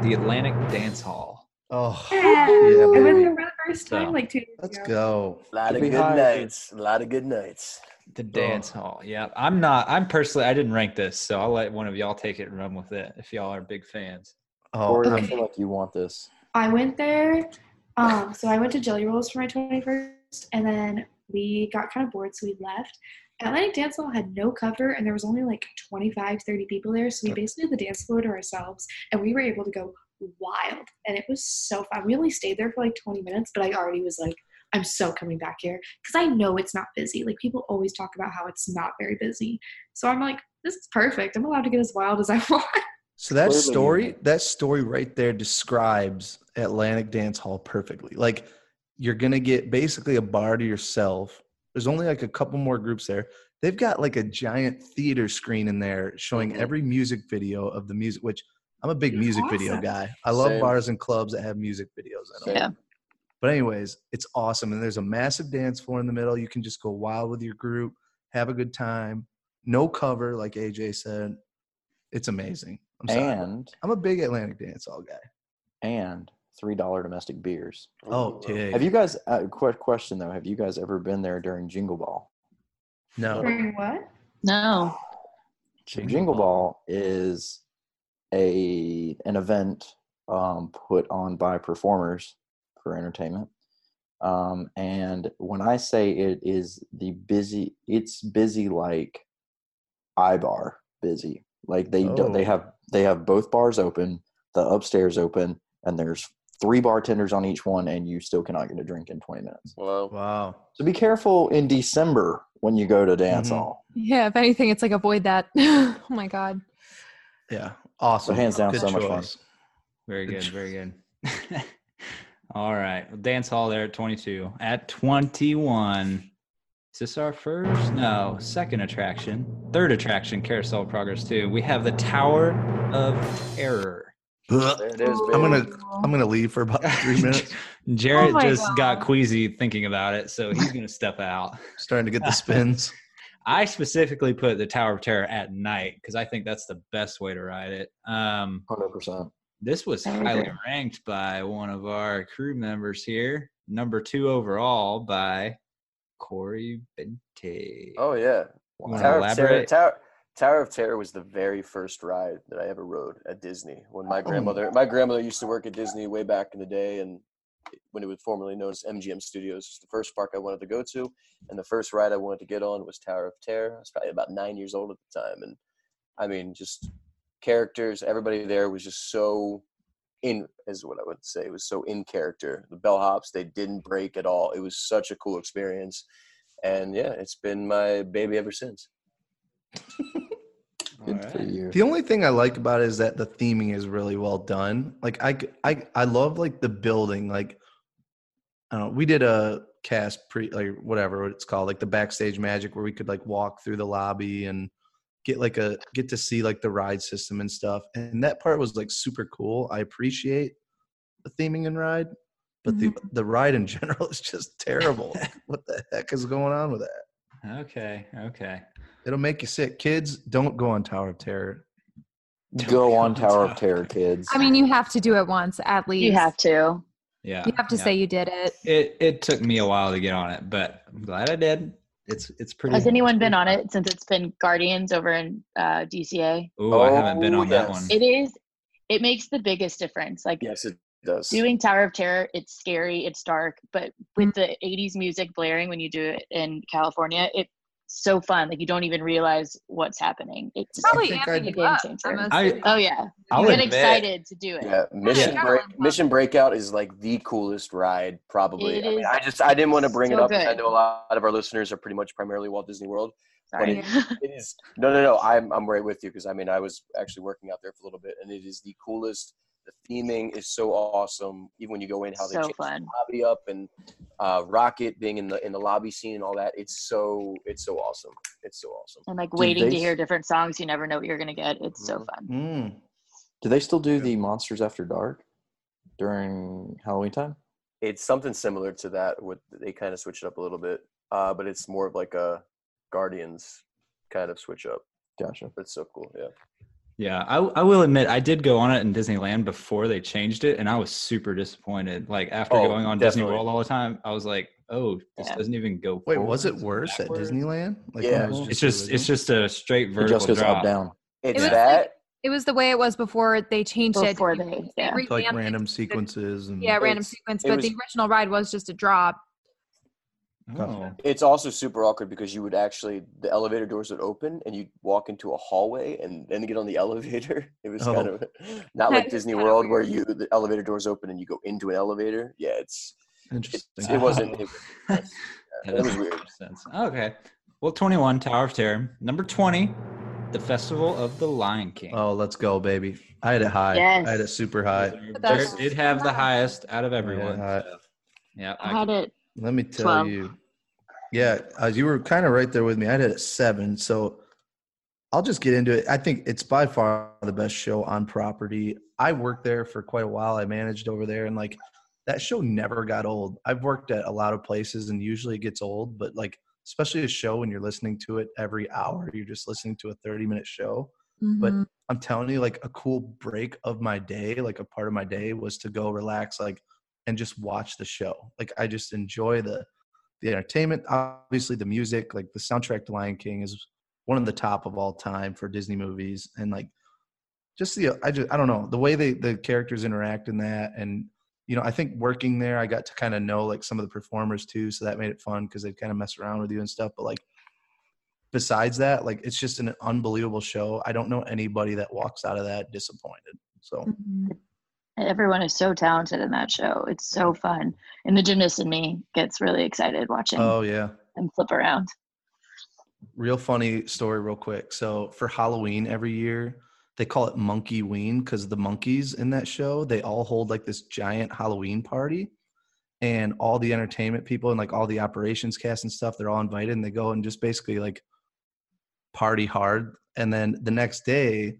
Speaker 4: the Atlantic Dance Hall.
Speaker 3: Oh,
Speaker 5: Yeah.
Speaker 3: yeah,
Speaker 5: I went
Speaker 3: baby.
Speaker 5: there for the first time
Speaker 4: So,
Speaker 5: like two years
Speaker 3: Let's
Speaker 5: ago.
Speaker 3: go.
Speaker 6: A lot of
Speaker 8: Be
Speaker 6: good
Speaker 8: high.
Speaker 6: nights. A lot of good nights.
Speaker 4: The Dance Hall. Yeah. I'm not, I'm personally, I didn't rank this. So I'll let one of y'all take it and run with it if y'all are big fans.
Speaker 3: Oh,
Speaker 8: Corey,
Speaker 3: I'm-
Speaker 8: I feel like you want this.
Speaker 5: I went there. Um, so I went to Jelly Rolls for my 21st, and then we got kind of bored, so we left. Atlantic Dance Hall had no cover, and there was only like 25, 30 people there, so we basically had the dance floor to ourselves, and we were able to go wild, and it was so fun. We only stayed there for like 20 minutes, but I already was like, I'm so coming back here because I know it's not busy. Like people always talk about how it's not very busy, so I'm like, this is perfect. I'm allowed to get as wild as I want.
Speaker 3: So that
Speaker 8: Clearly you
Speaker 3: story,
Speaker 8: have.
Speaker 3: that story right there describes Atlantic Dance Hall perfectly. Like you're gonna get basically a bar to yourself. There's only like a couple more groups there. They've got like a giant theater screen in there showing
Speaker 6: Mhm.
Speaker 8: Mm-hmm.
Speaker 3: every music video of the music. Which I'm a big
Speaker 5: That's
Speaker 3: music video
Speaker 5: awesome.
Speaker 3: guy. I love
Speaker 6: Same.
Speaker 3: bars and clubs that have music videos in them.
Speaker 7: Yeah.
Speaker 3: But anyways, it's awesome. And there's a massive dance floor in the middle. You can just go wild with your group, have a good time. No cover, like AJ said. It's amazing. I'm sorry.
Speaker 8: And
Speaker 3: I'm a big Atlantic Dance Hall guy.
Speaker 8: and three dollar domestic beers.
Speaker 3: Oh, dude.
Speaker 8: Have you guys? Uh, quick question though. Have you guys ever been there during Jingle Ball?
Speaker 3: No.
Speaker 5: During what?
Speaker 7: No.
Speaker 8: So
Speaker 4: Jingle
Speaker 8: Jingle
Speaker 4: Ball.
Speaker 8: Ball is a an event um, put on by performers for entertainment. Um, and when I say it is the busy, it's busy like iBar busy. Like they do,
Speaker 3: Oh.
Speaker 8: they have they have both bars open, the upstairs open, and there's three bartenders on each one, and you still cannot get a drink in 20 minutes.
Speaker 6: Wow.
Speaker 3: Wow.
Speaker 8: So be careful in December when you go to dance
Speaker 3: Mhm.
Speaker 8: hall.
Speaker 9: Yeah, if anything, it's like avoid that. oh my god.
Speaker 3: Yeah. Awesome.
Speaker 8: hands down,
Speaker 3: Good
Speaker 8: so much fun.
Speaker 3: choice.
Speaker 4: Very
Speaker 3: Good
Speaker 4: good, very good. All right, dance hall there at 22. At 21, is this our first? No, second attraction, third attraction, Carousel Progress 2. We have the Tower of Terror.
Speaker 6: There it is, baby.
Speaker 3: I'm gonna I'm gonna leave for about three minutes.
Speaker 4: Jared
Speaker 9: Oh my
Speaker 4: just got
Speaker 9: God.
Speaker 4: queasy thinking about it, so he's going to step out.
Speaker 3: Starting to get the spins.
Speaker 4: I specifically put the Tower of Terror at night because I think that's the best way to ride it. Um,
Speaker 8: Hundred percent.
Speaker 4: this was
Speaker 7: I
Speaker 4: highly
Speaker 7: agree.
Speaker 4: ranked by one of our crew members here, number two overall by Corey Bente.
Speaker 6: Oh yeah,
Speaker 4: Wanna
Speaker 6: Tower of, Terror,
Speaker 4: elaborate?
Speaker 6: Tower, Tower of Terror was the very first ride that I ever rode at Disney when
Speaker 4: Oh,
Speaker 6: my grandmother my grandmother used to work at Disney way back in the day and when it was formerly known as MGM Studios. It's the first park I wanted to go to and the first ride I wanted to get on was Tower of Terror. I was probably about 9 years old at the time and I mean just characters everybody there was just so in is what I would say it was so in character. The bellhops they didn't break at all. It was such a cool experience. And yeah, it's been my baby ever since.
Speaker 8: Good for
Speaker 4: Alright.
Speaker 8: you.
Speaker 3: The only thing I like about it is that the theming is really well done. Like I, c- I, I love like the building. Like I don't know, we did a cast pre like whatever it's called, like the backstage magic where we could like walk through the lobby and get like a get to see like the ride system and stuff. And that part was like super cool. I appreciate the theming and ride, but the the ride in general is just terrible. what the heck is going on with that?
Speaker 4: Okay, okay.
Speaker 3: It'll make you sick. Kids, don't go on Tower of Terror.
Speaker 8: Go on Tower of Terror, kids.
Speaker 9: I mean, you have to do it once at least.
Speaker 7: You have to.
Speaker 4: Yeah.
Speaker 9: You have to
Speaker 4: yeah.
Speaker 9: say you did it.
Speaker 4: it. It took me a while to get on it, but I'm glad I did. It's it's pretty.
Speaker 7: Has anyone been on it since it's been Guardians over in uh, DCA?
Speaker 4: Ooh, I haven't been
Speaker 6: Oh,
Speaker 4: on
Speaker 6: yes.
Speaker 4: that one.
Speaker 7: It is. It makes the biggest difference. Like
Speaker 6: Yes, it does.
Speaker 7: doing Tower of Terror, it's scary, it's dark, but
Speaker 9: Mm.
Speaker 7: with the 80s music blaring when you do it in California, it's so fun. Like you don't even realize what's happening. It's
Speaker 9: Probably
Speaker 3: think I-
Speaker 9: amping you
Speaker 7: Game
Speaker 9: up.
Speaker 7: changer.
Speaker 9: I'm
Speaker 4: I-
Speaker 9: assuming.
Speaker 7: oh yeah,
Speaker 4: I'll
Speaker 7: you get
Speaker 4: admit-
Speaker 7: excited to do it.
Speaker 6: yeah, Mission
Speaker 9: yeah.
Speaker 6: Break, Mission Breakout is like the coolest ride, probably.
Speaker 7: It
Speaker 6: I mean,
Speaker 7: is
Speaker 6: I just I didn't want to bring it
Speaker 7: so
Speaker 6: up because I
Speaker 7: good.
Speaker 6: know a lot of our listeners are pretty much primarily Walt Disney World.
Speaker 7: Sorry.
Speaker 6: It is no, no, no. I'm I'm right with you because I mean I was actually working out there for a little bit, and it is the coolest. The theming is so awesome. Even when you go in, how they
Speaker 7: so
Speaker 6: change
Speaker 7: fun.
Speaker 6: the lobby up and uh, Rocket being in the in the lobby scene and all that. It's so Oh, it's so awesome. It's so awesome.
Speaker 7: And like waiting
Speaker 8: they
Speaker 7: to hear
Speaker 8: s-
Speaker 7: different songs, you never know what you're gonna get. It's so
Speaker 6: Mhm.
Speaker 7: fun.
Speaker 3: Mm.
Speaker 8: do they still do the Monsters After Dark during Halloween time?
Speaker 6: it's something similar to that with they kind of switch it up a little bit uh but it's more of like a guardians kind of switch up
Speaker 8: Gotcha.
Speaker 6: but it's so cool yeah
Speaker 4: Yeah, I, I will admit I did go on it in Disneyland before they changed it, and I was super disappointed. Like after
Speaker 6: Oh,
Speaker 4: going on Disney
Speaker 6: definitely.
Speaker 4: World all the time, I was like, oh, this
Speaker 7: Yeah.
Speaker 4: doesn't even go.
Speaker 3: Wait,
Speaker 4: forward,
Speaker 3: was it
Speaker 4: it's
Speaker 3: worse at
Speaker 4: backward."
Speaker 3: Disneyland? Like
Speaker 6: Yeah.
Speaker 3: when it was
Speaker 4: It's just
Speaker 3: original?
Speaker 4: it's just a straight
Speaker 8: It
Speaker 4: vertical
Speaker 8: just goes
Speaker 4: drop.
Speaker 8: up down.
Speaker 6: it's
Speaker 4: Yeah.
Speaker 6: that
Speaker 9: It was the way it was before they changed it.
Speaker 7: Before
Speaker 9: They-
Speaker 7: they,
Speaker 9: they
Speaker 7: yeah.
Speaker 9: revamped
Speaker 3: like
Speaker 9: it.
Speaker 3: random sequences and
Speaker 9: Yeah, random
Speaker 6: It's-
Speaker 9: sequence.
Speaker 6: it
Speaker 9: But
Speaker 6: was-
Speaker 9: the original ride was just a drop.
Speaker 4: Oh.
Speaker 6: it's also super awkward because you would actually the elevator doors would open and you'd walk into a hallway and then get on the elevator it was kind
Speaker 3: Oh.
Speaker 6: of not like
Speaker 9: That is
Speaker 6: disney
Speaker 9: kinda
Speaker 6: world where
Speaker 9: weird.
Speaker 6: you the elevator doors open and you go into an elevator yeah it's
Speaker 3: interesting.
Speaker 6: it wasn't-
Speaker 4: Oh.
Speaker 6: it- that
Speaker 4: doesn't
Speaker 6: was
Speaker 4: make
Speaker 6: weird.
Speaker 4: much Sense. Okay. Well, 21, Tower of Terror. Number 20, The Festival of the Lion King.
Speaker 3: Oh, let's go, baby! I had it high.
Speaker 7: Yes.
Speaker 3: I had it super high.
Speaker 4: Jared
Speaker 9: That's-
Speaker 4: did have the highest out of everyone.
Speaker 3: Yeah, uh,
Speaker 4: so, yeah,
Speaker 7: I
Speaker 4: I
Speaker 7: had it.
Speaker 3: Let me tell
Speaker 7: Twelve.
Speaker 3: you. Yeah, uh, you were kind of right there with me. I had it at seven, so I'll just get into it. I think it's by far the best show on property. I worked there for quite a while. I managed over there, and like that show never got old. I've worked at a lot of places, and usually it gets old, but like especially a show when you're listening to it every hour, you're just listening to a 30 minute show. But-
Speaker 9: Mhm.
Speaker 3: I'm telling you, like a cool break of my day, like a part of my day was to go relax, like, and just watch the show. Like, I just enjoy the the entertainment. Obviously, the music, like the soundtrack to Lion King, is one of the top of all time for Disney movies. And like, just the I just I don't know the way they the characters interact in that, and you know, I think working there, I got to kind of know like some of the performers too, so that made it fun because they'd kind of mess around with you and stuff. But like besides that, like it's just an unbelievable show. I don't know anybody that walks out of that disappointed. So
Speaker 9: Mhm.
Speaker 7: Everyone is so talented in that show. It's so fun. And the gymnast in me gets really excited watching
Speaker 3: oh yeah.
Speaker 7: them flip around.
Speaker 3: Real funny story real quick. So for Halloween every year, they call it Monkey Ween because the monkeys in that show, they all hold like this giant Halloween party. And all the entertainment people and like all the operations cast and stuff, they're all invited and they go and just basically like party hard. And then the next day,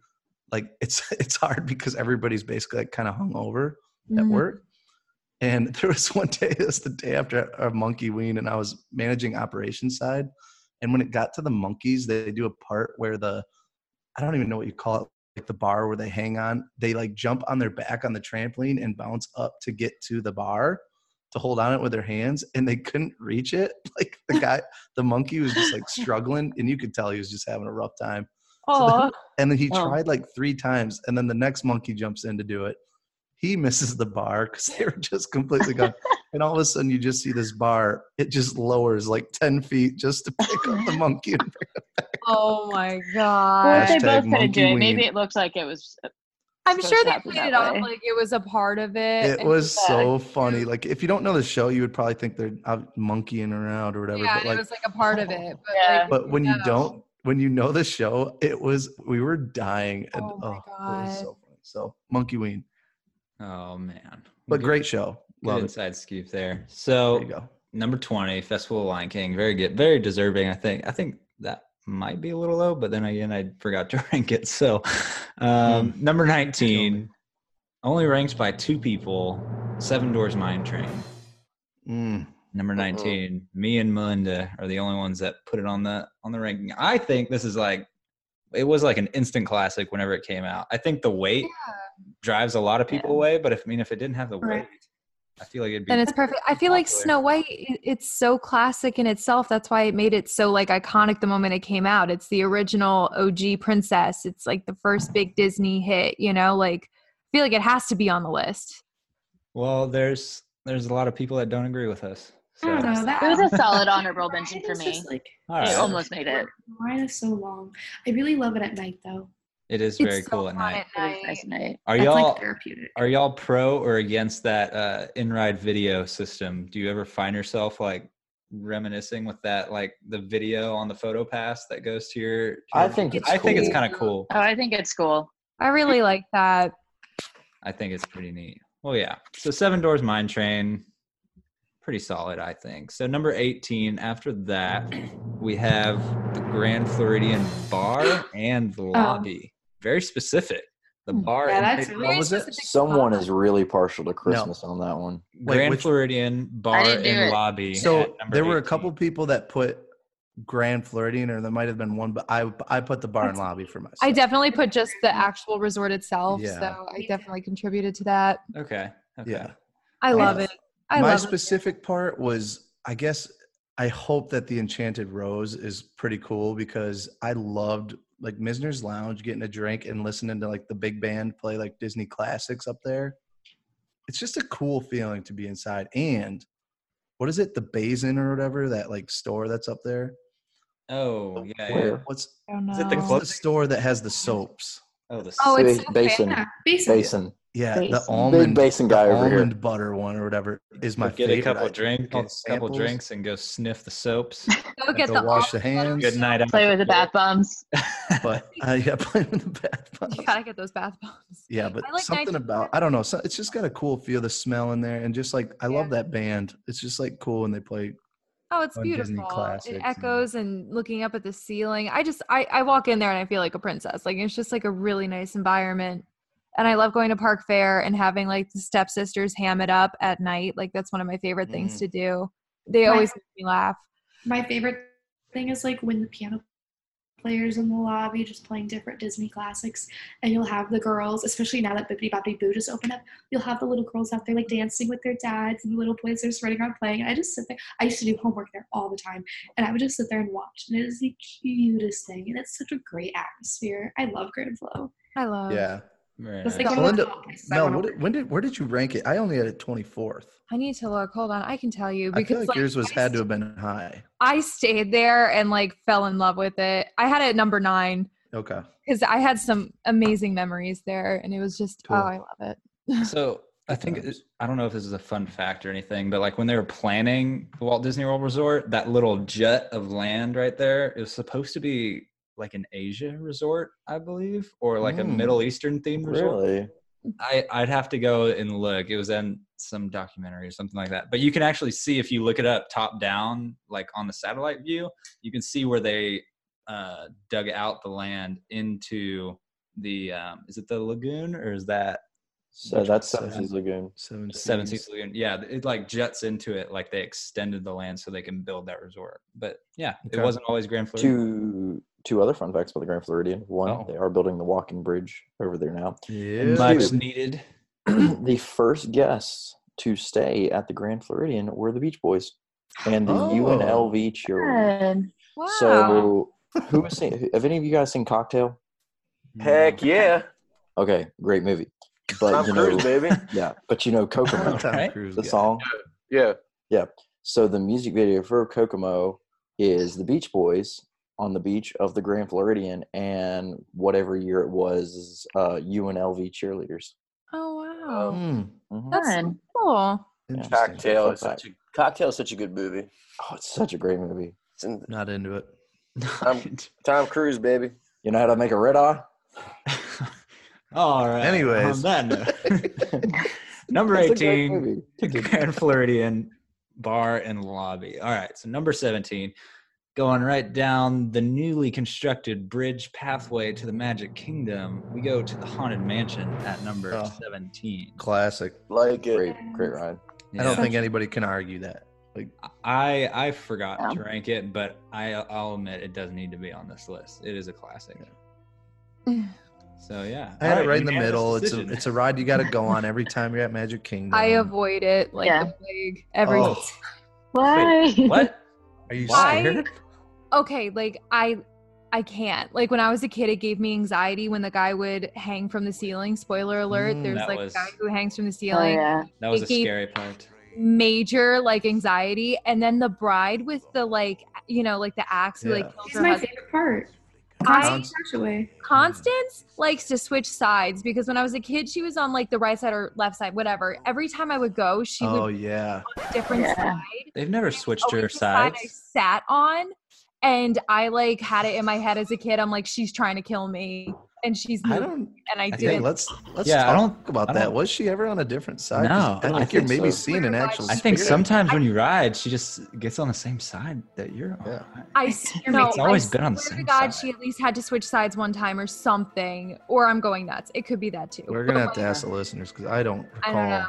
Speaker 3: like it's it's hard because everybody's basically like kind of hung over at work. And there was one day, it was the day after a monkey wean, and I was managing operations side. And when it got to the monkeys, they do a part where the, I don't even know what you call it, like the bar where they hang on. They like jump on their back on the trampoline and bounce up to get to the bar to hold on it with their hands, and they couldn't reach it. Like the guy, the monkey was just like struggling, and you could tell he was just having a rough time.
Speaker 9: Oh,
Speaker 3: And then he
Speaker 7: Oh.
Speaker 3: tried like three times, and then the next monkey jumps in to do it. He misses the bar because they were just completely gone. and all of a sudden, you just see this bar. It just lowers like ten feet just to pick up the monkey.
Speaker 9: oh my
Speaker 7: Well,
Speaker 9: god!
Speaker 7: if they
Speaker 3: Hashtag
Speaker 7: both tried to
Speaker 3: monkey
Speaker 7: do it. Maybe
Speaker 3: wean.
Speaker 7: it looked like it was.
Speaker 9: I'm
Speaker 7: supposed
Speaker 9: sure
Speaker 7: to
Speaker 9: they
Speaker 7: happen
Speaker 9: played
Speaker 7: that
Speaker 9: it off
Speaker 7: way.
Speaker 9: like it was a part of it.
Speaker 3: It
Speaker 9: and
Speaker 3: was
Speaker 9: uh,
Speaker 3: so funny. Like if you don't know the show, you would probably think they're out monkeying around or whatever.
Speaker 9: yeah,
Speaker 3: but
Speaker 9: it
Speaker 3: like,
Speaker 9: was like a part of it. But,
Speaker 7: Yeah.
Speaker 9: like,
Speaker 3: but when you
Speaker 9: no.
Speaker 3: don't, when you know the show, it was we were dying. And
Speaker 9: Oh
Speaker 3: oh,
Speaker 9: my
Speaker 3: it was
Speaker 9: God.
Speaker 3: so funny. So monkey ween,
Speaker 4: Oh man.
Speaker 3: but
Speaker 4: Good-
Speaker 3: great show.
Speaker 4: Good
Speaker 3: Love it.
Speaker 4: inside scoop there.
Speaker 3: There you
Speaker 4: So
Speaker 3: go.
Speaker 4: number 20 festival of lion king very good very deserving i think i think that might be a little low but then again i forgot to rank it so um
Speaker 3: Hmm.
Speaker 4: number 19 only ranked by two people seven doors mine train
Speaker 3: Mm.
Speaker 4: number
Speaker 6: Mhm.
Speaker 4: 19 me and melinda are the only ones that put it on the on the ranking i think this is like it was like an instant classic whenever it came out i think the weight drives a lot of people
Speaker 7: Yeah.
Speaker 4: away but if i mean if it didn't have the
Speaker 5: Right.
Speaker 4: weight i feel like it'd be
Speaker 9: And it's perfect. I feel like
Speaker 4: popular.
Speaker 9: Snow White, i- it's so classic in itself. That's why it made it so like iconic the moment it came out. It's the original OG princess. It's like the first big Disney hit, you know, like I feel like it has to be on the list.
Speaker 4: Well, there's there's a lot of people that don't agree with us.
Speaker 5: I don't know that.
Speaker 7: It was a solid honorable mention
Speaker 5: Mine
Speaker 7: for
Speaker 5: is
Speaker 7: me.
Speaker 5: just, like,
Speaker 4: All
Speaker 7: It
Speaker 4: right.
Speaker 7: almost made it.
Speaker 5: Mine is so long. I really love it at night though.
Speaker 4: It is
Speaker 9: It's
Speaker 4: very
Speaker 9: so
Speaker 4: cool at
Speaker 9: fun
Speaker 4: night.
Speaker 7: It was nice night.
Speaker 4: Are
Speaker 5: It's
Speaker 4: y'all
Speaker 5: like therapeutic.
Speaker 4: are y'all pro or against that uh, in-ride video system? Do you ever find yourself like reminiscing with that like the video on the photo pass that goes to your? to
Speaker 8: I
Speaker 4: your-
Speaker 8: think it's
Speaker 4: I think it's
Speaker 8: cool.
Speaker 4: kind of cool.
Speaker 7: Oh, I think it's cool.
Speaker 9: I really like that.
Speaker 4: I think it's pretty neat. Well, yeah. So Seven Doors Mine Train, pretty solid, I think. So number eighteen. After that, we have the Grand Floridian Bar and
Speaker 8: Oh.
Speaker 4: the Lobby. Very specific. The
Speaker 8: Hmm.
Speaker 4: bar.
Speaker 5: Yeah,
Speaker 4: and-
Speaker 5: that's
Speaker 3: What
Speaker 5: really
Speaker 3: was it?
Speaker 8: Someone is really partial to Christmas on that one.
Speaker 3: Wait,
Speaker 4: Grand
Speaker 3: which-
Speaker 4: Floridian Bar
Speaker 7: I didn't
Speaker 4: and
Speaker 7: do it.
Speaker 4: Lobby.
Speaker 3: So
Speaker 4: at number
Speaker 3: there were a
Speaker 4: 18.
Speaker 3: couple people that put Grand Floridian, or there might have been one, but I I put the bar and lobby for myself.
Speaker 9: I definitely put just the actual resort itself.
Speaker 3: Yeah.
Speaker 9: So I definitely contributed to that.
Speaker 4: Okay. Okay.
Speaker 3: Yeah.
Speaker 9: I love
Speaker 3: Yeah.
Speaker 9: it. I
Speaker 3: My
Speaker 9: love
Speaker 3: specific part was, I guess, I hope that the Enchanted Rose is pretty cool because I loved like Misner's Lounge, getting a drink and listening to like the big band play like Disney classics up there. It's just a cool feeling to be inside. And what is it, the Basin or whatever that like store that's up there?
Speaker 4: Oh yeah. yeah.
Speaker 8: Where?
Speaker 3: What's
Speaker 9: it. I don't
Speaker 4: Is it the
Speaker 9: know.
Speaker 3: what's
Speaker 4: Close-
Speaker 3: the store that has the soaps?
Speaker 4: Oh, this.
Speaker 9: Oh, it's
Speaker 8: Ba-
Speaker 9: so
Speaker 8: basin,
Speaker 5: Yeah, basically.
Speaker 8: basin,
Speaker 3: Yeah, the
Speaker 7: Basin.
Speaker 3: almond
Speaker 8: big basin guy
Speaker 3: the
Speaker 8: over here.
Speaker 3: almond butter one or whatever is my
Speaker 4: Go get
Speaker 3: favorite.
Speaker 4: a couple
Speaker 3: I-
Speaker 4: drink,
Speaker 3: all
Speaker 4: couple
Speaker 3: the samples,
Speaker 4: drinks, and go sniff the soaps.
Speaker 9: Go get
Speaker 3: go
Speaker 9: the
Speaker 3: wash the
Speaker 9: almond butter.
Speaker 3: hands.
Speaker 4: Good night.
Speaker 7: Play with the
Speaker 4: alligator.
Speaker 7: bath bombs.
Speaker 3: But uh, yeah, playing with the bath bombs.
Speaker 9: You gotta get those bath bombs.
Speaker 3: Yeah, but
Speaker 9: like
Speaker 3: something
Speaker 9: 19
Speaker 3: about I don't know. So it's just got a cool feel, the smell in there, and just like I love that band. It's just like cool when they play.
Speaker 9: Oh, it's
Speaker 3: on Disney
Speaker 9: beautiful.
Speaker 3: classics
Speaker 9: It
Speaker 3: and-
Speaker 9: echoes and looking up at the ceiling. I just I, I walk in there and I feel like a princess. Like it's just like a really nice environment. And I love going to Park Fair and having like the stepsisters ham it up at night. Like that's one of my favorite things
Speaker 3: Mm.
Speaker 9: to do. They
Speaker 5: My-
Speaker 9: always make me laugh.
Speaker 5: My favorite thing is like when the piano players in the lobby just playing different Disney classics, and you'll have the girls, especially now that Bippity Boppity Boo just opened up, you'll have the little girls out there like dancing with their dads, and the little boys are just running around playing. And I just sit there. I used to do homework there all the time, and I would just sit there and watch, and it is the cutest thing, and it's such a great atmosphere. I love Grand Flow.
Speaker 9: I love
Speaker 3: Yeah,
Speaker 4: Very
Speaker 5: It's
Speaker 4: nice.
Speaker 5: like one of the
Speaker 3: Melinda,
Speaker 5: top places I
Speaker 3: Mel,
Speaker 5: wanna
Speaker 3: what, did- when did where did you rank it? I only had it twenty fourth.
Speaker 9: I need to look. Hold on. I can tell you
Speaker 3: I
Speaker 9: because
Speaker 3: feel like,
Speaker 9: like,
Speaker 3: yours was
Speaker 9: I
Speaker 3: had to have been high.
Speaker 9: I stayed there and like fell in love with it. I had it at number nine
Speaker 3: Okay,
Speaker 9: because I had some amazing memories there and it was just
Speaker 3: Cool.
Speaker 9: oh I love it.
Speaker 4: So I
Speaker 3: Good
Speaker 4: think it-
Speaker 3: times.
Speaker 4: I don't know if this is a fun fact or anything, but like when they were planning the Walt Disney World Resort, that little jet of land right there, it was supposed to be like an Asia resort, I believe, or like a
Speaker 3: Mm.
Speaker 4: Middle Eastern themed resort.
Speaker 8: Really?
Speaker 4: I, I'd have to go and look. It was in some documentary or something like that. But you can actually see if you look it up top down, like on the satellite view, you can see where they uh, dug out the land into the um, is it the lagoon or is that
Speaker 8: So
Speaker 3: Which
Speaker 8: that's
Speaker 3: one's
Speaker 8: Seven
Speaker 3: seven?
Speaker 8: Seas Lagoon.
Speaker 3: Seven,
Speaker 4: Seven Seas Lagoon? Yeah, it like juts into it. Like they extended the land so they can build that resort. But yeah,
Speaker 3: Okay.
Speaker 4: it wasn't always Grand Floridian.
Speaker 8: Two two other fun facts about the Grand Floridian. One,
Speaker 4: Oh.
Speaker 8: they are building the walking bridge over there now.
Speaker 3: Yeah.
Speaker 4: Much
Speaker 8: two.
Speaker 4: needed.
Speaker 8: the first guests to stay at the Grand Floridian were the Beach Boys and the
Speaker 3: Oh.
Speaker 8: UNLV children.
Speaker 7: Good.
Speaker 9: Wow.
Speaker 8: So, who has seen? Have any of you guys seen Cocktail?
Speaker 6: Heck yeah.
Speaker 8: Okay, great movie. But
Speaker 6: Tom
Speaker 8: you know,
Speaker 6: Cruise, baby.
Speaker 8: yeah. But you know, Kokomo,
Speaker 4: Tom Right?
Speaker 3: Cruise
Speaker 8: the song.
Speaker 6: Yeah.
Speaker 8: So the music video for Kokomo is the Beach Boys on the beach of the Grand Floridian, and whatever year it was, uh, UNLV cheerleaders.
Speaker 9: oh wow.
Speaker 8: Mhm.
Speaker 9: That's
Speaker 7: Fun.
Speaker 9: cool.
Speaker 3: Interesting.
Speaker 6: Cocktail
Speaker 8: Fun
Speaker 6: is such a cocktail is such a good movie.
Speaker 8: Oh, it's such a great movie.
Speaker 6: It's in-
Speaker 3: Not into it.
Speaker 6: I'm- Tom Cruise, baby.
Speaker 8: You know how to make a red eye?
Speaker 4: All right.
Speaker 3: Anyways.
Speaker 4: on that note. number
Speaker 8: It's a great
Speaker 4: 18,
Speaker 8: movie.
Speaker 4: the Grand Floridian Bar and Lobby. All right, so number 17, going right down the newly constructed bridge pathway to the Magic Kingdom, we go to the Haunted Mansion at number
Speaker 3: Oh.
Speaker 4: 17.
Speaker 3: Classic.
Speaker 6: Like it.
Speaker 8: Great, great ride.
Speaker 3: I
Speaker 4: Yeah.
Speaker 3: don't think anybody can argue that. Like,
Speaker 4: I I forgot
Speaker 7: Yeah.
Speaker 4: to rank it, but I I'll admit it does need to be on this list. It is a classic. So yeah,
Speaker 3: I had
Speaker 4: All
Speaker 3: it right in the
Speaker 4: unanimous
Speaker 3: middle. It's
Speaker 4: decision.
Speaker 3: a it's a ride you got to go on every time you're at Magic Kingdom.
Speaker 9: I avoid it like
Speaker 7: Yeah.
Speaker 9: the plague every
Speaker 3: Oh,
Speaker 7: Why?
Speaker 4: what?
Speaker 3: Are you
Speaker 9: Why?
Speaker 3: scared?
Speaker 9: okay like i i can't like when i was a kid it gave me anxiety when the guy would hang from the ceiling spoiler alert
Speaker 3: Mm,
Speaker 9: there's
Speaker 4: that
Speaker 9: like
Speaker 4: was-
Speaker 9: a guy who hangs from the
Speaker 7: Oh,
Speaker 9: ceiling
Speaker 7: yeah.
Speaker 4: That was a
Speaker 9: Icky.
Speaker 4: scary part.
Speaker 9: major like anxiety and then the bride with the like you know like the axe who
Speaker 3: Yeah.
Speaker 9: like kills
Speaker 5: It's
Speaker 9: her
Speaker 5: my
Speaker 9: husband
Speaker 5: favorite part.
Speaker 9: I-
Speaker 5: Constant Castaway.
Speaker 9: Constance likes to switch sides because when I was a kid, she was on like the right side or left side, whatever. Every time I would go, she
Speaker 3: Oh
Speaker 9: would
Speaker 3: yeah.
Speaker 9: be on a different
Speaker 7: Yeah.
Speaker 9: side.
Speaker 4: They've never switched to
Speaker 9: always
Speaker 4: her
Speaker 9: the side
Speaker 4: sides.
Speaker 9: I sat on, and I like had it in my head as a kid. I'm like, she's trying to kill me, and she's
Speaker 3: I
Speaker 9: moving,
Speaker 3: don't.
Speaker 9: and
Speaker 4: I
Speaker 9: I
Speaker 3: Hey,
Speaker 9: didn't.
Speaker 3: let's let's
Speaker 4: Yeah, I
Speaker 3: talk
Speaker 4: don't-
Speaker 3: about
Speaker 4: I
Speaker 3: that.
Speaker 4: don't-
Speaker 3: Was she ever on a different side? 'Cause
Speaker 4: No,
Speaker 3: I
Speaker 4: I
Speaker 3: think
Speaker 4: don't
Speaker 3: you're
Speaker 8: think
Speaker 3: maybe
Speaker 8: so.
Speaker 3: seeing an
Speaker 9: Weird
Speaker 3: actual.
Speaker 4: I think
Speaker 3: spirit.
Speaker 4: sometimes when you ride, she just gets on the same side that you're on.
Speaker 3: Yeah.
Speaker 9: I s-
Speaker 5: You're
Speaker 9: no,
Speaker 5: making- It's
Speaker 4: always
Speaker 9: I
Speaker 4: been on the
Speaker 9: swear
Speaker 4: same
Speaker 9: to
Speaker 4: side.
Speaker 9: God, she at least had to switch sides one time or something, or I'm going nuts. It could be that too.
Speaker 3: We're
Speaker 9: But
Speaker 3: gonna have to
Speaker 9: whatever.
Speaker 3: ask the listeners because I don't
Speaker 9: I
Speaker 3: recall.
Speaker 9: don't know.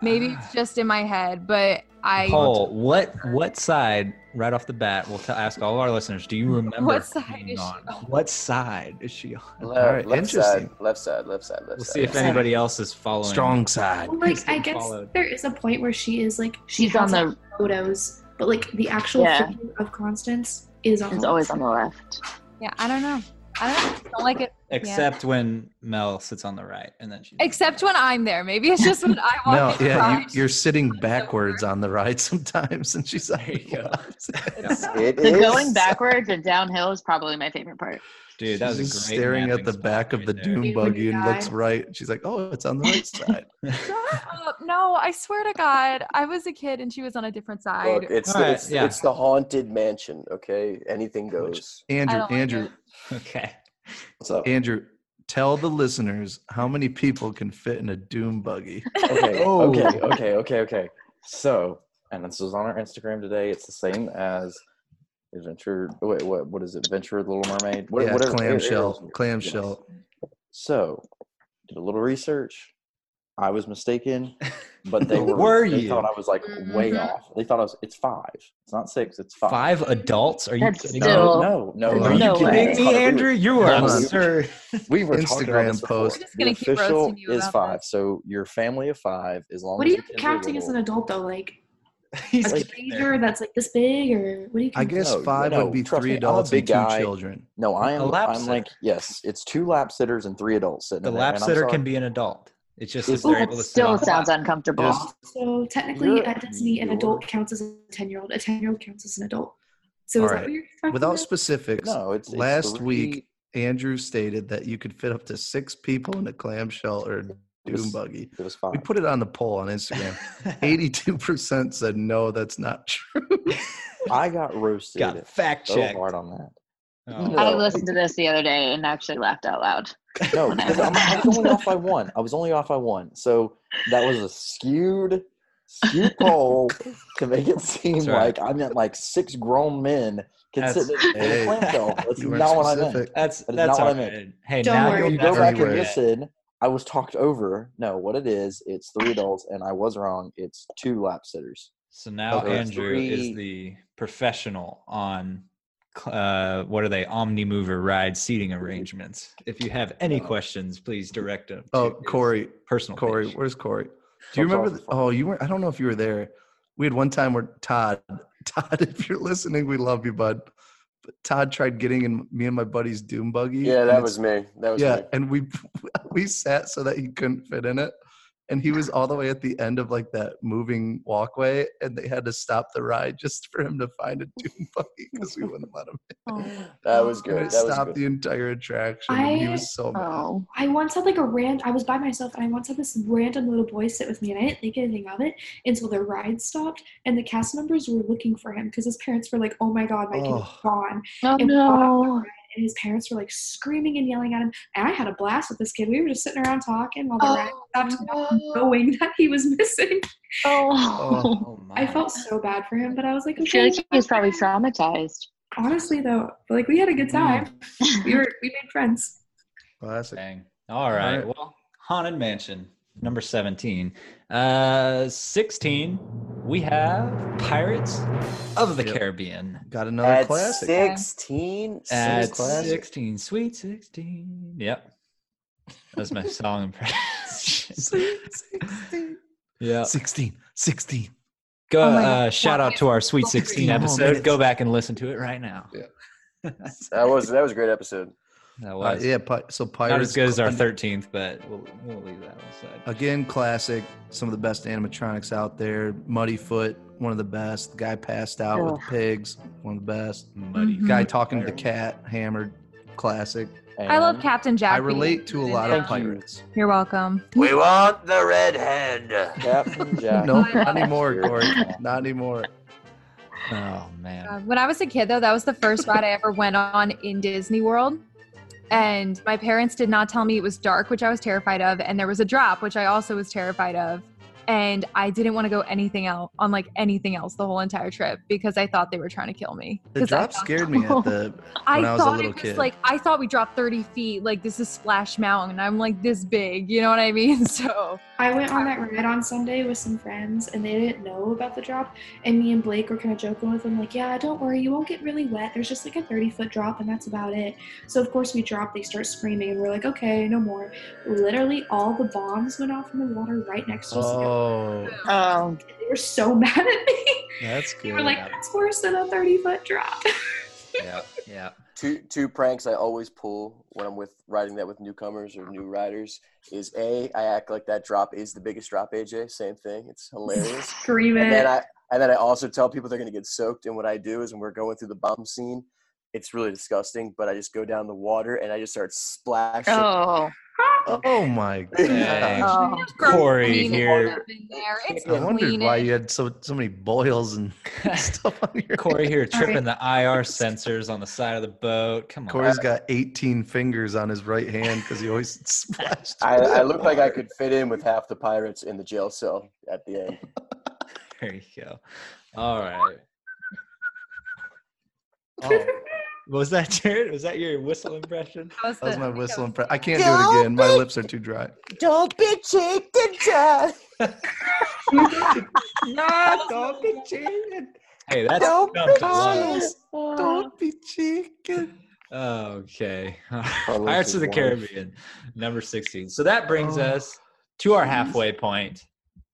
Speaker 9: Maybe it's just in my head, but I.
Speaker 4: Paul, what what side right off the bat? We'll tell ask all of our listeners. Do you remember
Speaker 9: What side
Speaker 4: being
Speaker 9: is she
Speaker 4: on?
Speaker 9: on?
Speaker 4: What side is she on?
Speaker 6: Left,
Speaker 3: All right,
Speaker 6: Uh, left side.
Speaker 3: interesting.
Speaker 6: Left side. Left side. Left
Speaker 4: We'll
Speaker 6: side.
Speaker 4: see if
Speaker 6: left side.
Speaker 4: anybody else is following.
Speaker 3: Strong side.
Speaker 5: Well, like
Speaker 4: Kristen
Speaker 5: I guess
Speaker 4: followed.
Speaker 5: there is a point where she is like she
Speaker 7: She's on
Speaker 5: has
Speaker 7: the.
Speaker 5: photos, but like the actual
Speaker 7: Yeah.
Speaker 5: figure of Constance is on.
Speaker 7: It's
Speaker 5: the
Speaker 7: always on the left.
Speaker 9: Yeah, I don't know. I don't, don't like it.
Speaker 4: Except when Mel sits on the right, and then she.
Speaker 9: Except when I'm there. Maybe it's just when I
Speaker 3: No,
Speaker 9: walk in
Speaker 3: yeah, you,
Speaker 9: front.
Speaker 3: you're sitting backwards on the ride sometimes, and she's
Speaker 4: There you go.
Speaker 3: It's
Speaker 6: It
Speaker 7: The
Speaker 6: is-
Speaker 7: going backwards and downhill is probably my favorite part.
Speaker 4: Dude, that was a great.
Speaker 3: She's staring at
Speaker 4: napping
Speaker 3: the
Speaker 4: spot
Speaker 3: back of
Speaker 4: right
Speaker 3: the
Speaker 4: there.
Speaker 3: doom
Speaker 5: Dude,
Speaker 3: buggy and
Speaker 5: yeah.
Speaker 3: looks right. She's like, "Oh, it's on the right side."
Speaker 9: Shut up. No, I swear to God, I was a kid and she was on a different side.
Speaker 6: Look, it's,
Speaker 4: All right,
Speaker 6: it's,
Speaker 4: yeah.
Speaker 6: it's the haunted mansion. Okay, anything goes.
Speaker 9: I
Speaker 3: Andrew,
Speaker 9: don't like
Speaker 3: Andrew,
Speaker 9: it.
Speaker 4: okay.
Speaker 6: What's up?
Speaker 3: Andrew, tell the listeners how many people can fit in a doom buggy.
Speaker 8: okay,
Speaker 4: Oh.
Speaker 8: okay, okay, okay, okay. So, and this was on our Instagram today. It's the same as Adventure. Wait, what? What is it? Adventure of the Little Mermaid. What,
Speaker 3: yeah,
Speaker 8: whatever-
Speaker 3: clamshell,
Speaker 8: Yes.
Speaker 3: clamshell.
Speaker 8: So, did a little research. I was mistaken, but they were.
Speaker 4: Were
Speaker 8: they
Speaker 4: you?
Speaker 8: thought I was like way
Speaker 9: Mhm.
Speaker 8: off. They thought I was. It's five. It's not six. It's five.
Speaker 4: Five adults? Are you
Speaker 7: That's
Speaker 4: kidding me?
Speaker 7: still-
Speaker 8: No, no, no.
Speaker 3: Hold
Speaker 4: Are
Speaker 3: on.
Speaker 4: you
Speaker 7: No
Speaker 4: kidding
Speaker 7: way.
Speaker 4: me, Andrew? You
Speaker 8: Hold
Speaker 4: are
Speaker 3: on.
Speaker 4: absurd.
Speaker 8: We were talking about this
Speaker 3: Instagram
Speaker 8: before.
Speaker 3: post.
Speaker 9: We're just gonna
Speaker 8: the
Speaker 9: keep
Speaker 8: official
Speaker 9: roasting you
Speaker 8: is
Speaker 9: about
Speaker 8: five.
Speaker 9: this.
Speaker 8: So your family of five, as long
Speaker 5: What are
Speaker 8: as
Speaker 5: you
Speaker 8: the kids are
Speaker 5: counting as an
Speaker 8: little-
Speaker 5: adult though? Like a
Speaker 4: He's getting there.
Speaker 5: teenager that's like this big, or what do you?
Speaker 3: I
Speaker 5: count-
Speaker 3: guess
Speaker 8: No,
Speaker 3: five
Speaker 8: no,
Speaker 3: would be
Speaker 8: trust
Speaker 3: three
Speaker 8: me, I'm a
Speaker 3: adults
Speaker 8: big
Speaker 3: and two
Speaker 8: guy.
Speaker 3: children.
Speaker 8: No, I am.
Speaker 4: A lap
Speaker 8: I'm
Speaker 4: sitter.
Speaker 8: like yes. It's two lap sitters and three adults sitting.
Speaker 4: The
Speaker 8: in there,
Speaker 4: lap
Speaker 8: and I'm
Speaker 4: sitter
Speaker 8: sorry.
Speaker 4: can be an adult. It's just if
Speaker 8: Is-
Speaker 4: they're
Speaker 5: Ooh,
Speaker 4: able to sit
Speaker 7: Still
Speaker 4: on the
Speaker 7: sounds
Speaker 4: lap.
Speaker 7: uncomfortable.
Speaker 3: Just-
Speaker 5: So technically,
Speaker 8: You're-
Speaker 5: at Disney, an
Speaker 8: you're-
Speaker 5: adult counts as a ten-year-old. A ten-year-old counts as an adult. So
Speaker 3: All
Speaker 5: is that
Speaker 3: right.
Speaker 5: what you're talking
Speaker 3: Without
Speaker 5: about?
Speaker 3: specifics,
Speaker 8: No, it's, it's
Speaker 3: last
Speaker 8: three-
Speaker 3: week Andrew stated that you could fit up to six people in a clamshell or doom
Speaker 8: was-
Speaker 3: buggy.
Speaker 8: It was five.
Speaker 3: We put it on the poll on Instagram. 82% said no, that's not true.
Speaker 8: I got roasted
Speaker 4: Got fact
Speaker 8: so
Speaker 4: checked.
Speaker 8: hard on that.
Speaker 4: Oh.
Speaker 7: I
Speaker 8: No.
Speaker 7: listened to this the other day and actually laughed out loud.
Speaker 8: No,
Speaker 7: When I
Speaker 8: because I'm, I was only off by one. I was only off by one. So that was a skewed skewed poll to make it seem
Speaker 4: That's right.
Speaker 8: like I meant like six grown men can
Speaker 4: That's-
Speaker 8: sit in
Speaker 3: Hey.
Speaker 8: a clamshell. That's
Speaker 3: You weren't
Speaker 8: not what I meant.
Speaker 3: specific.
Speaker 4: That's
Speaker 8: is
Speaker 4: that's
Speaker 8: not what I
Speaker 4: all
Speaker 8: meant.
Speaker 4: right. Hey,
Speaker 5: Don't
Speaker 4: now
Speaker 5: worry.
Speaker 4: you'll
Speaker 8: If you
Speaker 4: never
Speaker 8: go back and
Speaker 4: regret it.
Speaker 8: listen, I was talked over. No, what it is, it's three adults, and I was wrong. It's two lap sitters.
Speaker 4: So now
Speaker 8: Okay.
Speaker 4: Andrew is
Speaker 8: Three.
Speaker 4: the professional on cl- uh, what are they? Omni Mover ride seating arrangements. If you have any
Speaker 8: Uh,
Speaker 4: questions, please direct them. to
Speaker 3: Oh,
Speaker 4: his
Speaker 3: Corey,
Speaker 4: personal
Speaker 3: Corey,
Speaker 4: page.
Speaker 3: where's Corey? Do you
Speaker 8: Tom's
Speaker 3: remember?
Speaker 8: off
Speaker 3: th-
Speaker 8: the phone.
Speaker 3: oh, you weren't. I don't know if you were there. We had one time where Todd, Todd, if you're listening, we love you, bud. But Todd tried getting in me and my buddy's Doom buggy.
Speaker 6: Yeah,
Speaker 3: and
Speaker 6: that
Speaker 3: it's-
Speaker 6: was me. That was
Speaker 3: yeah,
Speaker 6: me.
Speaker 3: and we we sat so that he couldn't fit in it, and he was all the way at the end of like that moving walkway, and they had to stop the ride just for him to find a Doom buggy because we wouldn't let him.
Speaker 4: oh.
Speaker 6: That was
Speaker 3: And
Speaker 6: good.
Speaker 3: it
Speaker 6: That was good.
Speaker 3: stopped the entire attraction. and he
Speaker 5: I-
Speaker 3: was so mad.
Speaker 7: Oh,
Speaker 5: I once had like a rant. I was by myself, and I once had this random little boy sit with me, and I didn't think anything of it until the ride stopped, and the cast members were looking for him because his parents were like, "Oh my God, my kid's
Speaker 3: Oh.
Speaker 5: gone!"
Speaker 7: oh
Speaker 5: And
Speaker 7: no.
Speaker 5: And his parents were like screaming and yelling at him. And I had a blast with this kid. We were just sitting around talking while the
Speaker 7: Oh,
Speaker 5: ride stopped, not
Speaker 7: no.
Speaker 5: knowing that he was missing.
Speaker 7: Oh,
Speaker 4: Oh my!
Speaker 5: I felt so bad for him, but I was
Speaker 4: Oh,
Speaker 5: like,
Speaker 7: I feel
Speaker 5: okay.
Speaker 7: like he was probably traumatized.
Speaker 5: Honestly, though, like we had a good time. We were we made friends.
Speaker 3: Classic.
Speaker 4: Dang. All right.
Speaker 3: right.
Speaker 4: Well, Haunted Mansion, number 17. Uh, 16, we have Pirates of the
Speaker 3: Yep.
Speaker 4: Caribbean.
Speaker 3: Got another
Speaker 6: At
Speaker 3: classic.
Speaker 6: sixteen,
Speaker 4: At
Speaker 6: sweet classic.
Speaker 4: 16, sweet 16. Yep. That's my song impression.
Speaker 3: Sweet 16.
Speaker 4: yeah.
Speaker 3: 16, 16.
Speaker 4: Go
Speaker 9: Oh my
Speaker 4: uh,
Speaker 9: God.
Speaker 4: shout out to our Sweet 16
Speaker 3: Oh,
Speaker 4: episode.
Speaker 3: minutes.
Speaker 4: Go back and listen to it right now.
Speaker 3: Yeah.
Speaker 6: That was that was a great episode.
Speaker 4: That
Speaker 3: Uh,
Speaker 4: was
Speaker 3: yeah, pi- so Pirates.
Speaker 4: not as good as our
Speaker 3: and-
Speaker 4: 13th, but we'll, we'll leave that one aside.
Speaker 3: Again, classic. Some of the best animatronics out there. Muddy Foot, one of the best. Guy passed out with the pigs, one of the best.
Speaker 4: Muddy.
Speaker 9: Mhm.
Speaker 3: Guy talking to the cat, hammered, classic.
Speaker 9: I love
Speaker 8: And-
Speaker 9: Captain Jack.
Speaker 3: I
Speaker 9: being
Speaker 3: relate to a
Speaker 9: included
Speaker 3: lot
Speaker 9: in
Speaker 3: of
Speaker 9: that.
Speaker 3: pirates.
Speaker 9: You're welcome.
Speaker 6: We want the redhead.
Speaker 8: Captain Jack.
Speaker 3: No,
Speaker 9: I
Speaker 3: not
Speaker 9: love-
Speaker 3: anymore, Corey. Not anymore.
Speaker 4: Oh, man.
Speaker 9: Uh, When I was a kid, though, that was the first ride I ever went on in Disney World. And my parents did not tell me it was dark, which I was terrified of. And there was a drop, which I also was terrified of. And I didn't want to go anything else on like anything else the whole entire trip because I thought they were trying to kill me.
Speaker 3: The
Speaker 9: 'Cause I
Speaker 3: drop
Speaker 9: thought-
Speaker 3: scared me at the.
Speaker 9: I,
Speaker 3: when I was a
Speaker 9: thought
Speaker 3: little
Speaker 9: it was
Speaker 3: kid.
Speaker 9: like I thought we dropped 30 feet. Like this is Splash Mountain. and I'm like this big. You know what I mean? So
Speaker 5: I went on that ride on Sunday with some friends, and they didn't know about the drop. And me and Blake were kind of joking with them, like, "Yeah, don't worry, you won't get really wet. There's just like a 30 foot drop, and that's about it." So of course we drop. They start screaming, and we're like, "Okay, no more." Literally, all the bombs went off in the water right next to us.
Speaker 3: Oh,
Speaker 7: Oh,
Speaker 5: And They were so mad at me.
Speaker 3: that's
Speaker 5: they
Speaker 3: good.
Speaker 5: were like, "That's worse than a 30 foot drop."
Speaker 4: Yeah. Yeah.
Speaker 6: Two two pranks I always pull when I'm with riding that with newcomers or new riders is a I act like that drop is the biggest drop. AJ, same thing. It's hilarious.
Speaker 5: Screaming.
Speaker 6: and then uh, I and then I also tell people they're gonna get soaked. And what I do is when we're going through the bomb scene, it's really disgusting. But I just go down the water and I just start splashing.
Speaker 7: oh,
Speaker 3: oh my god.
Speaker 4: Dang.
Speaker 7: oh.
Speaker 4: Corey
Speaker 9: Clean it
Speaker 4: here.
Speaker 9: up in there. It's
Speaker 3: I wondered
Speaker 9: clean
Speaker 3: why
Speaker 9: it.
Speaker 3: you had so so many boils and stuff on your.
Speaker 4: Corey here tripping
Speaker 5: right.
Speaker 4: the IR sensors on the side of the boat. Come on.
Speaker 3: Corey's got 18 fingers on his right hand because he always splashed.
Speaker 6: I,
Speaker 3: with
Speaker 6: I
Speaker 3: that
Speaker 6: look like I
Speaker 3: water.
Speaker 6: could fit in with half the pirates in the jail cell at the end.
Speaker 4: There you go. All right. Oh, was that Jared? Was that your whistle impression?
Speaker 9: That was,
Speaker 3: That was
Speaker 9: the-
Speaker 3: my
Speaker 9: I think
Speaker 3: whistle.
Speaker 9: that
Speaker 3: Impre-
Speaker 9: was
Speaker 3: I
Speaker 9: the-
Speaker 3: can't do it again. My lips are too dry.
Speaker 6: Don't be cheated, John.
Speaker 4: no, don't be cheated. Hey, that's jumped a lot.
Speaker 7: Oh.
Speaker 3: Don't be chicken.
Speaker 4: Okay.
Speaker 8: Carlos
Speaker 4: Pirates of
Speaker 8: is
Speaker 4: the
Speaker 8: one.
Speaker 4: Caribbean, number 16. So that brings
Speaker 3: Oh.
Speaker 4: us to our halfway point,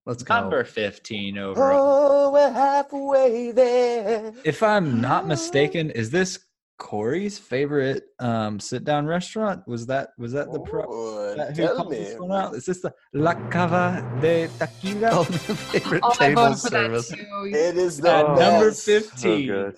Speaker 3: Let's go.
Speaker 4: number 15 overall.
Speaker 6: Oh, we're halfway there.
Speaker 4: If I'm not
Speaker 6: Oh.
Speaker 4: mistaken, is this Corey's favorite um, sit-down restaurant? Was that was that the pro-
Speaker 6: Would
Speaker 4: that who
Speaker 6: Oh, tell
Speaker 4: called
Speaker 6: me.
Speaker 4: this one out? Is this the La Cava de Tequila?
Speaker 3: Oh, my favorite
Speaker 9: Oh, I
Speaker 3: table
Speaker 9: voted for that
Speaker 3: service.
Speaker 9: too.
Speaker 6: It is the
Speaker 4: At
Speaker 3: oh,
Speaker 4: number
Speaker 6: best.
Speaker 4: fifteen,
Speaker 8: good.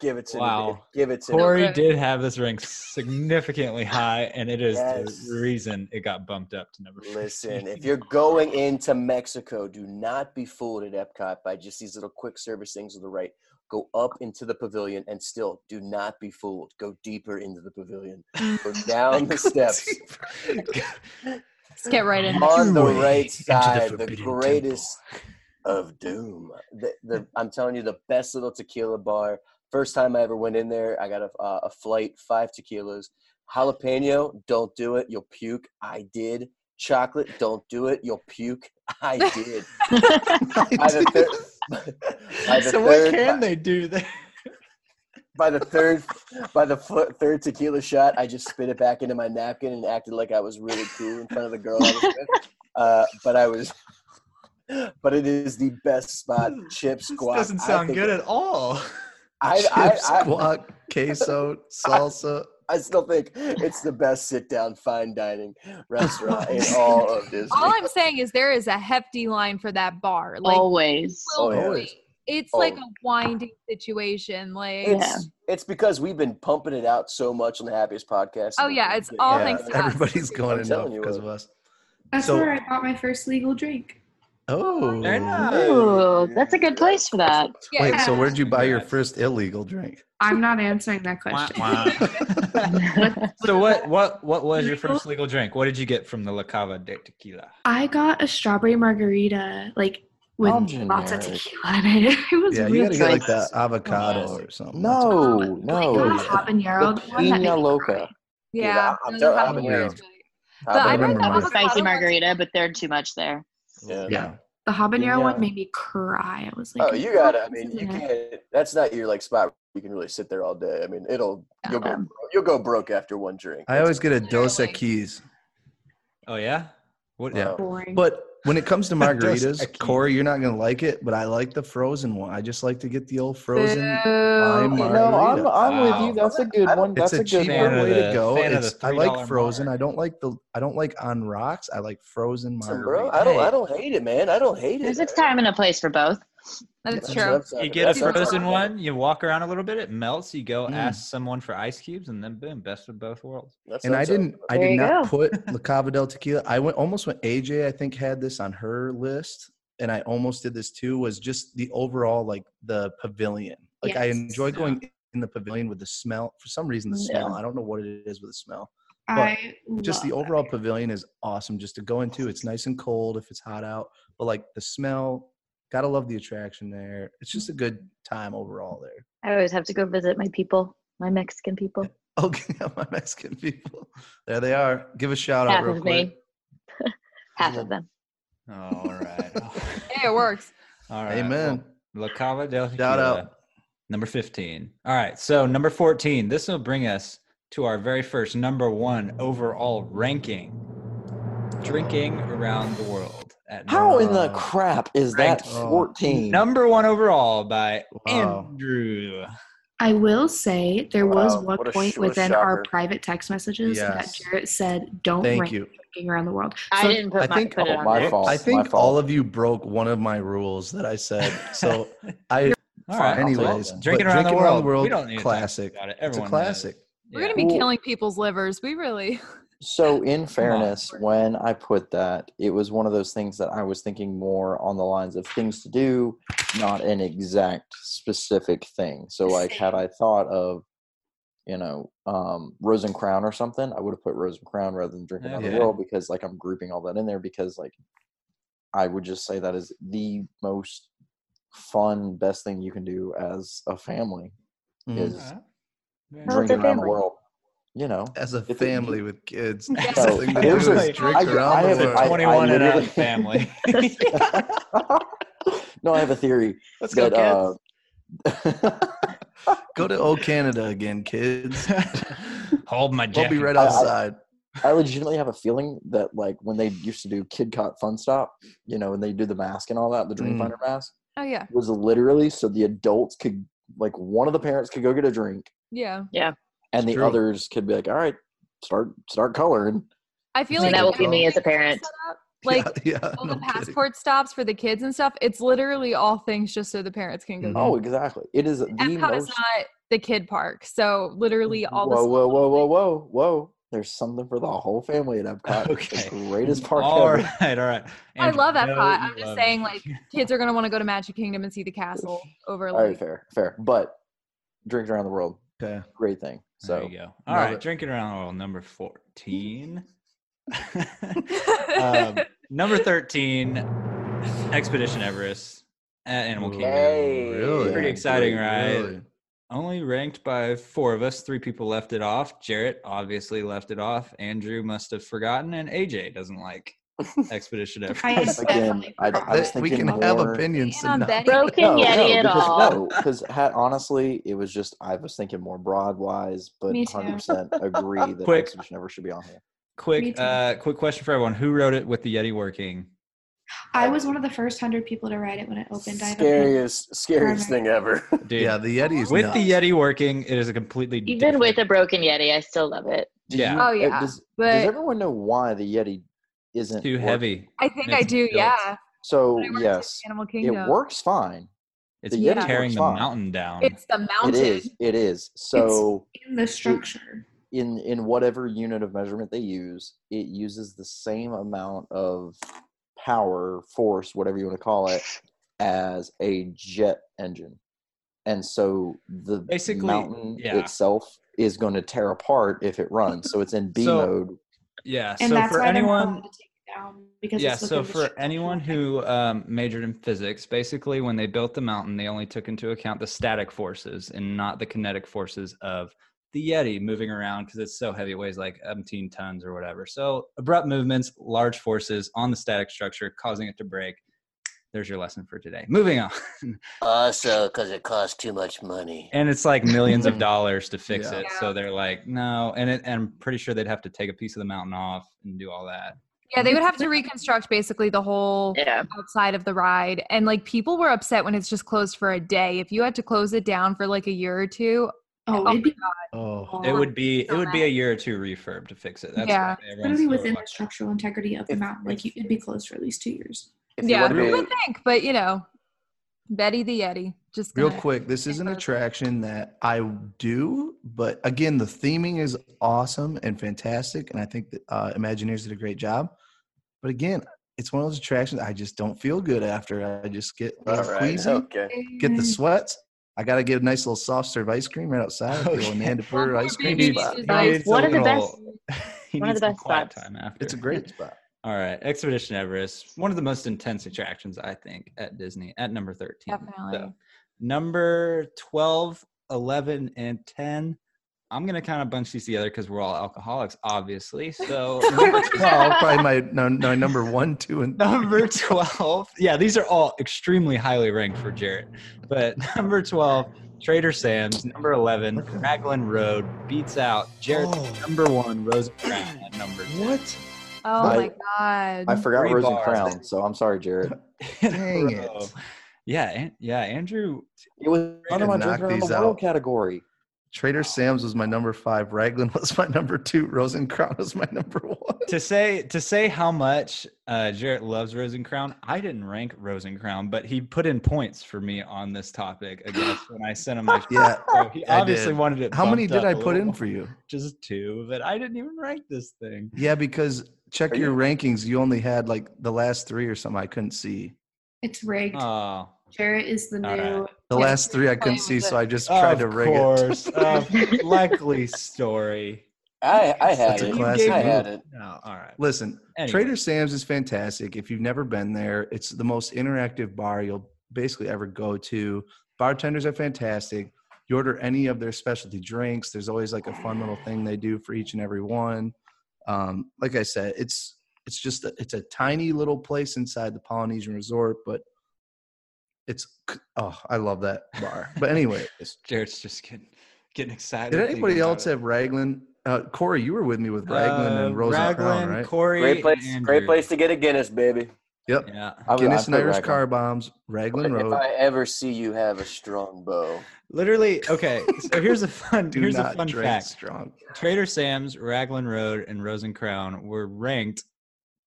Speaker 6: Give it to me.
Speaker 4: Wow.
Speaker 6: Give it to
Speaker 4: Corey
Speaker 9: good.
Speaker 4: did have this rank significantly high, and it is
Speaker 6: Yes.
Speaker 4: the reason it got bumped up to number.
Speaker 6: me. Listen,
Speaker 4: 15.
Speaker 6: if you're going into Mexico, do not be fooled at Epcot by just these little quick service things on the right. Go up into the pavilion and still do not be fooled. Go deeper into the pavilion. Go down the steps.
Speaker 9: Let's get right in.
Speaker 6: on the
Speaker 3: Your way
Speaker 6: right
Speaker 3: into the
Speaker 6: side, the,
Speaker 3: Forbidden
Speaker 6: greatest of Doom. The, the, I'm telling you, the best little tequila bar. First time I ever went in there, I got a, uh, a flight, five tequilas. Jalapeno, don't do it. You'll puke. I did. Chocolate, don't do it. You'll puke. I did. By the third, by the
Speaker 4: so
Speaker 6: third-
Speaker 4: what can
Speaker 6: by-
Speaker 4: they do there?
Speaker 6: by the third by the fir- third tequila shot, I just spit it back into my napkin and acted like I was really cool in front of the girl I was with. Uh, but I was. But it is the best spot. Chips,
Speaker 4: This
Speaker 6: guac.
Speaker 4: doesn't
Speaker 6: I
Speaker 4: sound
Speaker 6: think-
Speaker 4: good at all.
Speaker 6: I, I,
Speaker 3: Chips,
Speaker 6: I,
Speaker 3: guac, queso, salsa.
Speaker 6: I still think it's the best sit-down fine dining restaurant in all of Disney.
Speaker 9: All I'm saying is there is a hefty line for that bar. Like
Speaker 7: Always.
Speaker 6: Oh, yeah.
Speaker 9: Always. it's like
Speaker 6: Oh.
Speaker 9: a winding situation. Like
Speaker 6: It's, it's because we've been pumping it out so much on the happiest podcast.
Speaker 9: Oh,
Speaker 6: in the
Speaker 9: yeah, it's
Speaker 6: beginning.
Speaker 9: all
Speaker 3: yeah,
Speaker 9: thanks to us.
Speaker 3: everybody's going
Speaker 6: I'm
Speaker 3: in
Speaker 6: telling
Speaker 3: up
Speaker 6: you uh,
Speaker 3: because
Speaker 6: what.
Speaker 3: of us.
Speaker 5: That's
Speaker 3: So-
Speaker 5: where I bought my first legal drink.
Speaker 3: Oh,
Speaker 4: Very nice.
Speaker 7: Ooh, that's a good place for that.
Speaker 9: yeah,
Speaker 3: wait. So where'd you buy your
Speaker 4: Congrats.
Speaker 3: first illegal drink?
Speaker 5: I'm not answering that question.
Speaker 4: so what what what was your first legal drink? What did you get from the La Cava de Tequila?
Speaker 5: I got a strawberry margarita, like with
Speaker 8: How
Speaker 5: lots of
Speaker 8: generic.
Speaker 5: tequila in it. It was
Speaker 3: Yeah, you
Speaker 5: really
Speaker 3: gotta get like
Speaker 5: good.
Speaker 3: the avocado
Speaker 5: Yes.
Speaker 3: or something. That's all.
Speaker 6: Oh,
Speaker 8: No,
Speaker 5: like
Speaker 8: no.
Speaker 5: not
Speaker 8: it's
Speaker 5: a
Speaker 8: the-
Speaker 5: habanero, the one
Speaker 8: the
Speaker 5: that made
Speaker 8: Piña
Speaker 5: me
Speaker 8: Loca.
Speaker 5: cry.
Speaker 6: Dude,
Speaker 9: yeah.
Speaker 6: I- I'm
Speaker 9: no,
Speaker 6: telling-
Speaker 9: the
Speaker 6: I'm
Speaker 9: habanero
Speaker 3: weird.
Speaker 9: is really good.
Speaker 6: How
Speaker 9: The-
Speaker 6: about
Speaker 9: I
Speaker 3: remember
Speaker 9: like the
Speaker 3: mine.
Speaker 9: avocado
Speaker 7: Spicy
Speaker 9: ones.
Speaker 7: margarita, but they're too much there.
Speaker 6: Yeah.
Speaker 3: Yeah.
Speaker 5: The habanero
Speaker 8: Piña.
Speaker 5: one made me cry. I was like,
Speaker 6: Oh, you got it. I
Speaker 5: "What's
Speaker 6: mean,
Speaker 5: in
Speaker 6: you
Speaker 5: it?"
Speaker 6: can't. That's not your like spot. Where you can really sit there all day. I mean, it'll
Speaker 9: Yeah.
Speaker 6: you'll go
Speaker 7: Um,
Speaker 6: bro- you'll go broke after one drink.
Speaker 3: I always get a Dos
Speaker 9: Literally.
Speaker 3: Equis.
Speaker 4: Oh yeah? What
Speaker 3: Yeah.
Speaker 5: boring.
Speaker 3: But when it comes to margaritas,
Speaker 4: Dos Equis.
Speaker 3: Corey, you're not gonna like it. But I like the frozen one. I just like to get the old frozen.
Speaker 9: Boo.
Speaker 3: lime
Speaker 8: No, I'm,
Speaker 3: margarita.
Speaker 6: Oh,
Speaker 8: I'm with you.
Speaker 4: Wow.
Speaker 8: That's a good
Speaker 6: I don't-
Speaker 8: one.
Speaker 3: It's
Speaker 8: That's
Speaker 3: a
Speaker 8: a good
Speaker 3: cheaper
Speaker 4: Fan
Speaker 8: one.
Speaker 4: of
Speaker 3: way to
Speaker 4: the-
Speaker 3: go.
Speaker 4: fan of the
Speaker 3: It's I like
Speaker 4: $3
Speaker 3: frozen.
Speaker 4: mark.
Speaker 3: I don't like the I don't like on rocks. I like frozen
Speaker 6: Listen, bro,
Speaker 3: margarita.
Speaker 6: I don't. I
Speaker 4: Hey.
Speaker 6: don't hate it, man. I don't hate it.
Speaker 7: There's a time and a place for both.
Speaker 9: That's
Speaker 6: what
Speaker 9: true.
Speaker 6: I'm talking
Speaker 4: You get
Speaker 6: about.
Speaker 4: a
Speaker 6: That's what I'm talking
Speaker 4: frozen
Speaker 6: about.
Speaker 4: one, you walk around a little bit, it melts, you go
Speaker 3: Mm.
Speaker 4: ask someone for ice cubes, and then boom, best of both worlds.
Speaker 6: That's
Speaker 3: And
Speaker 6: what
Speaker 3: I
Speaker 6: I'm talking
Speaker 3: didn't. I
Speaker 7: There
Speaker 3: did
Speaker 7: you
Speaker 3: not
Speaker 7: go.
Speaker 3: put La Cava del Tequila. I went almost went. AJ I think had this on her list, and I almost did this too. Was just the overall like the pavilion. Like I
Speaker 5: Yes.
Speaker 3: enjoy going in the pavilion with the smell. For some reason, the
Speaker 7: Yeah.
Speaker 3: smell. I don't know what it is with the smell.
Speaker 5: I
Speaker 3: Just the
Speaker 5: love
Speaker 3: overall
Speaker 5: it.
Speaker 3: pavilion is awesome. Just to go into. It's nice and cold if it's hot out, but like the smell. Gotta love the attraction there. It's
Speaker 8: Mm-hmm.
Speaker 3: just a good time overall there.
Speaker 7: I always have to go visit my people, my Mexican people.
Speaker 3: Okay, Oh, my Mexican people. There they are. Give a shout out
Speaker 7: Half
Speaker 3: real
Speaker 7: of
Speaker 3: quick.
Speaker 7: me. Half of them.
Speaker 4: All right.
Speaker 9: Hey, it works.
Speaker 4: All right.
Speaker 3: Amen.
Speaker 4: Well, La Cava del
Speaker 3: Shout
Speaker 4: Tequila,
Speaker 3: out.
Speaker 4: Number 15. All right. So, number 14. This will bring us to our very first number one overall ranking drinking around the world. At
Speaker 8: How in the
Speaker 3: Uh,
Speaker 8: crap is
Speaker 4: ranked-
Speaker 8: that
Speaker 3: Oh.
Speaker 8: 14?
Speaker 4: number one overall by
Speaker 3: Wow.
Speaker 4: Andrew.
Speaker 5: I will say there was
Speaker 6: Wow,
Speaker 5: one
Speaker 6: what a
Speaker 5: point
Speaker 6: sh- what a
Speaker 5: within
Speaker 6: shocker.
Speaker 5: our private text messages
Speaker 3: Yes.
Speaker 5: that Jarrett said, "Don't
Speaker 3: Thank
Speaker 5: rank
Speaker 3: you.
Speaker 5: drinking around the world."
Speaker 7: I
Speaker 3: So,
Speaker 7: didn't put,
Speaker 3: I
Speaker 7: my,
Speaker 3: think-
Speaker 7: put it
Speaker 8: oh,
Speaker 7: on
Speaker 8: my
Speaker 7: there.
Speaker 8: fault.
Speaker 3: I
Speaker 8: It's my
Speaker 3: think
Speaker 8: fault.
Speaker 3: all of you broke one of my rules that I said. So
Speaker 4: All
Speaker 3: I
Speaker 4: right.
Speaker 8: I'll take
Speaker 3: anyways,
Speaker 8: it.
Speaker 3: but
Speaker 4: Drinking around,
Speaker 3: Drinking
Speaker 4: the, world,
Speaker 3: around the world,
Speaker 4: We don't need to talk
Speaker 3: classic.
Speaker 4: about it.
Speaker 3: it's a
Speaker 4: Everyone knows.
Speaker 3: classic.
Speaker 9: We're gonna
Speaker 4: Yeah.
Speaker 9: be
Speaker 8: Well-
Speaker 9: killing people's livers. We really.
Speaker 8: So, in fairness, when I put that, it was one of those things that I was thinking more on the lines of things to do, not an exact specific thing. So, like, had I thought of, you know, um, Rose and Crown or something, I would have put Rose and Crown rather than drinking around
Speaker 4: Okay.
Speaker 8: the world because, like, I'm grouping all that in there because, like, I would just say that is the most fun, best thing you can do as a family
Speaker 3: Mhm.
Speaker 8: is
Speaker 4: Very
Speaker 7: Well, it's a
Speaker 8: drinking around the
Speaker 7: family.
Speaker 8: world. You know,
Speaker 3: As a
Speaker 8: If it-
Speaker 3: family with kids,
Speaker 9: Yeah.
Speaker 3: best thing to do
Speaker 8: There's
Speaker 3: is
Speaker 8: a-
Speaker 3: drink
Speaker 8: I-
Speaker 3: around
Speaker 8: I
Speaker 3: the
Speaker 8: have a-
Speaker 3: world.
Speaker 8: I-
Speaker 4: 21 and up
Speaker 8: literally-
Speaker 4: family.
Speaker 8: no, I have a theory
Speaker 4: Let's go,
Speaker 8: that
Speaker 4: kids.
Speaker 8: uh,
Speaker 3: Go to old Canada again, kids.
Speaker 4: Hold my
Speaker 3: We'll
Speaker 4: jacket.
Speaker 3: be right
Speaker 8: I- I-
Speaker 3: outside.
Speaker 8: I legitimately have a feeling that like when they used to do Kid Cot Fun Stop, you know, and they do the mask and all that, the Dream
Speaker 3: Mm.
Speaker 8: Finder mask
Speaker 9: Oh yeah,
Speaker 8: was literally so the adults could like one of the parents could go get a drink
Speaker 9: yeah.
Speaker 8: and
Speaker 3: It's
Speaker 8: the
Speaker 3: true.
Speaker 8: others could be like, all right, start start coloring.
Speaker 9: I feel
Speaker 3: See,
Speaker 9: like
Speaker 3: that would be
Speaker 9: everything
Speaker 3: me
Speaker 7: as a parent.
Speaker 9: set up, Like
Speaker 3: yeah,
Speaker 8: oh,
Speaker 3: yeah,
Speaker 9: all
Speaker 3: no
Speaker 9: the
Speaker 3: kidding.
Speaker 9: passport stops for the kids and stuff. It's literally all things just so the parents can go.
Speaker 3: Mhm.
Speaker 8: Oh, exactly. It is the
Speaker 9: Epcot is
Speaker 8: most.
Speaker 9: not the kid park, so literally all the
Speaker 8: Mm-hmm. whoa, whoa,
Speaker 9: small
Speaker 8: whoa, whoa,
Speaker 9: little
Speaker 8: whoa, whoa! There's something for the whole family at Epcot. It's the
Speaker 4: Okay.
Speaker 8: greatest park
Speaker 4: All
Speaker 8: ever.
Speaker 4: right, all right.
Speaker 9: I love
Speaker 4: Andrew,
Speaker 9: Epcot. I'm
Speaker 4: you
Speaker 9: just
Speaker 4: love
Speaker 9: saying,
Speaker 4: it.
Speaker 9: like, kids are gonna want to go to Magic Kingdom and see the castle over
Speaker 8: All right,
Speaker 9: like.
Speaker 8: fair, fair. But drink around the world,
Speaker 3: Okay.
Speaker 8: great thing. So
Speaker 4: there you go. All
Speaker 3: love
Speaker 4: right,
Speaker 3: it.
Speaker 4: drinking around the world, number fourteen. um, number thirteen, Expedition Everest at Animal Kingdom.
Speaker 6: Hey.
Speaker 3: Really?
Speaker 4: Pretty exciting, right?
Speaker 3: Really?
Speaker 4: Only ranked by four of us. Three people left it off. Jarrett obviously left it off. Andrew must have forgotten, and AJ doesn't like Expedition
Speaker 5: I
Speaker 4: Everest.
Speaker 5: definitely
Speaker 8: Again, I, I was
Speaker 3: That- we
Speaker 8: thinking
Speaker 3: can
Speaker 8: more,
Speaker 3: have opinions
Speaker 9: Damn,
Speaker 3: tonight.
Speaker 9: Betty.
Speaker 7: Broken
Speaker 8: no,
Speaker 7: Yeti
Speaker 8: no,
Speaker 7: at
Speaker 8: because,
Speaker 7: all.
Speaker 8: No, because hat, honestly, it was just I was thinking more broad wise, but
Speaker 9: Me too.
Speaker 8: 100% agree that
Speaker 4: Quick.
Speaker 8: exhibition never should be on here.
Speaker 5: Me
Speaker 4: quick,
Speaker 5: too.
Speaker 4: uh, quick question for everyone: Who wrote it with the Yeti working?
Speaker 5: I was one of the first hundred people to write it when it opened. I have a pin.
Speaker 6: Scariest, scariest thing ever.
Speaker 4: Dude,
Speaker 3: Yeah, the Yeti is
Speaker 4: with
Speaker 3: nuts.
Speaker 4: the Yeti working, it is a completely
Speaker 7: Even with a
Speaker 4: different-
Speaker 7: broken Yeti, I still love it.
Speaker 8: Do
Speaker 4: Yeah.
Speaker 8: you-
Speaker 9: Oh,
Speaker 8: uh,
Speaker 9: yeah,
Speaker 8: Does, does
Speaker 9: But
Speaker 8: everyone know why the Yeti isn't
Speaker 4: too
Speaker 8: working?
Speaker 4: heavy.
Speaker 9: I think I
Speaker 4: It's
Speaker 9: do.
Speaker 4: built.
Speaker 9: Yeah.
Speaker 8: So
Speaker 9: When I worked at
Speaker 8: yes,
Speaker 9: Animal
Speaker 8: it
Speaker 9: Kingdom.
Speaker 8: works fine.
Speaker 4: It's
Speaker 9: The Yeti
Speaker 4: tearing
Speaker 8: works
Speaker 4: the
Speaker 8: fine.
Speaker 4: mountain down.
Speaker 9: It's the
Speaker 8: It
Speaker 9: mountain.
Speaker 8: is. It is. So
Speaker 5: in the structure.
Speaker 8: in in whatever unit of measurement they use, it uses the same amount of power, force, whatever you want to call it, as a jet engine. And so the
Speaker 4: Basically,
Speaker 8: mountain
Speaker 4: yeah.
Speaker 8: itself is going to tear apart if it runs. So it's in B
Speaker 4: So-
Speaker 8: mode.
Speaker 4: yeah.
Speaker 5: And
Speaker 4: so
Speaker 5: that's
Speaker 4: for
Speaker 5: why they're not
Speaker 4: anyone,
Speaker 5: allowed to take it down because
Speaker 4: yeah
Speaker 5: it's
Speaker 4: so
Speaker 5: within the
Speaker 4: for
Speaker 5: structure.
Speaker 4: anyone who um, majored in physics basically when they built the mountain they only took into account the static forces and not the kinetic forces of the yeti moving around because it's so heavy it weighs like umpteen tons or whatever so abrupt movements large forces on the static structure causing it to break there's your lesson for today moving on
Speaker 6: also, because it costs too much money.
Speaker 4: and it's like millions of
Speaker 3: Mhm.
Speaker 4: dollars to fix
Speaker 3: Yeah.
Speaker 4: it so they're like no and, it, and i'm pretty sure they'd have to take a piece of the mountain off and do all that
Speaker 9: Yeah, they would have to reconstruct basically the whole
Speaker 7: Yeah.
Speaker 9: outside of the ride. And like people were upset when it's just closed for a day. If you had to close it down for like a year or two,
Speaker 5: Oh,
Speaker 9: Oh
Speaker 5: it'd be
Speaker 3: Oh,
Speaker 4: It would be it
Speaker 9: so
Speaker 4: would be a year or two refurb to fix it. That's
Speaker 9: Yeah.
Speaker 4: why everyone's
Speaker 5: literally
Speaker 4: so
Speaker 5: within the
Speaker 4: reluctant.
Speaker 5: structural integrity of the
Speaker 6: If-
Speaker 5: mountain. Like you, it'd be closed for at least two years.
Speaker 6: If you
Speaker 9: yeah,
Speaker 6: wanna
Speaker 9: who
Speaker 6: be-
Speaker 9: would think? But you know, Betty the Yeti. Just
Speaker 3: real
Speaker 9: gonna-
Speaker 3: quick, this is an
Speaker 9: Anchor.
Speaker 3: attraction that I do, but again, the theming is awesome and fantastic, and I think that uh, Imagineers did a great job. But again, it's one of those attractions I just don't feel good after. I just get uh,
Speaker 6: All right.
Speaker 3: queasy,
Speaker 6: Okay.
Speaker 3: get
Speaker 4: Mm.
Speaker 3: the sweats. I gotta get a nice little soft serve ice cream right outside. the old
Speaker 4: Okay.
Speaker 3: Nanda
Speaker 9: One
Speaker 3: Purr
Speaker 9: more
Speaker 3: ice cream
Speaker 9: baby
Speaker 3: spot.
Speaker 9: Jesus
Speaker 4: He
Speaker 9: ice
Speaker 4: needs
Speaker 7: One
Speaker 4: a
Speaker 7: of the best.
Speaker 4: little- he
Speaker 7: one of
Speaker 4: needs
Speaker 7: the
Speaker 4: some
Speaker 7: best
Speaker 4: quiet
Speaker 7: spots.
Speaker 4: time after.
Speaker 3: It's a great spot.
Speaker 4: All right, Expedition Everest, one of the most intense attractions I think at Disney at number 13.
Speaker 9: Definitely.
Speaker 4: number 12, 11 and 10. I'm going to kind of bunch these together cuz we're all alcoholics obviously. So number 12
Speaker 3: Well, probably my, no, no, number one, two, and
Speaker 4: Number 12. Yeah, these are all extremely highly ranked for Jarrett. But number 12, Trader Sam's. Number 11, Raglan Road beats out Jarrett's number one, Rose Brown at number 10.
Speaker 3: Oh. What?
Speaker 9: Oh
Speaker 8: I-
Speaker 9: my god.
Speaker 8: I forgot
Speaker 4: Three
Speaker 8: Rose and
Speaker 4: bars.
Speaker 8: Crown, so I'm sorry, Jared.
Speaker 4: in a
Speaker 3: Dang
Speaker 4: row.
Speaker 3: it.
Speaker 4: Yeah, An- yeah, Andrew.
Speaker 8: It was under my
Speaker 3: knock
Speaker 8: drink around the
Speaker 3: these
Speaker 8: world
Speaker 3: out.
Speaker 8: category.
Speaker 3: Trader Sam's was my number five. Raglan was my number two. Rosencrown was my number one.
Speaker 4: To say to say how much uh, Jarrett loves Rosencrown, I didn't rank Rosencrown, but he put in points for me on this topic. I guess when I sent him my
Speaker 3: Yeah.
Speaker 4: so he
Speaker 3: I
Speaker 4: obviously
Speaker 3: did.
Speaker 4: wanted it.
Speaker 3: How many
Speaker 4: bumped
Speaker 3: did
Speaker 4: up
Speaker 3: I
Speaker 4: a
Speaker 3: put
Speaker 4: little
Speaker 3: in
Speaker 4: more.
Speaker 3: for you?
Speaker 4: Just two, but I didn't even rank this thing.
Speaker 3: Yeah, because check
Speaker 6: Are
Speaker 3: your
Speaker 6: you-
Speaker 3: rankings. You only had like the last three or something. I couldn't see
Speaker 5: It's rigged.
Speaker 4: Oh,
Speaker 5: Jarrett is the
Speaker 4: All right.
Speaker 5: new.
Speaker 3: the
Speaker 9: Yeah,
Speaker 3: last three. I
Speaker 9: playing
Speaker 3: couldn't
Speaker 9: with
Speaker 3: see, so
Speaker 9: it.
Speaker 3: I just tried to
Speaker 4: of
Speaker 3: rig it.
Speaker 4: course. of likely story.
Speaker 6: I, I had
Speaker 3: That's a
Speaker 6: it.
Speaker 3: classic
Speaker 6: I had
Speaker 3: move.
Speaker 6: it.
Speaker 4: No, Oh, all right.
Speaker 3: Listen,
Speaker 4: Anyway.
Speaker 3: Trader Sam's is fantastic. If you've never been there, it's the most interactive bar you'll basically ever go to. Bartenders are fantastic. You order any of their specialty drinks. There's always like a fun little thing they do for each and every one. Um, like I said, it's it's just a, it's a tiny little place inside the Polynesian Resort, but it's oh, I love that bar. But anyways,
Speaker 4: Jared's just getting getting excited.
Speaker 3: did
Speaker 4: thinking
Speaker 3: anybody
Speaker 4: about
Speaker 3: else
Speaker 4: it.
Speaker 3: have Raglan? Uh, Corey, you were with me with Raglan
Speaker 4: Uh,
Speaker 3: and Rose and Crown,
Speaker 4: Raglan,
Speaker 3: right?
Speaker 4: Corey,
Speaker 6: Great place.
Speaker 4: and
Speaker 6: Great
Speaker 4: Andrew.
Speaker 6: place to get a Guinness, baby.
Speaker 3: Yep.
Speaker 4: Yeah.
Speaker 8: I would-
Speaker 3: Guinness
Speaker 8: I'd
Speaker 3: and
Speaker 8: put
Speaker 3: Irish
Speaker 8: Raglan.
Speaker 3: car bombs, Raglan
Speaker 6: If
Speaker 3: Road.
Speaker 6: I ever see you have a strong bow,
Speaker 4: Literally. Okay. So here's a fun.
Speaker 3: Do
Speaker 4: here's a
Speaker 3: not
Speaker 4: fun
Speaker 3: drink
Speaker 4: fact.
Speaker 3: strong.
Speaker 4: Trader Sam's, Raglan Road, and Rosencrown were ranked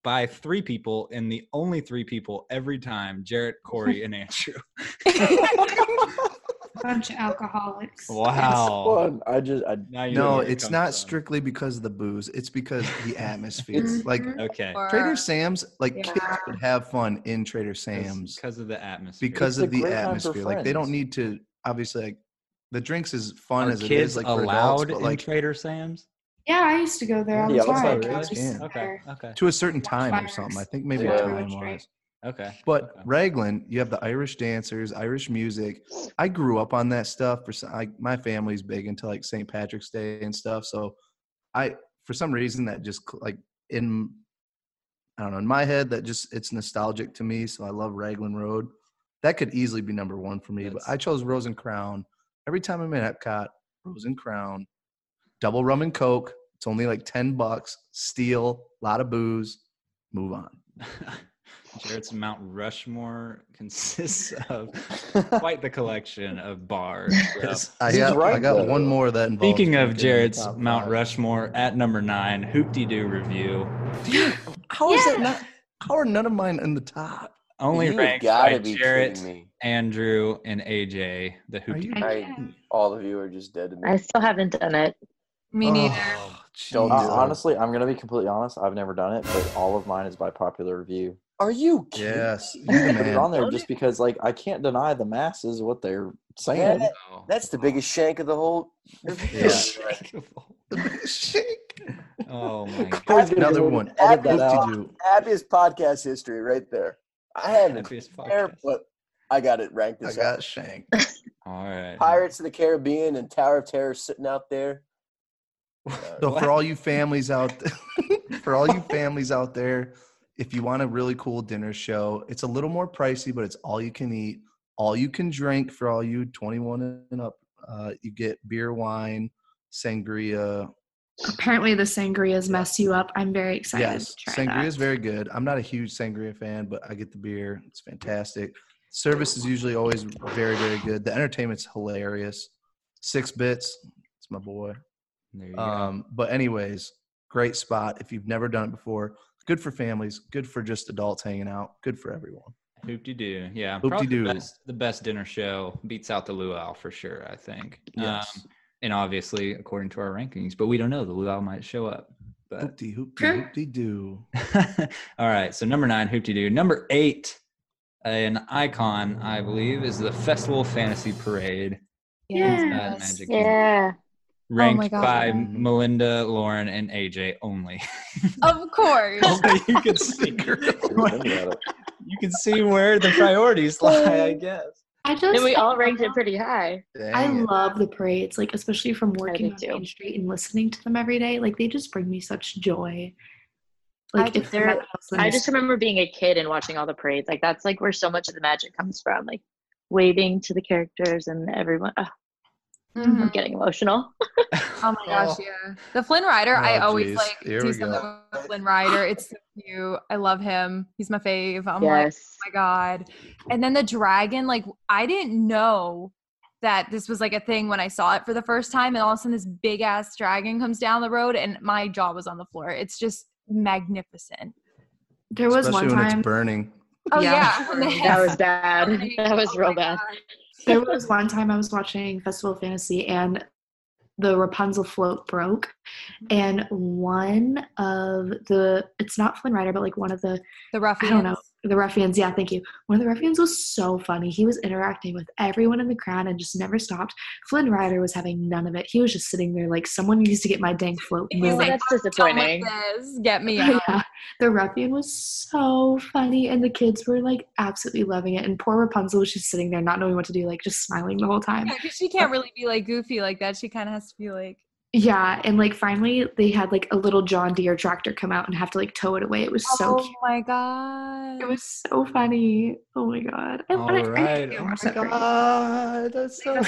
Speaker 4: by three people, and the only three people every time: Jarrett, Corey, and Andrew.
Speaker 5: bunch of alcoholics.
Speaker 4: wow.
Speaker 8: Fun. I just I
Speaker 4: Now you know
Speaker 3: No,
Speaker 4: where it
Speaker 3: it's
Speaker 4: comes
Speaker 3: not
Speaker 4: from.
Speaker 3: strictly because of the booze. It's because of the atmosphere.
Speaker 5: It's-
Speaker 3: like
Speaker 4: Okay.
Speaker 9: Or-
Speaker 3: Trader Sam's, like kids
Speaker 9: Yeah.
Speaker 3: would have fun in Trader Sam's
Speaker 4: because of the atmosphere.
Speaker 3: because
Speaker 8: It's a
Speaker 3: of the
Speaker 8: great time for
Speaker 3: atmosphere. Like they don't
Speaker 8: friends.
Speaker 3: need to obviously like the drinks is fun
Speaker 4: are
Speaker 3: as it
Speaker 4: kids
Speaker 3: is like for
Speaker 4: allowed
Speaker 3: adults, but
Speaker 4: in
Speaker 3: like
Speaker 4: Trader Sam's?
Speaker 5: Yeah, I used to go there all
Speaker 8: Yeah,
Speaker 5: the
Speaker 8: that's
Speaker 5: time.
Speaker 8: not
Speaker 5: I
Speaker 8: really
Speaker 5: was
Speaker 3: bad.
Speaker 5: there.
Speaker 4: Okay.
Speaker 3: to a certain
Speaker 5: Watch
Speaker 3: time or something. I
Speaker 5: fireworks.
Speaker 3: think maybe
Speaker 6: Yeah.
Speaker 3: time
Speaker 5: Watch
Speaker 3: wise.
Speaker 4: Okay.
Speaker 3: But
Speaker 4: Okay.
Speaker 3: Raglan, you have the Irish dancers, Irish music. I grew up on that stuff. For some, I, my family's big into like St. Patrick's Day and stuff. So, I for some reason that just cl- like in I don't know in my head that just it's nostalgic to me. So I love Raglan Road. That could easily be number one for me.
Speaker 4: That's-
Speaker 3: but I chose Rose and Crown. Every time I'm in Epcot, Rose and Crown, double rum and coke. It's only like ten bucks. Steal, lot of booze. Move on.
Speaker 4: Jared's Mount Rushmore consists of quite the collection of bars. bro.
Speaker 3: I
Speaker 8: He's
Speaker 3: got, I
Speaker 8: right,
Speaker 3: got
Speaker 8: though.
Speaker 3: one more that involves.
Speaker 4: Speaking
Speaker 3: drinking in
Speaker 4: of
Speaker 3: the
Speaker 4: Jared's
Speaker 3: top
Speaker 4: Mount
Speaker 3: five.
Speaker 4: Rushmore, at number nine, Hoopty Doo review,
Speaker 3: How is that not? How are none of mine in the top?
Speaker 4: only
Speaker 6: You've
Speaker 4: ranked
Speaker 6: gotta
Speaker 4: by
Speaker 6: be
Speaker 4: Jarrett,
Speaker 6: kidding me.
Speaker 4: Andrew, and AJ. The
Speaker 3: Are
Speaker 4: Hoopty.
Speaker 3: you-
Speaker 5: I
Speaker 6: I-
Speaker 5: can't.
Speaker 6: All of you are just dead to me.
Speaker 7: I still haven't done it.
Speaker 9: Me neither.
Speaker 3: Oh,
Speaker 6: Don't
Speaker 8: Uh,
Speaker 3: jeez.
Speaker 6: do it.
Speaker 8: honestly, I'm gonna be completely honest. I've never done it, but all of mine is by popular review.
Speaker 6: Are you kidding?
Speaker 3: Yes, you
Speaker 8: I
Speaker 3: the
Speaker 8: put it on
Speaker 3: man.
Speaker 8: there just because, like, I can't deny the masses what they're saying.
Speaker 6: That- that's the biggest shank of the whole.
Speaker 3: Yeah.
Speaker 4: Oh my god.
Speaker 6: Cody's gonna
Speaker 3: Another
Speaker 6: go
Speaker 3: one.
Speaker 6: to
Speaker 8: Edit that
Speaker 6: Abby's
Speaker 8: out.
Speaker 6: po-
Speaker 3: Hoop-de-doo.
Speaker 6: Abby's podcast history right there. I had it
Speaker 4: Happiest
Speaker 6: there,
Speaker 4: podcast.
Speaker 6: but I got it ranked
Speaker 3: I
Speaker 6: this out.
Speaker 3: got shanked.
Speaker 4: All right.
Speaker 6: Pirates of the Caribbean and Tower of Terror sitting out there.
Speaker 3: So
Speaker 4: What?
Speaker 3: for all you families out, for all you families out there, if you want a really cool dinner show, it's a little more pricey, but it's all you can eat, all you can drink. For all you 21 and up, uh, you get beer, wine, sangria.
Speaker 5: Apparently, the sangrias mess you up. I'm very excited. to
Speaker 3: yes,
Speaker 5: try
Speaker 3: sangria
Speaker 5: that.
Speaker 3: is very good. I'm not a huge sangria fan, but I get the beer. It's fantastic. Service is usually always very, very good. The entertainment's hilarious. Six bits. It's my boy.
Speaker 4: There you go.
Speaker 3: Um, but anyways, great spot if you've never done it before. Good for families. Good for just adults hanging out. Good for everyone.
Speaker 4: Hoopty doo, yeah. probably
Speaker 3: Hoop-de-doo.
Speaker 4: The best, the best dinner show beats out the luau for sure. I think.
Speaker 3: Yes.
Speaker 4: Um, and obviously, according to our rankings, but we don't know. The luau might show up. But
Speaker 3: Hoopty hoopty
Speaker 5: True.
Speaker 3: hoopty doo.
Speaker 4: all right. So number nine, hoopty doo. Number eight, an icon, I believe, is the Festival Fantasy Parade.
Speaker 5: Yes.
Speaker 4: Inside Magic Kingdom,
Speaker 7: Yeah.
Speaker 9: my
Speaker 4: Ranked
Speaker 9: God.
Speaker 4: by Melinda, Lauren, and AJ only.
Speaker 9: Of course.
Speaker 3: Oh.
Speaker 4: only you can see.
Speaker 8: Didn't think about it.
Speaker 4: you can see where the priorities lie. I guess.
Speaker 5: I just
Speaker 7: And we all ranked it pretty high.
Speaker 5: I
Speaker 3: Dang it.
Speaker 5: love the parades, like especially from working
Speaker 7: do
Speaker 5: on
Speaker 7: too.
Speaker 5: Main Street and listening to them every day. Like they just bring me such joy. Like
Speaker 9: I
Speaker 5: if
Speaker 9: just-
Speaker 5: they're, nothing else, then
Speaker 7: I
Speaker 5: they're
Speaker 7: just remember being a kid and watching all the parades. Like that's like where so much of the magic comes from. Like waving to the characters and everyone. Ugh, I'm
Speaker 9: Mhm.
Speaker 7: getting emotional.
Speaker 9: Oh my gosh, yeah. The Flynn Rider, I
Speaker 3: Oh,
Speaker 9: always
Speaker 3: geez.
Speaker 9: like
Speaker 3: Here
Speaker 9: do
Speaker 3: we
Speaker 9: something
Speaker 3: go.
Speaker 9: with Flynn Rider. It's so cute. I love him. He's my fave. I'm like,
Speaker 7: yes.
Speaker 9: oh my god. And then the dragon, like I didn't know that this was like a thing when I saw it for the first time, and all of a sudden this big ass dragon comes down the road, and my jaw was on the floor. It's just magnificent.
Speaker 5: There was
Speaker 3: Especially
Speaker 5: one
Speaker 3: when
Speaker 5: time.
Speaker 3: it's burning.
Speaker 9: Oh
Speaker 5: Yeah.
Speaker 9: yeah,
Speaker 7: that was bad. That was
Speaker 9: Oh
Speaker 7: real
Speaker 9: my
Speaker 7: bad.
Speaker 9: God.
Speaker 5: there was one time I was watching Festival of Fantasy and the Rapunzel float broke,
Speaker 7: Mm-hmm.
Speaker 5: and one of the it's not Flynn Rider, but like one of the
Speaker 9: The ruffians.
Speaker 5: I don't know. The ruffians, yeah, thank you. One of the ruffians was so funny. He was interacting with everyone in the crowd and just never stopped. Flynn Rider was having none of it. He was just sitting there like, someone needs to get my dang float
Speaker 9: He's
Speaker 5: moving.
Speaker 9: like,
Speaker 7: That's
Speaker 9: "I'm done with
Speaker 7: disappointing.
Speaker 9: this. Get me out.
Speaker 5: yeah, the ruffian was so funny, and the kids were like absolutely loving it. And poor Rapunzel was just sitting there, not knowing what to do, like just smiling the whole time.
Speaker 9: Yeah, 'cause she can't really be like goofy like that. She kind of has to be like,
Speaker 5: Yeah, and like finally, they had like a little John Deere tractor come out and have to like tow it away. It was so
Speaker 9: oh
Speaker 5: cute.
Speaker 9: my god.
Speaker 5: It was so funny. Oh my god! I,
Speaker 4: All
Speaker 5: I, I
Speaker 4: right.
Speaker 5: can't
Speaker 4: Oh
Speaker 5: watch
Speaker 4: my
Speaker 5: that
Speaker 4: God,
Speaker 5: parade.
Speaker 4: that's so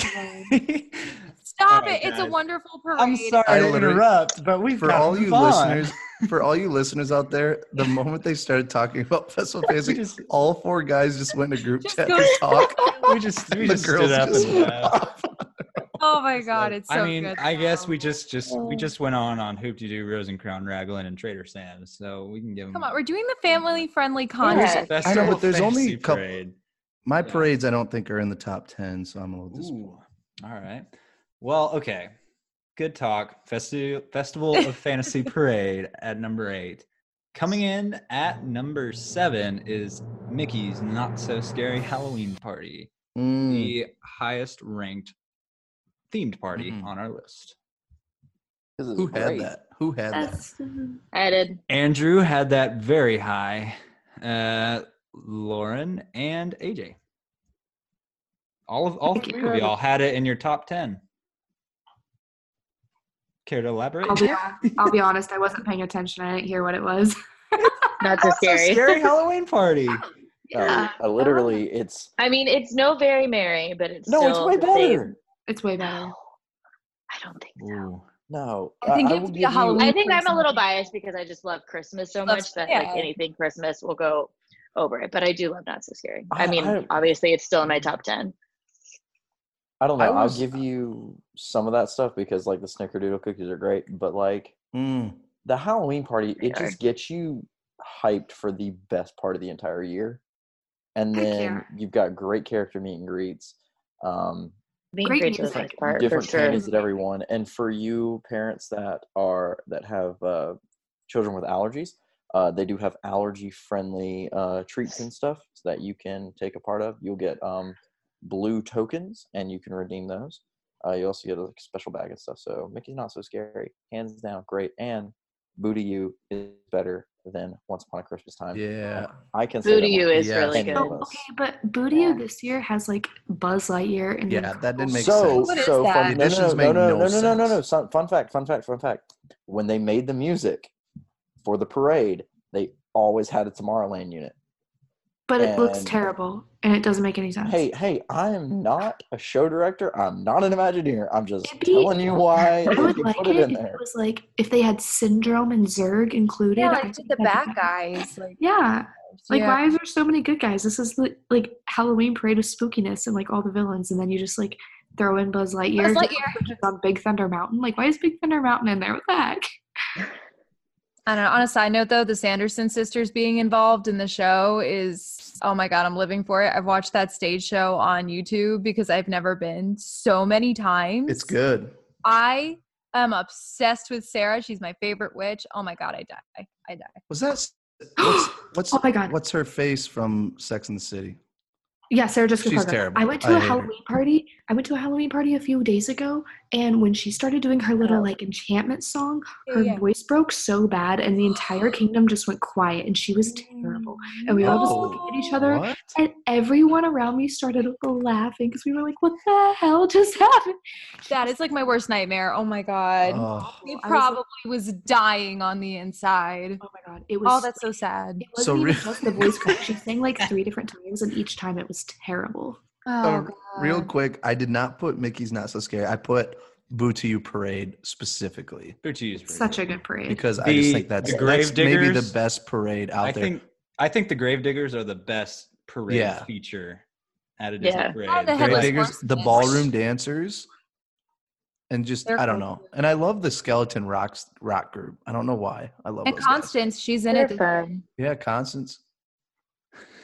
Speaker 9: Stop
Speaker 4: All right,
Speaker 9: it. It's a
Speaker 4: guys.
Speaker 9: wonderful parade.
Speaker 4: I'm sorry
Speaker 3: I
Speaker 4: to
Speaker 3: literally-
Speaker 4: interrupt, but we've
Speaker 3: For
Speaker 4: gotta
Speaker 3: all
Speaker 4: move
Speaker 3: you
Speaker 4: on.
Speaker 3: listeners, for all you listeners out there, the moment they started talking about Festival
Speaker 4: we
Speaker 3: Fantasy,
Speaker 4: just
Speaker 3: all four guys just went in a group
Speaker 9: Just
Speaker 3: chat
Speaker 9: go-
Speaker 3: and talked.
Speaker 4: we just we
Speaker 3: The
Speaker 4: just
Speaker 3: girls
Speaker 4: stood up
Speaker 3: just
Speaker 4: and laughed.
Speaker 9: Oh my god, it's so
Speaker 4: I mean,
Speaker 9: good.
Speaker 4: I guess
Speaker 9: though.
Speaker 4: we just just we just went on on Hoop De Doo, Rose and Crown, Raglan, and Trader Sam, so we can give them.
Speaker 9: Come on, we're doing the family friendly contest.
Speaker 4: Festival
Speaker 3: I know, but there's
Speaker 4: Fantasy
Speaker 3: only a couple-
Speaker 4: Parade.
Speaker 3: My
Speaker 4: Yeah.
Speaker 3: parades, I don't think, are in the top ten, so I'm a little disappointed.
Speaker 4: Ooh. All right. Well, okay. Good talk. Festi- Festival of Fantasy Parade at number eight. Coming in at number seven is Mickey's Not So Scary Halloween Party,
Speaker 3: Mm.
Speaker 4: the highest ranked themed party
Speaker 3: Mhm.
Speaker 4: on our list.
Speaker 8: 'Cause it's
Speaker 3: Who had
Speaker 8: great.
Speaker 3: that? Who had that?
Speaker 5: That's-
Speaker 7: I did.
Speaker 4: Andrew had that very high. Uh, Lauren, and AJ. All of all
Speaker 5: Thank
Speaker 4: three
Speaker 5: you.
Speaker 4: of y'all had it in your top ten. Care to elaborate?
Speaker 5: I'll be, uh, I'll be honest, I wasn't paying attention. I didn't hear what it was.
Speaker 7: Not
Speaker 4: It's
Speaker 7: so
Speaker 4: a
Speaker 7: scary.
Speaker 4: scary Halloween party.
Speaker 5: Yeah.
Speaker 8: Uh, literally, it's
Speaker 7: I mean, it's no very merry, but it's
Speaker 8: no, it's
Speaker 7: still
Speaker 8: way
Speaker 7: the same.
Speaker 8: better.
Speaker 5: It's way better.
Speaker 7: No, I don't think so.
Speaker 4: Ooh.
Speaker 8: No,
Speaker 9: I think it
Speaker 8: will
Speaker 9: would be
Speaker 8: give
Speaker 9: a Halloween-
Speaker 7: I think I'm a little
Speaker 9: personally.
Speaker 7: biased because I just love Christmas so
Speaker 9: Love-
Speaker 7: much that
Speaker 9: yeah.
Speaker 7: like anything Christmas will go over it. But I do love Not So Scary. I,
Speaker 8: I-
Speaker 7: mean,
Speaker 8: I-
Speaker 7: obviously, it's still in my top ten.
Speaker 8: I don't know.
Speaker 3: I
Speaker 8: I'll
Speaker 3: was-
Speaker 8: give you some of that stuff because like the Snickerdoodle cookies are great, but like
Speaker 3: Mm.
Speaker 8: the Halloween party,
Speaker 7: They
Speaker 8: it just gets you hyped for the best part of the entire year, and
Speaker 5: Heck
Speaker 8: then
Speaker 5: yeah.
Speaker 8: you've got great character meet and greets, um,
Speaker 7: Being
Speaker 5: Great
Speaker 7: great, to the
Speaker 5: music.
Speaker 7: best part for
Speaker 8: different
Speaker 7: sure.
Speaker 8: candies that everyone, and for you parents that are that have uh, children with allergies, uh, they do have allergy friendly uh, treats and stuff that you can take a part of. You'll get um, blue tokens, and you can redeem those. Uh, you also get a like, special bag and stuff. So Mickey's not so scary, hands down, great. And Booty You is better than Once Upon a Christmas Time.
Speaker 3: Yeah.
Speaker 8: I can say
Speaker 7: Food
Speaker 8: that
Speaker 7: to you
Speaker 8: one.
Speaker 7: is
Speaker 3: Yes.
Speaker 7: really
Speaker 8: Any
Speaker 7: good.
Speaker 8: of
Speaker 5: Oh,
Speaker 8: us.
Speaker 5: okay, but Budio this year has like Buzz Lightyear and
Speaker 3: Yeah, that didn't make
Speaker 8: so
Speaker 3: sense.
Speaker 9: What is
Speaker 8: so
Speaker 9: that?
Speaker 8: fun.
Speaker 9: The
Speaker 8: No no
Speaker 3: additions
Speaker 8: no no
Speaker 3: make
Speaker 8: no
Speaker 3: no
Speaker 8: no no no no no.
Speaker 3: sense.
Speaker 8: Son- Fun fact. Fun fact. Fun fact. When they made the music for the parade, they always had a Tomorrowland unit.
Speaker 5: But it looks
Speaker 8: and-
Speaker 5: terrible and it doesn't make any sense.
Speaker 8: Hey hey, I
Speaker 9: Mm.
Speaker 8: am not a show director. I'm not an Imagineer. I'm just
Speaker 5: It'd be-
Speaker 8: telling you why
Speaker 5: I
Speaker 8: they
Speaker 5: would
Speaker 8: can
Speaker 5: like
Speaker 8: put
Speaker 5: it
Speaker 8: it in
Speaker 5: if it
Speaker 8: there.
Speaker 5: was like if they had Syndrome and Zerg included.
Speaker 9: Yeah,
Speaker 5: I
Speaker 9: like
Speaker 5: think
Speaker 9: the
Speaker 5: that'd be
Speaker 9: bad
Speaker 5: better.
Speaker 9: guys. Like,
Speaker 5: Yeah, like
Speaker 9: yeah.
Speaker 5: why is there so many good guys? This is the, like Halloween parade of spookiness and like all the villains, and then you just like throw in Buzz Lightyear,
Speaker 9: Buzz
Speaker 5: just
Speaker 9: Lightyear.
Speaker 5: put it on Big Thunder Mountain. Like why is Big Thunder Mountain in there? What the heck?
Speaker 9: I don't know. On a side note, though, the Sanderson sisters being involved in the show is oh my god, I'm living for it. I've watched that stage show on YouTube because I've never been so many times.
Speaker 3: It's good.
Speaker 9: I am obsessed with Sarah. She's my favorite witch. Oh my god, I die. I die.
Speaker 3: Was that s- what's what's
Speaker 5: Oh my God.
Speaker 3: what's her face from Sex and the City?
Speaker 5: Yeah, Sarah Jessica
Speaker 3: She's
Speaker 5: Parker.
Speaker 3: terrible.
Speaker 5: I went
Speaker 3: I
Speaker 5: to a
Speaker 3: hate her.
Speaker 5: Halloween party. I went to a Halloween party a few days ago, and when she started doing her little
Speaker 7: Oh.
Speaker 5: like enchantment song,
Speaker 9: Yeah,
Speaker 5: her
Speaker 9: yeah.
Speaker 5: voice broke so bad, and the entire kingdom just went quiet, and she was terrible. And we all just
Speaker 3: No.
Speaker 5: looked at each other,
Speaker 3: What?
Speaker 5: and everyone around me started laughing because we were like, "What the hell just happened?"
Speaker 9: That is like my worst nightmare. Oh my god.
Speaker 3: Oh.
Speaker 9: He
Speaker 5: I was like-
Speaker 9: probably was dying on the inside.
Speaker 5: Oh my god, it was.
Speaker 9: Oh, that's so sad.
Speaker 5: It wasn't
Speaker 3: So
Speaker 5: even
Speaker 3: real-
Speaker 5: just the voice crack. She sang like three different times, and each time it was terrible.
Speaker 9: Oh,
Speaker 3: So, real
Speaker 9: God.
Speaker 3: quick, I did not put Mickey's Not So Scary. I put Boo to You Parade specifically
Speaker 4: Who to use? for
Speaker 5: Such
Speaker 4: you?
Speaker 5: a good parade.
Speaker 3: because I just
Speaker 4: The-
Speaker 3: think that's,
Speaker 4: the
Speaker 3: that's maybe the
Speaker 4: Gravediggers-
Speaker 3: best parade out
Speaker 4: I
Speaker 3: there.
Speaker 4: think I think the Gravediggers are the best parade
Speaker 3: Yeah.
Speaker 4: feature at a Disney
Speaker 7: Yeah.
Speaker 4: parade.
Speaker 9: Oh, the
Speaker 3: Grave
Speaker 9: Headless
Speaker 3: Diggers,
Speaker 9: Horseman.
Speaker 3: the ballroom dancers, and just
Speaker 9: They're
Speaker 3: I don't
Speaker 9: cool.
Speaker 3: know. And I love the skeleton rocks rock group. I don't know why. I love
Speaker 9: And
Speaker 3: those guys.
Speaker 9: Constance, she's in
Speaker 7: They're
Speaker 9: it.
Speaker 7: fun.
Speaker 3: Yeah, Constance.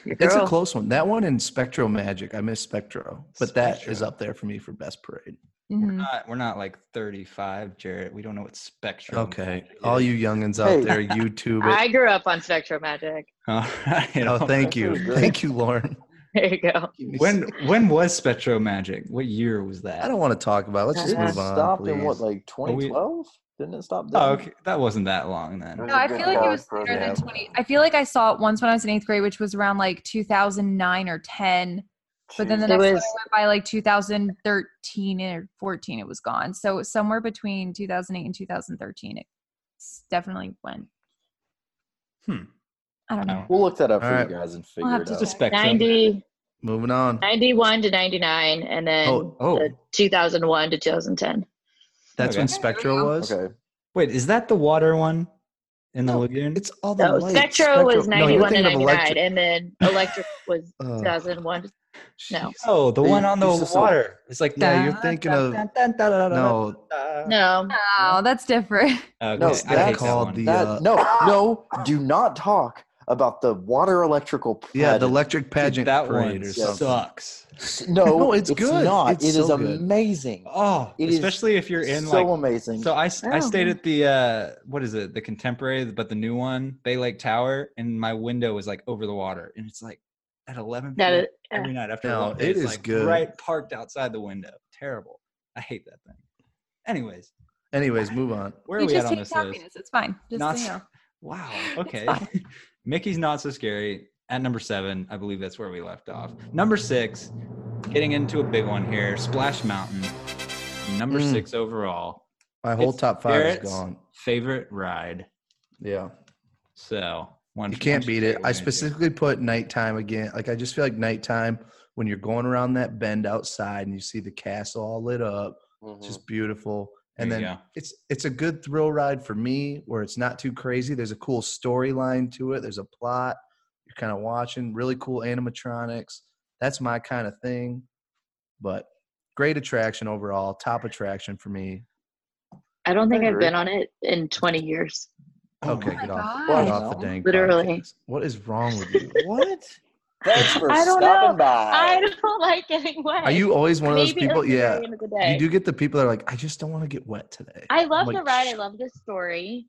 Speaker 7: Your
Speaker 3: It's a
Speaker 7: girl.
Speaker 3: close one. That one and Spectro Magic. I miss Spectro, but that is
Speaker 4: Spectro.
Speaker 3: up there for me for best parade.
Speaker 9: Mhm.
Speaker 4: Not- we're not like 35, Jarrett. We don't know what spectrum.
Speaker 3: Okay,
Speaker 4: is.
Speaker 3: all you youngins out
Speaker 8: Hey.
Speaker 3: there, YouTube it.
Speaker 7: I grew up on Spectro Magic.
Speaker 4: All right.
Speaker 3: Oh, thank
Speaker 8: Spectro
Speaker 3: you,
Speaker 8: was great.
Speaker 3: thank you, Lauren.
Speaker 7: There you go.
Speaker 3: Keep me
Speaker 4: When
Speaker 3: safe.
Speaker 4: when was Spectro Magic? What year was that?
Speaker 3: I don't want to talk about. it. Let's just
Speaker 7: Yeah.
Speaker 8: It
Speaker 3: move on.
Speaker 8: stopped in what
Speaker 3: please.
Speaker 8: like
Speaker 4: we-
Speaker 8: 2012? Didn't it stop? Then?
Speaker 4: Oh, okay. That wasn't that long then.
Speaker 7: Uh,
Speaker 9: No, I feel like it was later
Speaker 8: program.
Speaker 9: than 20. I feel like I saw it once when I was in eighth grade, which was around like 2009 or 10. But then the
Speaker 7: It
Speaker 9: next time I
Speaker 7: was-
Speaker 9: went by like 2013 or 14, it was gone. So somewhere between 2008 and 2013, it s- definitely went.
Speaker 4: Hmm.
Speaker 9: I don't
Speaker 4: I
Speaker 9: know.
Speaker 4: don't-
Speaker 8: We'll look that up
Speaker 3: All
Speaker 8: for
Speaker 3: right.
Speaker 8: you guys and
Speaker 9: We'll
Speaker 8: figure
Speaker 9: have
Speaker 8: it
Speaker 9: to
Speaker 8: out.
Speaker 4: Just a spectrum.
Speaker 7: 90,
Speaker 3: Moving on.
Speaker 7: 91 to 99, and then
Speaker 3: Oh, oh.
Speaker 7: the 2001 to 2010.
Speaker 3: That's when
Speaker 4: Okay.
Speaker 3: Spectro was.
Speaker 8: Okay.
Speaker 4: Wait, is that the water one in the
Speaker 3: No,
Speaker 4: lagoon?
Speaker 3: It's all the
Speaker 7: So
Speaker 3: lights.
Speaker 7: Spectro, was
Speaker 3: No, you're
Speaker 7: 91 to
Speaker 3: thinking of Oh.
Speaker 7: 99,
Speaker 3: Electra-
Speaker 7: and then Electric was
Speaker 3: Ugh.
Speaker 7: 2001. No.
Speaker 4: oh, the
Speaker 8: They
Speaker 4: one on the
Speaker 8: used to sell-
Speaker 4: water. It's like
Speaker 3: Yeah, you're thinking of- No,
Speaker 7: No.
Speaker 9: Oh, that's different.
Speaker 4: Okay,
Speaker 8: No,
Speaker 4: I
Speaker 8: it's
Speaker 4: hate
Speaker 8: that
Speaker 4: that
Speaker 3: called
Speaker 4: one.
Speaker 3: the-
Speaker 8: That,
Speaker 3: uh,
Speaker 8: no, no, do not talk about the water electrical.
Speaker 3: yeah, the
Speaker 8: pageant.
Speaker 3: electric pageant
Speaker 4: Dude, that
Speaker 3: parade
Speaker 4: one
Speaker 3: or something.
Speaker 4: sucks.
Speaker 8: S- No,
Speaker 3: No,
Speaker 8: it's,
Speaker 3: it's good.
Speaker 8: Not.
Speaker 3: It's
Speaker 8: It is
Speaker 3: so good.
Speaker 8: amazing.
Speaker 4: Oh,
Speaker 8: It is
Speaker 4: especially if you're in
Speaker 8: so
Speaker 4: like
Speaker 8: amazing.
Speaker 4: So I, s- I
Speaker 7: Oh.
Speaker 4: stayed at the uh what is it the contemporary but the new one Bay Lake Tower and my window was like over the water and it's like at eleven
Speaker 7: That
Speaker 4: p.m.
Speaker 7: is,
Speaker 4: every night after a
Speaker 3: No,
Speaker 4: long day,
Speaker 3: it
Speaker 4: it's,
Speaker 3: is
Speaker 4: like
Speaker 3: good.
Speaker 4: right parked outside the window terrible I hate that thing anyways
Speaker 3: Anyways, move on.
Speaker 4: where are
Speaker 9: you
Speaker 4: we at
Speaker 9: just
Speaker 4: on
Speaker 9: hate
Speaker 4: this list
Speaker 9: happiness. It's fine. Just
Speaker 4: Not
Speaker 9: so you
Speaker 4: s-
Speaker 9: know.
Speaker 4: wow okay
Speaker 9: fine.
Speaker 4: Mickey's not so scary at number seven, I believe that's where we left off. Number six, getting into a big one here, Splash Mountain. Number
Speaker 3: Mm.
Speaker 4: six overall.
Speaker 3: My whole
Speaker 4: It's
Speaker 3: top five
Speaker 4: Barrett's
Speaker 3: is gone.
Speaker 4: Favorite ride.
Speaker 3: Yeah.
Speaker 4: So one
Speaker 3: You can't beat it. I
Speaker 4: one-
Speaker 3: specifically put nighttime again. Like I just feel like nighttime when you're going around that bend outside and you see the castle all lit up.
Speaker 4: Mm-hmm.
Speaker 3: It's just beautiful. And
Speaker 4: There you
Speaker 3: then
Speaker 4: go.
Speaker 3: it's it's a good thrill ride for me where it's not too crazy. There's a cool storyline to it. There's a plot. You're kind of watching really cool animatronics. That's my kind of thing. But great attraction overall, top attraction for me.
Speaker 7: I don't think
Speaker 6: I
Speaker 7: I've
Speaker 6: agree.
Speaker 7: been on it in 20 years.
Speaker 8: Oh
Speaker 3: okay,
Speaker 8: my
Speaker 3: get off,
Speaker 9: God.
Speaker 3: get off the dang.
Speaker 7: Literally.
Speaker 3: podcast. What is wrong with you?
Speaker 8: What?
Speaker 6: Thanks for
Speaker 7: I don't
Speaker 6: stopping
Speaker 7: know.
Speaker 6: by.
Speaker 7: I don't like getting wet.
Speaker 3: Are you always one of those
Speaker 7: Maybe it
Speaker 3: people?
Speaker 7: was the very
Speaker 3: Yeah.
Speaker 7: end of the
Speaker 3: You
Speaker 7: day.
Speaker 3: do get the people that are like, I just don't want to get wet today.
Speaker 7: I love
Speaker 3: I'm
Speaker 7: the
Speaker 3: like,
Speaker 7: ride. I
Speaker 3: "Shh."
Speaker 7: love the story.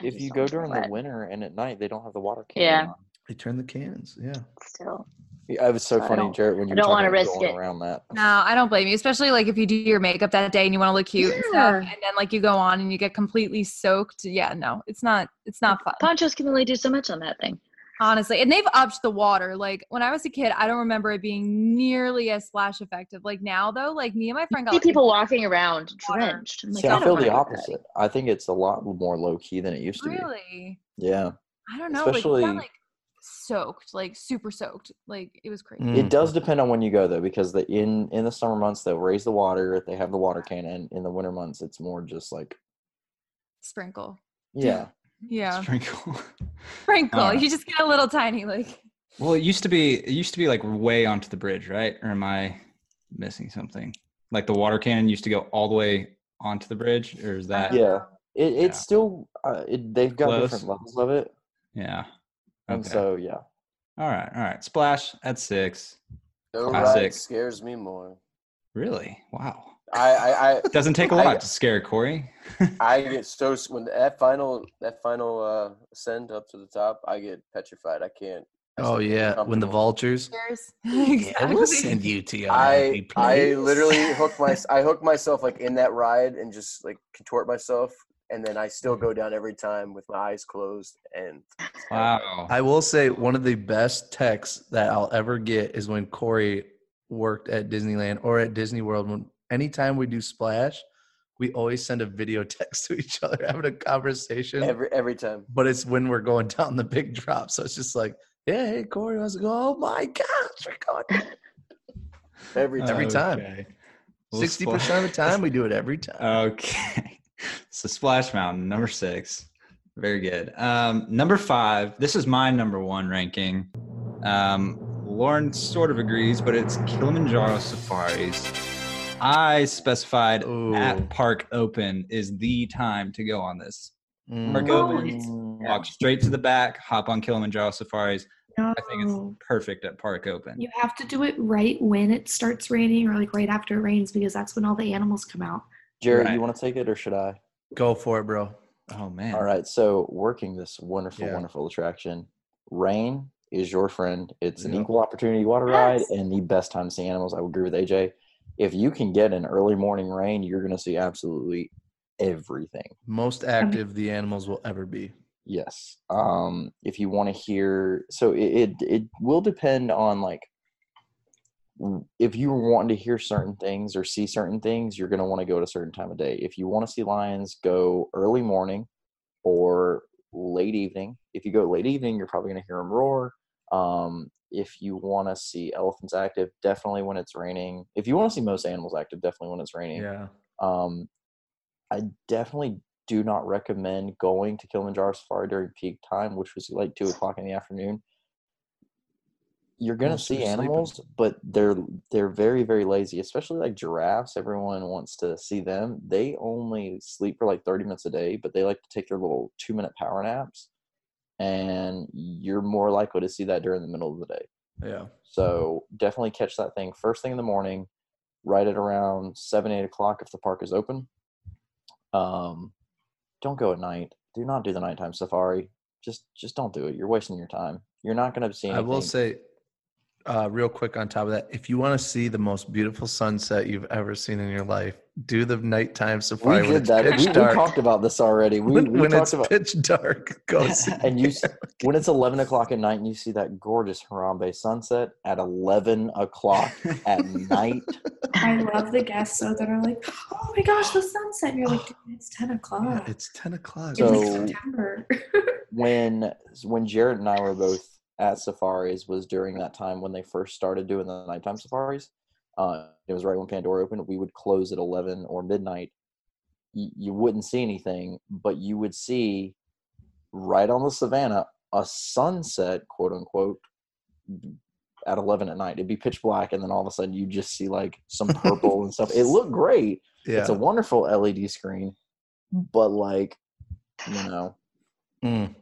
Speaker 7: I
Speaker 8: If
Speaker 7: just
Speaker 8: you
Speaker 7: don't
Speaker 8: go
Speaker 7: like
Speaker 8: during
Speaker 7: wet
Speaker 8: the winter and at night, they don't have the water
Speaker 7: Yeah.
Speaker 8: cannon.
Speaker 3: They turn the cans. Yeah.
Speaker 7: Still,
Speaker 8: Yeah. It was so
Speaker 7: I
Speaker 8: funny,
Speaker 7: don't-
Speaker 8: Jarrett, when you
Speaker 7: I
Speaker 8: were
Speaker 7: don't
Speaker 8: talking
Speaker 7: wanna
Speaker 8: about
Speaker 7: risk
Speaker 8: going
Speaker 7: it.
Speaker 8: around that.
Speaker 9: No, I don't blame you, especially like if you do your makeup that day and you want to look cute and stuff,
Speaker 7: Yeah.
Speaker 9: and then like you go on and you get completely soaked. Yeah, no, it's not it's not fun.
Speaker 7: ponchos can only do so much on that thing.
Speaker 9: Honestly, and they've upped the water. Like when I was a kid, I don't remember it being nearly as splash effective. Like now, though, like me and my friend got
Speaker 7: see
Speaker 9: like,
Speaker 7: people walking around
Speaker 9: Water.
Speaker 7: drenched. I'm like,
Speaker 8: See,
Speaker 7: I
Speaker 8: I
Speaker 7: don't
Speaker 8: feel
Speaker 7: wanna do
Speaker 8: the
Speaker 7: that.
Speaker 8: opposite. I think it's a lot more low key than it used to be.
Speaker 9: really.
Speaker 8: Yeah.
Speaker 9: I don't know, like we got
Speaker 8: Especially-
Speaker 9: like soaked, like super soaked. Like it was crazy.
Speaker 3: Mm.
Speaker 4: Hmm.
Speaker 8: It does depend on when you go though, because the in in the summer months they'll raise the water, they have the water cannon. In the winter months, it's more just like
Speaker 9: Sprinkle.
Speaker 8: yeah,
Speaker 9: Yeah.
Speaker 4: Sprinkle.
Speaker 9: Sprinkle.
Speaker 4: Alright.
Speaker 9: You just get a little tiny like
Speaker 4: Well, it used to be it used to be like way onto the bridge, right? Or am I missing something? Like the water cannon used to go all the way onto the bridge, or is that?
Speaker 9: Yeah.
Speaker 8: yeah. It it's
Speaker 4: Yeah.
Speaker 8: still uh, it, they've got
Speaker 4: Close.
Speaker 8: different levels of it,
Speaker 4: Yeah.
Speaker 8: and
Speaker 4: Okay.
Speaker 8: so yeah,
Speaker 4: all right, all right. Splash at six.
Speaker 6: No
Speaker 4: Classic.
Speaker 6: ride scares me more.
Speaker 4: Really? Wow.
Speaker 6: I, I, I,
Speaker 4: Doesn't take a
Speaker 6: I-
Speaker 4: lot to scare Corey.
Speaker 6: I get so s- when that final that final uh ascend up to the top, I get petrified. I can't. I
Speaker 3: Oh
Speaker 6: still feel
Speaker 3: yeah, when the
Speaker 6: uncomfortable.
Speaker 3: vultures.
Speaker 9: years.
Speaker 3: I will send you to your happy
Speaker 6: I I
Speaker 3: place.
Speaker 6: literally hook my I hook myself like in that ride and just like contort myself, and then I still go down every time with my eyes closed. And
Speaker 4: Wow.
Speaker 3: I will say one of the best texts that I'll ever get is when Corey worked at Disneyland or at Disney World. When anytime we do Splash, we always send a video text to each other having a conversation.
Speaker 6: every every time,
Speaker 3: but it's when we're going down the big drop, so it's just like, yeah, hey Corey, how's it going? Oh my gosh, we're going
Speaker 6: every
Speaker 4: Uh,
Speaker 6: time.
Speaker 3: every time.
Speaker 4: Well,
Speaker 3: sixty percent of the
Speaker 4: Splash-
Speaker 3: time we do it every time.
Speaker 4: Okay. So Splash Mountain, number six. Very good. Um, number five. This is my number one ranking. Um, Lauren sort of agrees, but it's Kilimanjaro Safaris. I specified
Speaker 3: Ooh.
Speaker 4: at park open is the time to go on this. Park
Speaker 3: Mm.
Speaker 4: open,
Speaker 7: it's-
Speaker 4: walk straight to the back, hop on Kilimanjaro Safaris. I think it's
Speaker 5: No.
Speaker 4: perfect at park open.
Speaker 5: You have to do it right when it starts raining or like right after it rains because that's when all the animals come out.
Speaker 8: Jared,
Speaker 4: Right.
Speaker 8: you want to take it or should I?
Speaker 3: Go for it, bro.
Speaker 4: Oh man.
Speaker 8: All right, so working this wonderful,
Speaker 3: Yeah.
Speaker 8: wonderful attraction, rain is your friend. It's an
Speaker 3: Yeah.
Speaker 8: equal opportunity water ride
Speaker 5: Yes.
Speaker 8: and the best time to see animals. I would agree with AJ. If you can get an early morning rain, you're going to see absolutely everything.
Speaker 3: Most active the animals will ever be.
Speaker 8: Yes. Um, if you want to hear, so it, it it will depend on like w- if you want to hear certain things or see certain things, you're going to want to go at a certain time of day. If you want to see lions, go early morning or late evening. If you go late evening, you're probably going to hear them roar. Um, if you want to see elephants active, definitely when it's raining. If you want to see most animals active, definitely when it's raining.
Speaker 3: Yeah.
Speaker 8: Um, I definitely do not recommend going to Kilimanjaro Safari during peak time, which was like two o'clock in the afternoon. You're gonna
Speaker 3: Most are
Speaker 8: see
Speaker 3: sleeping.
Speaker 8: animals, but they're they're very very lazy, especially like giraffes. Everyone wants to see them. They only sleep for like thirty minutes a day, but they like to take their little two minute power naps, and you're more likely to see that during the middle of the day.
Speaker 3: Yeah.
Speaker 8: So definitely catch that thing first thing in the morning, right at around seven, eight o'clock if the park is open. Um, don't go at night. Do not do the nighttime safari. Just just don't do it. You're wasting your time. You're not gonna see
Speaker 3: I
Speaker 8: anything.
Speaker 3: will say uh, real quick on top of that, if you want to see the most beautiful sunset you've ever seen in your life, do the nighttime
Speaker 8: We
Speaker 3: safari when
Speaker 8: did
Speaker 3: it's
Speaker 8: that. We,
Speaker 3: pitch
Speaker 8: we
Speaker 3: dark.
Speaker 8: talked about this already. We,
Speaker 3: when
Speaker 8: we
Speaker 3: when
Speaker 8: talked
Speaker 3: it's
Speaker 8: about
Speaker 3: pitch dark, go see.
Speaker 8: and you s- when it's eleven o'clock at night and you see that gorgeous Harambe sunset at eleven o'clock at night.
Speaker 5: I love the guests though that are like, oh my gosh, the sunset. And you're like, dude, it's 10
Speaker 3: Oh, Yeah,
Speaker 5: o'clock.
Speaker 3: it's ten
Speaker 5: Ah.
Speaker 3: o'clock.
Speaker 5: it's like
Speaker 8: So-
Speaker 5: September.
Speaker 8: when when Jared and I were both at safaris was during that time when they first started doing the nighttime safaris. Uh, it was right when Pandora opened. We would close at eleven or midnight. Y- you wouldn't see anything, but you would see right on the savannah a sunset, quote unquote, at eleven at night. It'd be pitch black, and then all of a sudden you just see like some purple and stuff. It looked great.
Speaker 3: yeah.
Speaker 8: It's a wonderful LED screen, but like you know,
Speaker 3: Mm,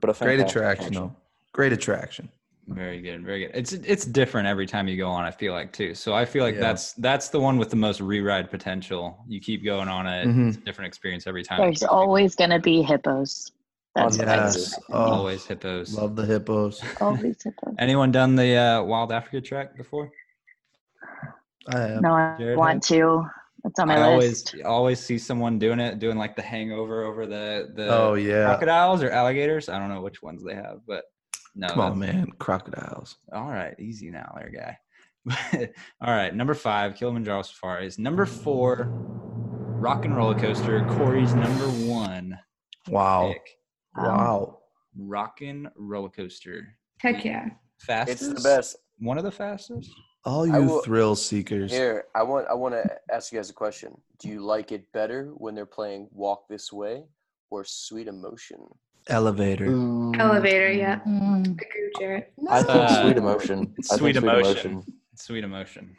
Speaker 8: but a
Speaker 3: great
Speaker 8: fantastic
Speaker 3: attraction.
Speaker 8: attraction.
Speaker 3: though. Great attraction.
Speaker 4: Very good, very good. It's it's different every time you go on. I feel like too. So I feel like
Speaker 3: Yeah.
Speaker 4: that's that's the one with the most reride potential. You keep going on it.
Speaker 3: Mhm.
Speaker 4: It's a different experience every time.
Speaker 7: There's always going to be hippos. That's what I
Speaker 8: Yes.
Speaker 7: see.
Speaker 3: Oh,
Speaker 4: always hippos.
Speaker 3: Love the hippos.
Speaker 7: Always hippos.
Speaker 4: Anyone done the uh, Wild Africa track before?
Speaker 3: I have.
Speaker 7: No, I
Speaker 4: Jared
Speaker 7: want to. It's on my
Speaker 4: I
Speaker 7: list.
Speaker 4: always always see someone doing it, doing like the hangover over the the
Speaker 3: Oh yeah.
Speaker 4: crocodiles or alligators. I don't know which ones they have, but no.
Speaker 3: Come on,
Speaker 4: that's-
Speaker 3: man. Crocodiles.
Speaker 4: All right, easy now, there, guy. All right, number five, Kilimanjaro Safaris. Number four, Rock and Roller Coaster. Corey's number one
Speaker 3: Wow.
Speaker 4: pick.
Speaker 3: Wow.
Speaker 4: Rockin' Roller Coaster.
Speaker 5: Heck yeah.
Speaker 4: Fastest.
Speaker 6: It's the best.
Speaker 4: One of the fastest.
Speaker 3: All
Speaker 6: I
Speaker 3: you
Speaker 6: will-
Speaker 3: thrill seekers.
Speaker 6: Here, I want I want to ask you guys a question. Do you like it better when they're playing Walk This Way or Sweet Emotion?
Speaker 3: Elevator.
Speaker 5: Elevator, yeah.
Speaker 9: Mm.
Speaker 5: Agree with Jarrett.
Speaker 8: I think
Speaker 4: Uh,
Speaker 8: sweet emotion.
Speaker 4: it's
Speaker 8: I think
Speaker 4: Sweet Emotion. Sweet emotion.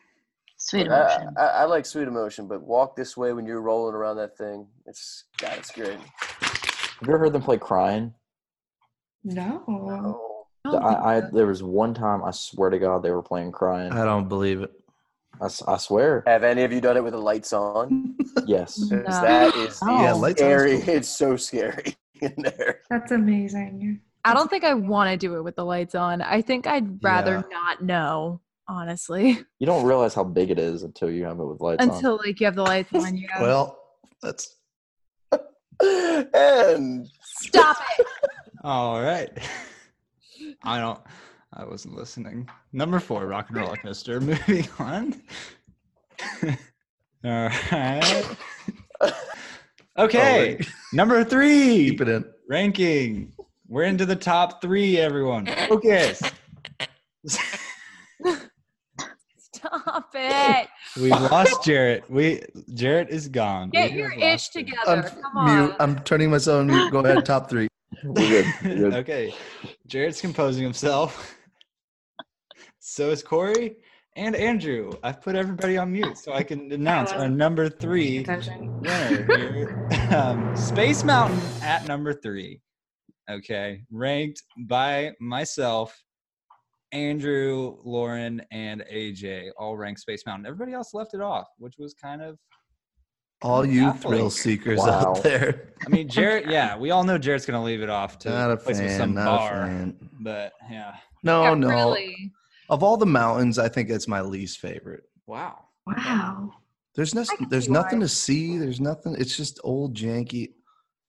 Speaker 7: Sweet
Speaker 6: But I-
Speaker 7: emotion.
Speaker 6: I, I like Sweet Emotion, but Walk This Way when you're rolling around that thing, it's God, it's great.
Speaker 8: Have you ever heard them play crying?
Speaker 5: No.
Speaker 6: Oh,
Speaker 8: The- I, I there was one time I swear to God they were playing crying. I,
Speaker 3: I don't believe it.
Speaker 8: s- I swear.
Speaker 6: Have any of you done it with the lights on?
Speaker 8: Yes.
Speaker 6: 'Cause
Speaker 9: No.
Speaker 6: That is
Speaker 3: Yeah,
Speaker 9: Oh.
Speaker 3: lights on is
Speaker 6: scary.
Speaker 3: cool.
Speaker 6: It's so scary in there.
Speaker 5: That's amazing.
Speaker 9: I don't think I want to do it with the lights on. I think I'd rather
Speaker 3: Yeah.
Speaker 9: not know, honestly,
Speaker 8: You don't realize how big it is until you have it with lights on.
Speaker 9: until like you have the lights on. You have-
Speaker 3: Well, that's
Speaker 6: And
Speaker 9: stop it.
Speaker 4: All right. I don't. I wasn't listening. Number four, rock and roller coaster. Moving on. All right. Okay.
Speaker 3: wait.
Speaker 4: Number three.
Speaker 3: keep it in.
Speaker 4: Ranking. We're into the top three, everyone. Focus.
Speaker 9: Stop it.
Speaker 4: We've lost Jarrett. We Jarrett is gone. We
Speaker 9: Get
Speaker 4: have
Speaker 9: your ish
Speaker 4: lost him.
Speaker 9: together.
Speaker 3: I'm,
Speaker 9: Come
Speaker 3: mute.
Speaker 9: on.
Speaker 3: I'm turning myself on mute. Go ahead, top three.
Speaker 8: We're good. We're good.
Speaker 4: okay. Jared's composing himself. So is Corey and Andrew. I've put everybody on mute so I can announce our number three
Speaker 5: Attention.
Speaker 4: winner here. Um, Space Mountain at number three. Okay. Ranked by myself, Andrew, Lauren, and AJ all ranked Space Mountain. Everybody else left it off, which was kind of
Speaker 3: All you
Speaker 4: Baffling.
Speaker 3: thrill seekers
Speaker 8: Wow.
Speaker 3: out there.
Speaker 4: I mean Jarrett, yeah, we all know Jarrett's gonna leave it off to
Speaker 3: Not a
Speaker 4: replace it with
Speaker 3: fan.
Speaker 4: some
Speaker 3: Not
Speaker 4: bar.
Speaker 3: a fan.
Speaker 4: But yeah.
Speaker 3: No,
Speaker 9: Yeah,
Speaker 3: oh, no.
Speaker 9: Really.
Speaker 3: Of all the mountains, I think it's my least favorite.
Speaker 4: Wow.
Speaker 5: Wow.
Speaker 3: There's no,
Speaker 9: I can
Speaker 3: there's
Speaker 9: see why.
Speaker 3: nothing to see. There's nothing. It's just old janky.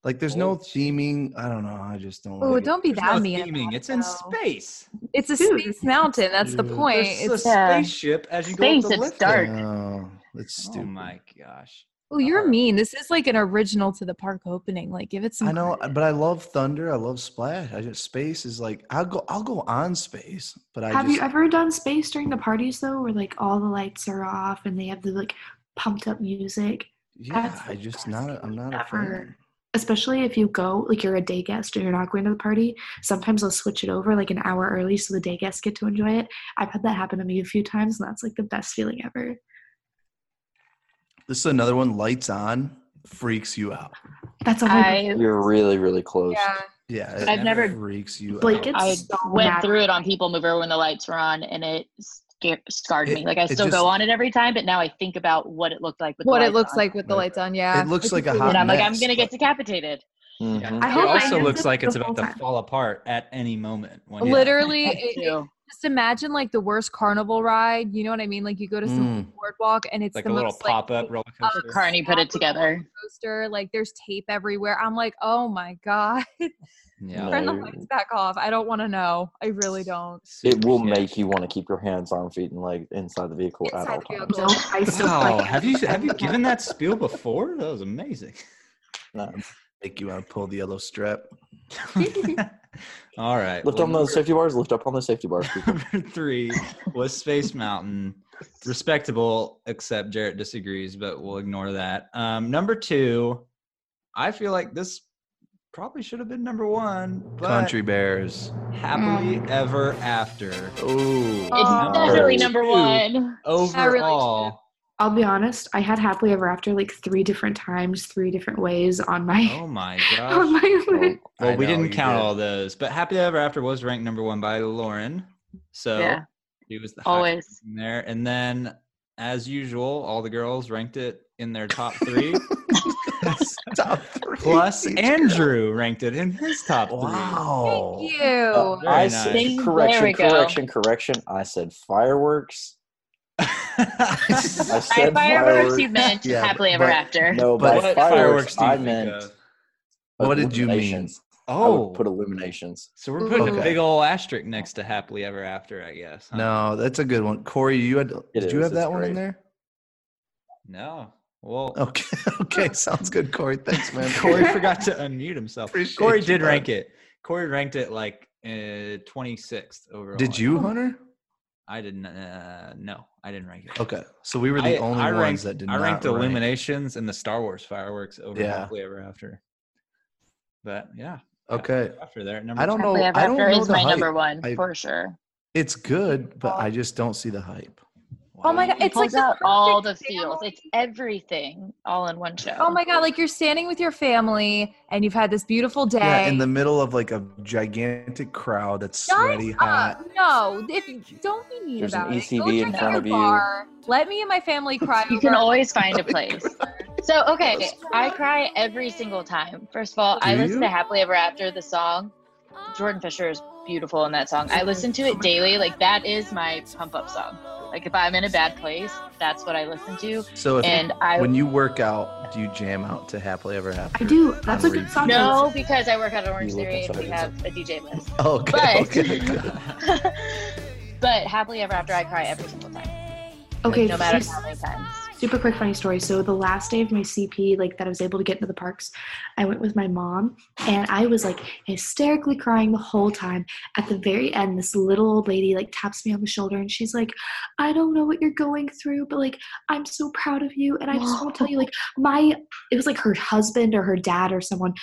Speaker 3: Like there's no
Speaker 4: Old
Speaker 3: theming. I don't know. I just don't.
Speaker 9: Oh,
Speaker 3: like it.
Speaker 9: don't be
Speaker 4: There's
Speaker 9: that
Speaker 4: no
Speaker 9: mean.
Speaker 4: theming.
Speaker 9: about it,
Speaker 4: It's in
Speaker 9: though.
Speaker 4: space.
Speaker 9: It's a
Speaker 5: Dude.
Speaker 9: space mountain. That's the
Speaker 3: Dude.
Speaker 9: point.
Speaker 4: There's
Speaker 9: It's,
Speaker 4: a
Speaker 7: Yeah.
Speaker 4: spaceship as you
Speaker 7: Space,
Speaker 4: go up the
Speaker 7: it's
Speaker 4: lift
Speaker 7: dark.
Speaker 4: hill.
Speaker 3: No, it's stupid.
Speaker 4: Oh my gosh.
Speaker 9: oh, you're
Speaker 4: dark.
Speaker 9: mean. This is like an original to the park opening. Like, give it some.
Speaker 3: I know,
Speaker 9: credit.
Speaker 3: but I love Thunder. I love Splash. I just space is like I'll go. I'll go on space, but I
Speaker 5: Have
Speaker 3: just
Speaker 5: you ever done space during the parties though, where like all the lights are off and they have the like pumped up music?
Speaker 3: yeah.
Speaker 5: That's the
Speaker 3: I just
Speaker 5: best
Speaker 3: not. A, I'm
Speaker 5: feeling
Speaker 3: not a fan.
Speaker 5: ever. Especially if you go, like you're a day guest and you're not going to the party, sometimes they'll switch it over like an hour early so the day guests get to enjoy it. I've had that happen to me a few times, and that's like the best feeling ever.
Speaker 3: This is another one. Lights on freaks you out.
Speaker 5: That's a whole
Speaker 7: I
Speaker 8: You're really, really close.
Speaker 9: Yeah.
Speaker 3: Yeah, it
Speaker 7: I've never-
Speaker 3: freaks you
Speaker 5: Blake,
Speaker 3: out.
Speaker 5: it's
Speaker 7: I
Speaker 5: so
Speaker 7: went
Speaker 5: mad.
Speaker 7: through it on People Mover when the lights were on, and it scared, scarred
Speaker 3: It-
Speaker 7: me. Like I
Speaker 3: it
Speaker 7: still
Speaker 3: just-
Speaker 7: go on it every time, but now I think about what it looked like with
Speaker 9: what
Speaker 7: the
Speaker 9: it
Speaker 7: lights
Speaker 9: looks
Speaker 7: on.
Speaker 9: like with the
Speaker 3: Right.
Speaker 9: lights on. Yeah.
Speaker 3: It looks
Speaker 9: I
Speaker 3: like
Speaker 9: can
Speaker 3: a
Speaker 9: see
Speaker 3: hot
Speaker 7: and I'm like, I'm
Speaker 3: mess,
Speaker 7: gonna get
Speaker 3: but-
Speaker 7: decapitated.
Speaker 8: Mhm.
Speaker 5: I
Speaker 4: it
Speaker 5: hope my
Speaker 3: Mm-hmm.
Speaker 4: also
Speaker 5: hands
Speaker 4: looks
Speaker 5: did
Speaker 4: like it's
Speaker 5: the
Speaker 4: about
Speaker 5: whole
Speaker 4: to
Speaker 5: time.
Speaker 4: fall apart at any moment. When
Speaker 9: Literally,
Speaker 7: That
Speaker 9: it-
Speaker 7: too.
Speaker 9: Just imagine like the worst carnival ride. You know what I mean? Like you go to some
Speaker 3: Mm.
Speaker 9: boardwalk and it's
Speaker 4: like a
Speaker 9: the
Speaker 4: little
Speaker 9: most, like, oh,
Speaker 4: pop up roller coaster.
Speaker 7: Carney put it together.
Speaker 9: coaster. Like there's tape everywhere. I'm like, oh my god.
Speaker 4: Yeah.
Speaker 9: Turn the
Speaker 8: No.
Speaker 9: lights back off. I don't want to know. I really don't.
Speaker 8: It will
Speaker 4: Yeah.
Speaker 8: make you want to keep your hands, arm, feet, and leg inside the vehicle at
Speaker 9: Inside
Speaker 8: all
Speaker 9: the
Speaker 8: times.
Speaker 9: vehicle.
Speaker 5: Don't ice the
Speaker 4: Wow,
Speaker 5: bike.
Speaker 4: have you have you given that spiel before? That was amazing.
Speaker 8: No.
Speaker 3: Make you want to pull the yellow strap.
Speaker 4: All right.
Speaker 8: Lift
Speaker 4: well,
Speaker 8: up on those safety bars. Lift up on those safety bars. people.
Speaker 4: Number three was Space Mountain. Respectable, except Jarrett disagrees, but we'll ignore that. Um, number two, I feel like this probably should have been number one, but
Speaker 3: Country Bears.
Speaker 4: happily ever after.
Speaker 3: Oh.
Speaker 7: Mm. It's
Speaker 9: Oh.
Speaker 7: definitely
Speaker 4: Two.
Speaker 7: number one.
Speaker 9: really should.
Speaker 4: Overall,
Speaker 5: I'll be honest, I had happily ever after like three different times, three different ways on my
Speaker 4: oh my
Speaker 5: on
Speaker 4: gosh.
Speaker 5: my list.
Speaker 4: Well,
Speaker 3: I
Speaker 4: we
Speaker 3: know,
Speaker 4: didn't
Speaker 3: you
Speaker 4: count
Speaker 3: did.
Speaker 4: all those, but Happy Ever After was ranked number one by Lauren. So
Speaker 7: Yeah.
Speaker 4: he was the highest
Speaker 7: Always.
Speaker 4: in there. And then, as usual, all the girls ranked it in their top three.
Speaker 3: Top three.
Speaker 4: Plus, Andrew ranked it in his top three.
Speaker 3: Wow.
Speaker 9: Thank you.
Speaker 8: Uh,
Speaker 4: Very
Speaker 8: I
Speaker 4: nice.
Speaker 8: said
Speaker 7: There we
Speaker 8: correction,
Speaker 7: go.
Speaker 8: correction, correction. I said fireworks. I
Speaker 7: By
Speaker 8: said
Speaker 7: fireworks, you
Speaker 8: fireworks.
Speaker 7: meant
Speaker 3: Yeah,
Speaker 7: happily ever
Speaker 3: but-
Speaker 7: after.
Speaker 8: No,
Speaker 3: But
Speaker 8: by
Speaker 4: what
Speaker 8: fireworks,
Speaker 4: fireworks do you
Speaker 8: I
Speaker 4: think uh,
Speaker 8: meant
Speaker 4: of?
Speaker 3: What did you mean?
Speaker 8: illuminations. I
Speaker 4: Oh,
Speaker 8: would put illuminations.
Speaker 4: so we're putting
Speaker 3: Okay.
Speaker 4: a big old asterisk next to Happily Ever After, I guess. huh?
Speaker 3: No, that's a good one. Corey, you had did you
Speaker 8: is,
Speaker 3: have
Speaker 8: it's
Speaker 3: that one in
Speaker 8: great.
Speaker 3: there?
Speaker 4: No. Well,
Speaker 3: Okay. Okay. Sounds good, Corey. Oh, Thanks, man.
Speaker 4: Corey forgot to unmute himself.
Speaker 3: Appreciate
Speaker 4: Corey
Speaker 3: you,
Speaker 4: did
Speaker 3: bud.
Speaker 4: rank it. Corey ranked it like uh, 26th overall.
Speaker 3: Did you, Hunter?
Speaker 4: I didn't. Uh, no, I didn't rank it.
Speaker 3: Okay. So we were the only ones
Speaker 4: ranked,
Speaker 3: that did
Speaker 4: I
Speaker 3: not
Speaker 4: ranked
Speaker 3: rank.
Speaker 4: Illuminations and the Star Wars fireworks over
Speaker 3: Yeah.
Speaker 4: Happily Ever After. But yeah,
Speaker 3: Okay.
Speaker 4: after there, at number
Speaker 3: I don't know.
Speaker 7: Happily ever
Speaker 3: I don't
Speaker 7: after
Speaker 3: know
Speaker 7: is
Speaker 3: the
Speaker 7: my
Speaker 3: hype.
Speaker 7: number one
Speaker 3: I-
Speaker 7: for sure.
Speaker 3: It's good, but I just don't see the hype.
Speaker 9: Oh my god,
Speaker 7: It
Speaker 9: it's like
Speaker 7: pulls
Speaker 9: the
Speaker 7: out all the
Speaker 9: perfect
Speaker 7: feels. It's
Speaker 9: family.
Speaker 7: everything all in one show.
Speaker 9: Oh my god, like you're standing with your family and you've had this beautiful day.
Speaker 3: Yeah, in the middle of like a gigantic crowd that's
Speaker 9: Shut
Speaker 3: sweaty,
Speaker 9: Uh,
Speaker 3: hot.
Speaker 9: no, if you, don't be mean
Speaker 8: There's an
Speaker 9: about it.
Speaker 8: ECV
Speaker 9: Go
Speaker 8: in
Speaker 9: drink at
Speaker 8: front
Speaker 9: your
Speaker 8: of you.
Speaker 9: bar. Let me and my family cry.
Speaker 7: You can
Speaker 9: over it.
Speaker 7: always find a place. So okay, I cry every single time. First of all, I
Speaker 3: Do
Speaker 7: listen
Speaker 3: you?
Speaker 7: to Happily Ever After the song. Jordan Fisher is beautiful in that song. I listen to it daily. Like that is my pump up song. Like if I'm in a bad place, that's what I listen to.
Speaker 3: So if,
Speaker 7: And I
Speaker 3: when you work out, do you jam out to happily ever after?
Speaker 5: I do. That's a good
Speaker 3: Unread.
Speaker 5: song. to
Speaker 7: no, because I work at Orange
Speaker 8: You look
Speaker 7: Theory and we
Speaker 8: inside
Speaker 7: have a DJ list.
Speaker 3: Okay.
Speaker 7: But-
Speaker 3: okay. good.
Speaker 7: but happily ever after, I cry every single time,
Speaker 5: listen- Okay,
Speaker 7: no matter
Speaker 5: super-
Speaker 7: how many times.
Speaker 5: super quick funny story. So the last day of my CP, like that I was able to get into the parks, I went with my mom and I was like hysterically crying the whole time. At the very end, this little old lady like taps me on the shoulder and she's like, I don't know what you're going through, but like I'm so proud of you. And I just want to tell you, like, my it was like her husband or her dad or someone.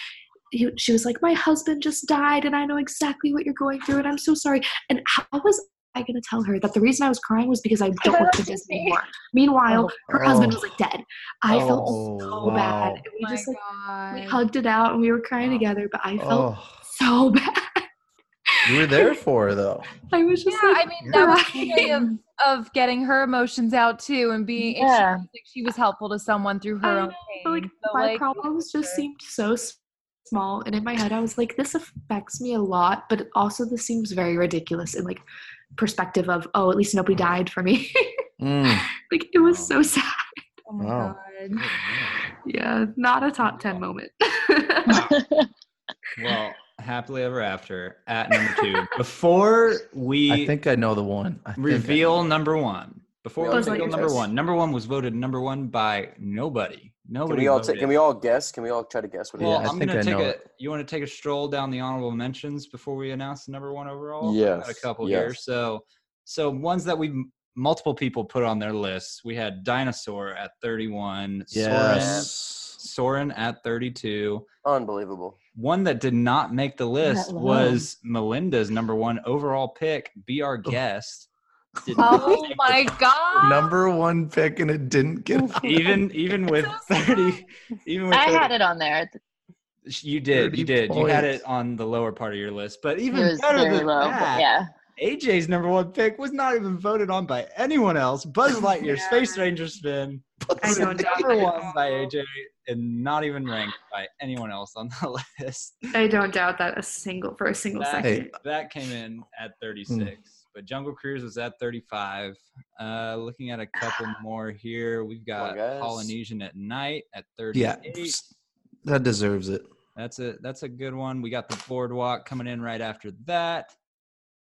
Speaker 5: He, she was like, My husband just died, and I know exactly what you're going through, and I'm so sorry. And how was I going to tell her that the reason I was crying was because I don't work for Disney anymore? Meanwhile, her husband was like dead. I felt
Speaker 3: Oh,
Speaker 5: so
Speaker 3: wow.
Speaker 5: bad. And
Speaker 9: Oh
Speaker 5: we
Speaker 9: my
Speaker 5: just like
Speaker 9: god.
Speaker 5: we hugged it out and we were crying
Speaker 4: Wow.
Speaker 5: together, but I felt
Speaker 3: Oh,
Speaker 5: so bad.
Speaker 3: you were there for her though.
Speaker 5: I was
Speaker 9: yeah,
Speaker 5: just
Speaker 9: I
Speaker 5: like
Speaker 9: mean that was
Speaker 5: crying.
Speaker 9: a way of, of getting her emotions out too, and being if she
Speaker 7: Yeah.
Speaker 9: feels like she was helpful to someone through her
Speaker 5: I
Speaker 9: own
Speaker 5: know,
Speaker 9: pain.
Speaker 5: like
Speaker 9: So,
Speaker 5: my
Speaker 9: like,
Speaker 5: problems
Speaker 9: sure.
Speaker 5: just seemed so s- small and in my head I was like this affects me a lot, but also this seems very ridiculous in like perspective of oh, at least nobody died for me.
Speaker 3: Mm.
Speaker 5: like it was so sad.
Speaker 9: Oh my
Speaker 3: Wow.
Speaker 9: god.
Speaker 5: Yeah, not a top 10 moment.
Speaker 4: Well, happily ever after at number two. Before we
Speaker 3: I think I know the one. I think I know.
Speaker 4: reveal number one, before
Speaker 6: We
Speaker 4: we
Speaker 5: all take
Speaker 4: reveal
Speaker 5: a
Speaker 4: number
Speaker 6: guess.
Speaker 4: one, number one was voted number one by nobody.
Speaker 6: Can
Speaker 4: Nobody.
Speaker 6: we all
Speaker 4: voted.
Speaker 6: take? Can we all guess? Can we all try to guess what it is?
Speaker 4: Well,
Speaker 3: Yeah, I
Speaker 4: I'm
Speaker 3: think
Speaker 4: gonna
Speaker 3: I
Speaker 4: take
Speaker 3: know
Speaker 4: a.
Speaker 3: it.
Speaker 4: You want to take a stroll down the honorable mentions before we announce the number one overall? I got a
Speaker 8: Yes,
Speaker 4: couple here.
Speaker 8: yes.
Speaker 4: So, so ones that we multiple people put on their lists. We had dinosaur at 31. Soren,
Speaker 3: Yes.
Speaker 4: Soren at 32.
Speaker 6: Unbelievable.
Speaker 4: One that did not make the list
Speaker 7: low.
Speaker 4: was Melinda's number one overall pick. Be our
Speaker 3: Oh.
Speaker 4: guest. Did not
Speaker 9: Oh
Speaker 4: make the
Speaker 9: my god.
Speaker 3: Number one pick, and it didn't get. a-
Speaker 4: even even with
Speaker 9: so sad.
Speaker 4: 30 even with
Speaker 7: I
Speaker 4: 30,
Speaker 7: had it on there.
Speaker 4: you did
Speaker 3: 30
Speaker 4: you did you had
Speaker 3: points.
Speaker 4: it on the lower part of your list but
Speaker 7: It
Speaker 4: even
Speaker 7: was
Speaker 4: better
Speaker 7: very
Speaker 4: than
Speaker 7: low.
Speaker 4: that
Speaker 7: But yeah.
Speaker 4: aj's number one pick was not even voted on by anyone else buzz lightyear space ranger spin
Speaker 5: I
Speaker 4: was
Speaker 5: know, John.
Speaker 4: number one by aj and not even ranked by anyone else on the list
Speaker 5: I don't doubt that a single for a single
Speaker 4: That-
Speaker 5: second.
Speaker 3: Hey,
Speaker 4: that came in at 36
Speaker 6: Hmm.
Speaker 4: But Jungle Cruise was at 35. Uh, looking at a couple more here, we've got
Speaker 6: on, guys.
Speaker 4: Polynesian at night at 38.
Speaker 3: Yeah, that deserves it.
Speaker 4: That's a that's a good one. We got the boardwalk coming in right after that.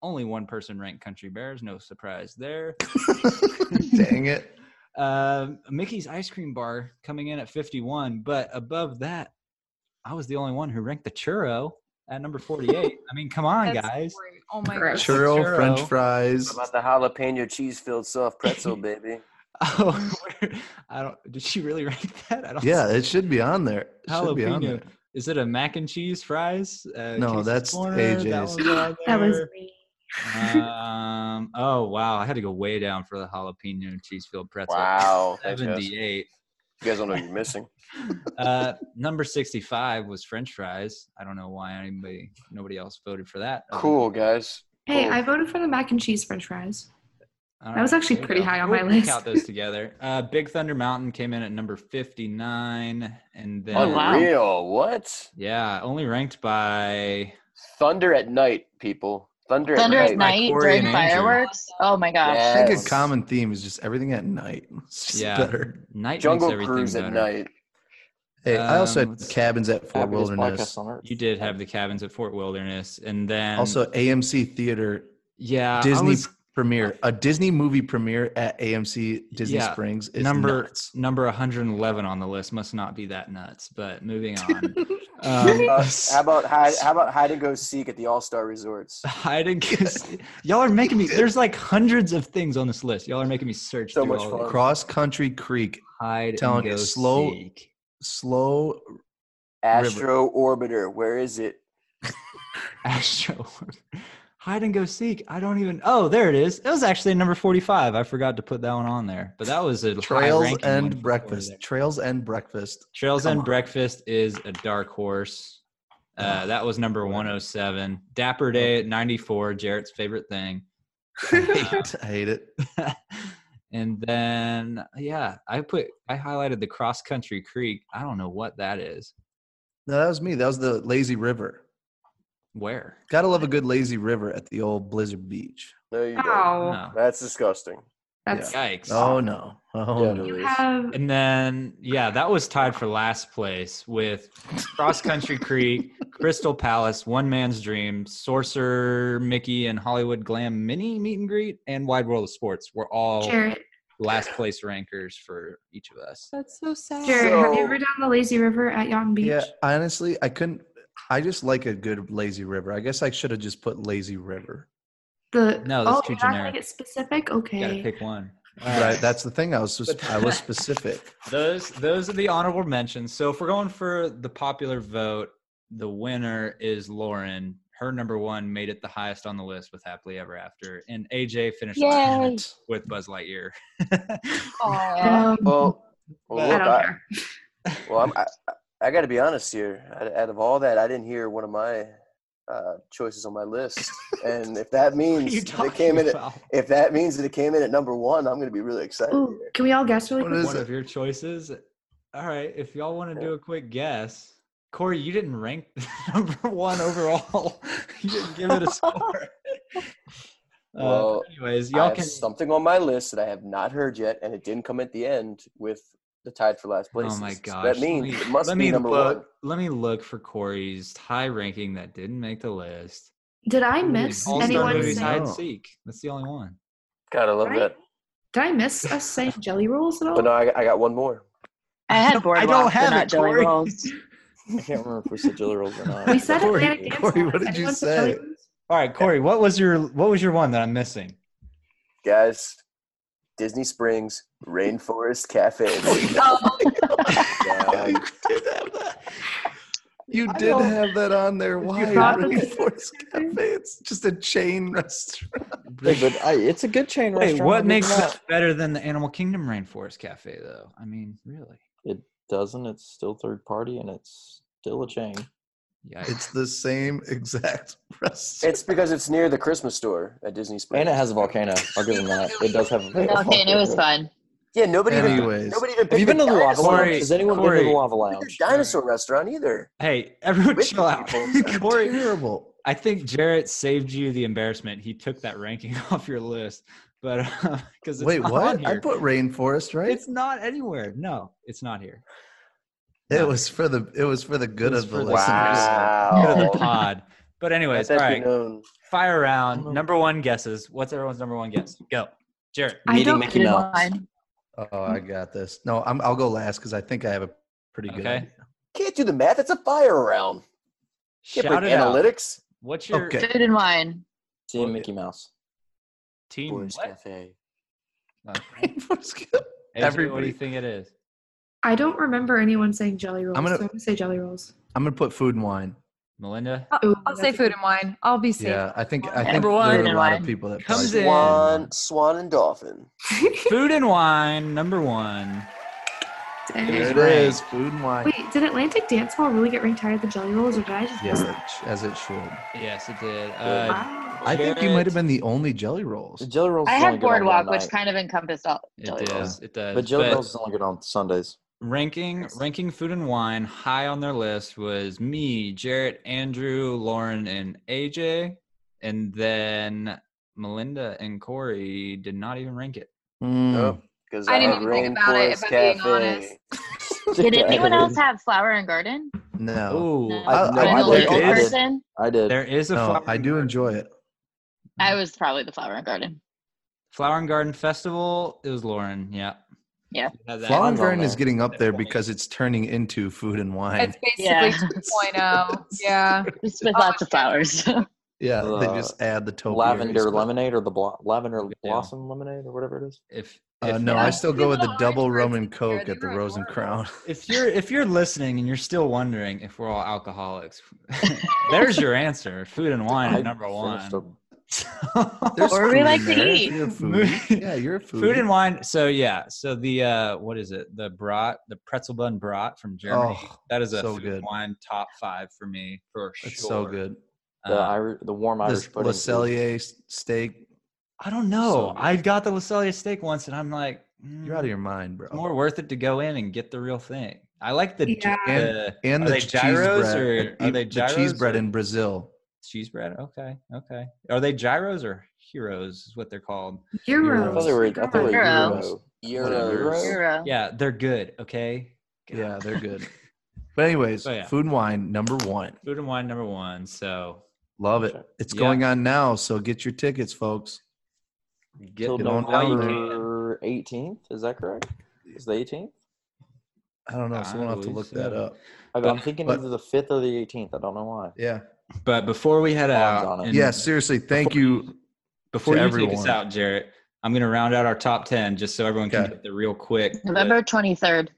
Speaker 4: Only one person ranked Country Bears. No surprise there.
Speaker 3: Dang it.
Speaker 4: Um, Mickey's Ice Cream Bar coming in at 51, but above that, I was the only one who ranked the churro at number 48. I mean, come on,
Speaker 9: That's
Speaker 4: guys.
Speaker 9: great. Oh my
Speaker 5: Gross.
Speaker 9: gosh.
Speaker 3: Churro,
Speaker 4: Churro.
Speaker 3: French fries.
Speaker 6: What about the jalapeno cheese filled soft pretzel, baby?
Speaker 4: Oh, where- I don't. Did she really rank that? I don't.
Speaker 3: Yeah, it should be on there. It should be on
Speaker 4: Jalapeno.
Speaker 3: there.
Speaker 4: Is it a mac and cheese fries? Uh,
Speaker 3: No,
Speaker 4: Casey's
Speaker 3: that's
Speaker 4: That,
Speaker 3: AJ's.
Speaker 4: one's on
Speaker 5: That was
Speaker 4: there.
Speaker 5: me.
Speaker 4: um. Oh wow, I had to go way down for the jalapeno and cheese filled pretzel.
Speaker 6: Wow. Thanks, guys. You
Speaker 4: Seventy-eight.
Speaker 6: guys don't know what you're missing.
Speaker 4: Uh, number sixty-five was French fries. I don't know why anybody, nobody else voted for that. other
Speaker 6: Cool,
Speaker 4: than-
Speaker 6: guys.
Speaker 5: Hey,
Speaker 3: Oh.
Speaker 6: Cool.
Speaker 5: I voted for the mac and cheese french fries.
Speaker 4: All
Speaker 5: That was actually
Speaker 4: there you
Speaker 5: pretty
Speaker 4: go.
Speaker 5: high on
Speaker 4: We'll-
Speaker 5: my
Speaker 4: we'll
Speaker 5: list.
Speaker 4: Count those together. Uh, Big Thunder Mountain came in at number fifty-nine, and then
Speaker 5: Oh, wow.
Speaker 6: Unreal. What?
Speaker 4: yeah, only ranked by
Speaker 6: Thunder at night, people. Thunder,
Speaker 7: Thunder
Speaker 6: at night.
Speaker 7: at
Speaker 4: by
Speaker 7: night
Speaker 4: Corey
Speaker 7: during
Speaker 4: and Andrew.
Speaker 7: fireworks. Oh my gosh.
Speaker 6: Yeah.
Speaker 3: I think
Speaker 6: Yes.
Speaker 3: a common theme is just everything at night. It's just
Speaker 4: Yeah.
Speaker 3: better.
Speaker 4: night.
Speaker 6: Jungle
Speaker 4: makes everything
Speaker 6: Cruise at
Speaker 4: better.
Speaker 6: night.
Speaker 3: Hey, I also
Speaker 4: Um,
Speaker 3: had
Speaker 4: let's-
Speaker 3: cabins at Fort
Speaker 8: Happiest
Speaker 3: Wilderness.
Speaker 8: podcast on earth.
Speaker 4: You did have the cabins at Fort Wilderness, and then
Speaker 3: Also, AMC Theater,
Speaker 4: yeah, I
Speaker 3: Disney
Speaker 4: was-
Speaker 3: premiere, a Disney movie premiere at AMC Disney
Speaker 4: Yeah,
Speaker 3: Springs is
Speaker 4: number
Speaker 3: nuts.
Speaker 4: number 111 on the list must not be that nuts. But moving on, um,
Speaker 6: Uh, how about hide, how about hide and go seek at the All Star Resorts?
Speaker 4: hide and go see- Y'all are making me. There's like hundreds of things on this list. Y'all are making me search
Speaker 6: So
Speaker 4: through
Speaker 6: much
Speaker 4: all
Speaker 6: fun.
Speaker 4: the
Speaker 3: Cross Country Creek,
Speaker 4: hide
Speaker 3: Telling
Speaker 4: and
Speaker 3: you,
Speaker 4: go
Speaker 3: slow-
Speaker 4: seek.
Speaker 3: slow.
Speaker 6: Astro Orbiter. Where is it?
Speaker 4: Astro. Hide and go seek. I don't even. Oh, there it is. It was actually number forty-five. I forgot to put that one on there, but that was a
Speaker 3: Trails
Speaker 4: high-ranking one
Speaker 3: and
Speaker 4: for
Speaker 3: breakfast.
Speaker 4: there.
Speaker 3: Trails and breakfast.
Speaker 4: Trails
Speaker 3: Come
Speaker 4: and
Speaker 3: on.
Speaker 4: breakfast is a dark horse. Uh, that was number one hundred seven. Dapper Day at ninety-four. Jarrett's favorite thing.
Speaker 3: I hate, I hate it.
Speaker 4: and then yeah, I put I highlighted the cross country creek. I don't know what that is.
Speaker 3: No, that was me. That was the lazy river.
Speaker 4: Where?
Speaker 3: Gotta love a good lazy river at the old Blizzard Beach.
Speaker 6: No, you
Speaker 7: Ah.
Speaker 6: don't.
Speaker 5: Wow,
Speaker 4: No.
Speaker 6: That's disgusting.
Speaker 5: that's
Speaker 4: Yikes.
Speaker 3: Oh no. Oh
Speaker 6: Yeah,
Speaker 3: no.
Speaker 6: it
Speaker 5: you
Speaker 6: is.
Speaker 5: have
Speaker 4: And then, yeah, that was tied for last place with Cross Country Creek, Crystal Palace, One Man's Dream, Sorcerer Mickey, and Hollywood Glam Mini Meet and Greet, and Wide World of Sports were all
Speaker 5: Jarrett.
Speaker 4: last place rankers for each of us.
Speaker 9: That's so sad.
Speaker 5: Jarrett, have you
Speaker 6: So-
Speaker 5: ever done the lazy river at Yon Beach?
Speaker 3: Yeah, honestly, I couldn't. I just like a good lazy river. I guess I should have just put lazy river.
Speaker 5: The
Speaker 4: No, that's
Speaker 5: oh,
Speaker 4: too
Speaker 5: you're not gonna
Speaker 4: generic.
Speaker 5: get specific.
Speaker 4: You got to
Speaker 5: Okay,
Speaker 4: pick one.
Speaker 3: But I, that's the thing. I was just, I was specific.
Speaker 4: Those those are the honorable mentions. So if we're going for the popular vote, the winner is Lauren. Her number one made it the highest on the list with Happily Ever After, and AJ finished last
Speaker 7: Yay.
Speaker 4: with Buzz Lightyear.
Speaker 7: Aw.
Speaker 5: um,
Speaker 6: Well, well,
Speaker 5: I
Speaker 6: look,
Speaker 5: don't
Speaker 6: I,
Speaker 5: care.
Speaker 6: well, I'm, I, I got to be honest here. Out, out of all that, I didn't hear one of my uh, choices on my list, and if that
Speaker 4: What are you
Speaker 6: means that it came
Speaker 4: talking
Speaker 6: in, at,
Speaker 4: about?
Speaker 6: if that means that it came in at number one, I'm going to be really excited.
Speaker 5: Ooh,
Speaker 6: here.
Speaker 5: can we all guess really
Speaker 3: What
Speaker 5: quick?
Speaker 3: is
Speaker 4: One
Speaker 3: it?
Speaker 4: of your choices. All right, if y'all want to do a quick guess, Corey, you didn't rank number one overall. you didn't give it a score.
Speaker 6: Well,
Speaker 4: uh, anyways,
Speaker 6: I
Speaker 4: y'all
Speaker 6: have
Speaker 4: can.
Speaker 6: something on my list that I have not heard yet, and it didn't come at the end with the tied for last place.
Speaker 4: Oh my gosh!
Speaker 6: That
Speaker 4: let
Speaker 6: means
Speaker 4: me-
Speaker 6: it must
Speaker 4: let
Speaker 6: be
Speaker 4: me
Speaker 6: number
Speaker 4: look,
Speaker 6: one.
Speaker 4: Let me look for Corey's high ranking that didn't make the list.
Speaker 5: Did I miss
Speaker 4: All star
Speaker 5: anyone
Speaker 4: movies
Speaker 5: saying?
Speaker 4: Hide
Speaker 3: No.
Speaker 4: Seek. That's the only one.
Speaker 6: God, I love
Speaker 5: Right?
Speaker 6: that.
Speaker 5: Did I miss us saying jelly rolls at all?
Speaker 6: But no, I, I got one more.
Speaker 7: I had boardwalk,
Speaker 4: I don't have
Speaker 7: but not
Speaker 4: it,
Speaker 7: jelly
Speaker 4: Corey.
Speaker 7: rolls.
Speaker 8: I can't remember if we said Jelly Rolls or not.
Speaker 5: we said
Speaker 3: Corey,
Speaker 5: Atlantic Dance
Speaker 3: Corey,
Speaker 5: Hall.
Speaker 3: what did you
Speaker 5: Anyone said jelly
Speaker 3: say?
Speaker 5: rolls?
Speaker 4: All right, Corey, what was your what was your one that I'm missing?
Speaker 6: Guys, Disney Springs Rainforest Cafe.
Speaker 9: Oh,
Speaker 3: you
Speaker 6: God.
Speaker 3: did have that. You
Speaker 4: I
Speaker 3: did
Speaker 4: don't-
Speaker 3: have that on there. Why?
Speaker 5: thought that-
Speaker 3: Rainforest Cafe. It's just a chain restaurant.
Speaker 8: Hey, but I, it's a good chain
Speaker 4: Wait,
Speaker 8: restaurant.
Speaker 4: what
Speaker 8: I mean,
Speaker 4: makes
Speaker 8: come on.
Speaker 4: that better than the Animal Kingdom Rainforest Cafe though? I mean, really?
Speaker 8: Doesn't it's still third party and it's still a chain.
Speaker 4: Yeah.
Speaker 3: It's the same exact restaurant.
Speaker 6: It's because it's near the Christmas store at Disney Springs.
Speaker 8: And it has a volcano. I'll give them that. It does have a
Speaker 7: Okay, and it was fun.
Speaker 6: yeah, nobody. even-
Speaker 3: Anyways.
Speaker 6: nobody even.
Speaker 8: Have you
Speaker 6: picked
Speaker 8: been to the Lava
Speaker 6: dinosaur-
Speaker 8: Lounge?
Speaker 4: Corey,
Speaker 8: Has anyone been to
Speaker 4: Corey.
Speaker 8: the Lava
Speaker 6: Look at
Speaker 8: Lounge?
Speaker 6: the dinosaur restaurant either.
Speaker 4: Hey, everyone
Speaker 6: With
Speaker 4: chill out.
Speaker 6: people.
Speaker 4: Corey
Speaker 3: terrible.
Speaker 4: I think Jarrett saved you the embarrassment. He took that ranking off your list, but because
Speaker 3: Wait,
Speaker 4: not
Speaker 3: what?
Speaker 4: on
Speaker 3: I
Speaker 4: here.
Speaker 3: put rainforest, right?
Speaker 4: It's not anywhere. No, it's not here.
Speaker 3: it was for the it was for the good
Speaker 4: was
Speaker 3: of the
Speaker 4: for the-
Speaker 3: listeners.
Speaker 4: Good of the
Speaker 6: Wow.
Speaker 4: pod. But anyways,
Speaker 6: Let
Speaker 4: all
Speaker 6: that be
Speaker 4: right.
Speaker 6: known.
Speaker 4: Fire round. Number one guesses. What's everyone's number one guess? Go, Jarrett.
Speaker 5: I
Speaker 8: Meeting
Speaker 5: don't
Speaker 8: Mickey
Speaker 5: know
Speaker 8: Mouse.
Speaker 5: mine.
Speaker 3: Oh, I got this. No, I'm, I'll go last because I think I have a pretty good.
Speaker 4: Okay.
Speaker 3: idea.
Speaker 6: Can't do the math. It's a fire round. Can't
Speaker 4: Shout
Speaker 6: bring
Speaker 4: it out.
Speaker 6: analytics.
Speaker 4: What's your
Speaker 3: Okay.
Speaker 10: Food and wine.
Speaker 8: Team Mickey Mouse.
Speaker 4: team?
Speaker 6: Boys
Speaker 4: what?
Speaker 6: Cafe.
Speaker 3: Rainforest Kid.
Speaker 4: AJ, what do
Speaker 3: Everybody.
Speaker 4: you think it is?
Speaker 5: I don't remember anyone saying jelly rolls.
Speaker 3: I'm gonna-
Speaker 5: so I'm gonna say jelly rolls.
Speaker 3: I'm gonna put food and wine.
Speaker 4: Melinda
Speaker 9: I'll,
Speaker 5: Ooh,
Speaker 9: I'll say
Speaker 5: that's-
Speaker 9: food and wine. I'll be safe.
Speaker 3: Yeah, I think I think
Speaker 4: Number
Speaker 3: there
Speaker 4: one.
Speaker 3: are a lot of
Speaker 10: Wine.
Speaker 3: people that
Speaker 4: Comes
Speaker 3: probably-
Speaker 4: in.
Speaker 6: Swan, Swan, and Dolphin.
Speaker 4: food and wine number one.
Speaker 5: Dang.
Speaker 3: There it
Speaker 4: Right.
Speaker 3: is, food and wine.
Speaker 5: Wait, did Atlantic Dance Hall really get ranked higher than jelly rolls, or did I just?
Speaker 3: Yeah, it- as it should.
Speaker 4: Yes, it did. Uh,
Speaker 5: Wow.
Speaker 3: I think you might have been the only jelly rolls.
Speaker 8: The Jelly Rolls.
Speaker 10: I
Speaker 8: is
Speaker 10: had
Speaker 8: only good on one
Speaker 10: boardwalk, which
Speaker 8: night,
Speaker 10: kind of encompassed all jelly
Speaker 4: it
Speaker 10: rolls.
Speaker 4: does. It does.
Speaker 8: But Jelly
Speaker 4: But-
Speaker 8: Rolls is only good on Sundays.
Speaker 4: ranking ranking food and wine high on their list was me jarrett andrew lauren and aj and then melinda and corey did not even rank it
Speaker 3: Hmm.
Speaker 6: Nope. Because
Speaker 9: I
Speaker 6: I,
Speaker 9: didn't
Speaker 6: had
Speaker 9: even think about it,
Speaker 6: Rainforest
Speaker 9: if I'm being honest.
Speaker 6: Cafe.
Speaker 10: Did anyone else have flower and garden?
Speaker 3: No,
Speaker 4: oh
Speaker 10: No.
Speaker 3: I-
Speaker 8: I,
Speaker 3: I
Speaker 8: no,
Speaker 10: I'm
Speaker 8: I,
Speaker 10: the
Speaker 3: like
Speaker 8: did,
Speaker 10: lyrical
Speaker 3: it.
Speaker 8: I did.
Speaker 10: person.
Speaker 8: I did.
Speaker 4: there is a
Speaker 3: no,
Speaker 4: flower
Speaker 3: I
Speaker 4: and
Speaker 3: do
Speaker 4: Garden-
Speaker 3: enjoy it.
Speaker 10: I was probably the flower and garden.
Speaker 4: flower and garden festival it was lauren yeah
Speaker 10: Yeah.
Speaker 4: She had that.
Speaker 3: Flower and
Speaker 8: I'm on
Speaker 3: Garden is
Speaker 8: there.
Speaker 3: getting up there because it's turning into food and wine.
Speaker 9: It's basically
Speaker 10: Yeah.
Speaker 9: 2.0. Yeah.
Speaker 10: Just with
Speaker 9: Oh,
Speaker 10: lots of
Speaker 9: yeah.
Speaker 10: flowers.
Speaker 3: Yeah, they
Speaker 8: Uh,
Speaker 3: just add the topiaries.
Speaker 8: lavender
Speaker 3: but-
Speaker 8: lemonade or the blo- lavender
Speaker 4: Yeah.
Speaker 8: blossom lemonade or whatever it is.
Speaker 4: if
Speaker 3: Uh,
Speaker 4: if-
Speaker 3: no, I
Speaker 10: Yeah.
Speaker 3: still go with the
Speaker 9: People
Speaker 3: double
Speaker 9: aren't
Speaker 3: rum and
Speaker 9: drinking beer,
Speaker 3: coke
Speaker 9: they
Speaker 3: at the
Speaker 9: ruin
Speaker 3: Rose and
Speaker 9: wine.
Speaker 3: Crown.
Speaker 4: if you're if you're listening and you're still wondering if we're all alcoholics there's your answer food and wine
Speaker 8: I
Speaker 4: at number
Speaker 8: finished
Speaker 4: one
Speaker 8: a-
Speaker 3: There's
Speaker 10: Or we
Speaker 3: food in
Speaker 10: like to
Speaker 3: there if
Speaker 10: eat.
Speaker 3: you're a foodie. yeah, you're a foodie.
Speaker 4: Food and wine. So yeah. So the uh what is it? The brat, the pretzel bun brat from Germany.
Speaker 3: Oh,
Speaker 4: that is a
Speaker 3: so
Speaker 4: food
Speaker 3: good.
Speaker 4: and wine top five for me for sure.
Speaker 3: It's so good.
Speaker 8: the,
Speaker 4: Uh,
Speaker 8: Irish, the warm Irish
Speaker 3: This Le
Speaker 8: pudding. food.
Speaker 3: Cellier s- steak.
Speaker 4: I don't know.
Speaker 8: so good.
Speaker 4: I got the Lasalle steak once, and I'm like, mm,
Speaker 3: You're out of your mind, bro.
Speaker 4: It's more worth it to go in and get the real thing. I like the
Speaker 5: Yeah.
Speaker 4: the,
Speaker 3: and
Speaker 4: are
Speaker 3: the
Speaker 4: they
Speaker 3: cheese
Speaker 4: gyros
Speaker 3: bread.
Speaker 4: or
Speaker 3: the-
Speaker 4: are they
Speaker 3: the cheese
Speaker 4: gyros
Speaker 3: bread
Speaker 4: or-
Speaker 3: in Brazil.
Speaker 4: cheese bread. Okay, okay. Are they gyros or heroes? Is what they're called.
Speaker 5: Euros.
Speaker 8: I thought they were. I thought they were
Speaker 10: Euro.
Speaker 8: Euros.
Speaker 6: Euros.
Speaker 10: Euro.
Speaker 4: Yeah, they're good. Okay.
Speaker 3: Yeah,
Speaker 4: God.
Speaker 3: they're good. But anyways,
Speaker 4: So, Oh, yeah.
Speaker 3: food and wine number one.
Speaker 4: Food and wine number one. So
Speaker 3: Love it. It's
Speaker 4: Yeah.
Speaker 3: going on now, so get your tickets, folks.
Speaker 4: get
Speaker 8: Till
Speaker 4: them
Speaker 3: on
Speaker 4: while you can.
Speaker 8: November 18th. Is that correct? Is the 18th?
Speaker 3: I don't know.
Speaker 4: I
Speaker 3: Someone will have to
Speaker 4: believe
Speaker 3: look that
Speaker 4: so.
Speaker 3: up.
Speaker 8: I,
Speaker 4: But-
Speaker 8: I'm thinking
Speaker 3: but-
Speaker 8: either the 5th or the 18th. I don't know why.
Speaker 3: Yeah.
Speaker 4: But before we head out,
Speaker 8: Odds on it.
Speaker 4: and
Speaker 8: And-
Speaker 3: Yeah. Seriously, thank
Speaker 4: before
Speaker 3: you.
Speaker 4: Before
Speaker 3: to
Speaker 4: you take us
Speaker 3: everyone.
Speaker 4: out, Jarrett, I'm going to round out our top ten just so everyone can
Speaker 3: Okay.
Speaker 4: get the real quick. the
Speaker 10: November 23rd.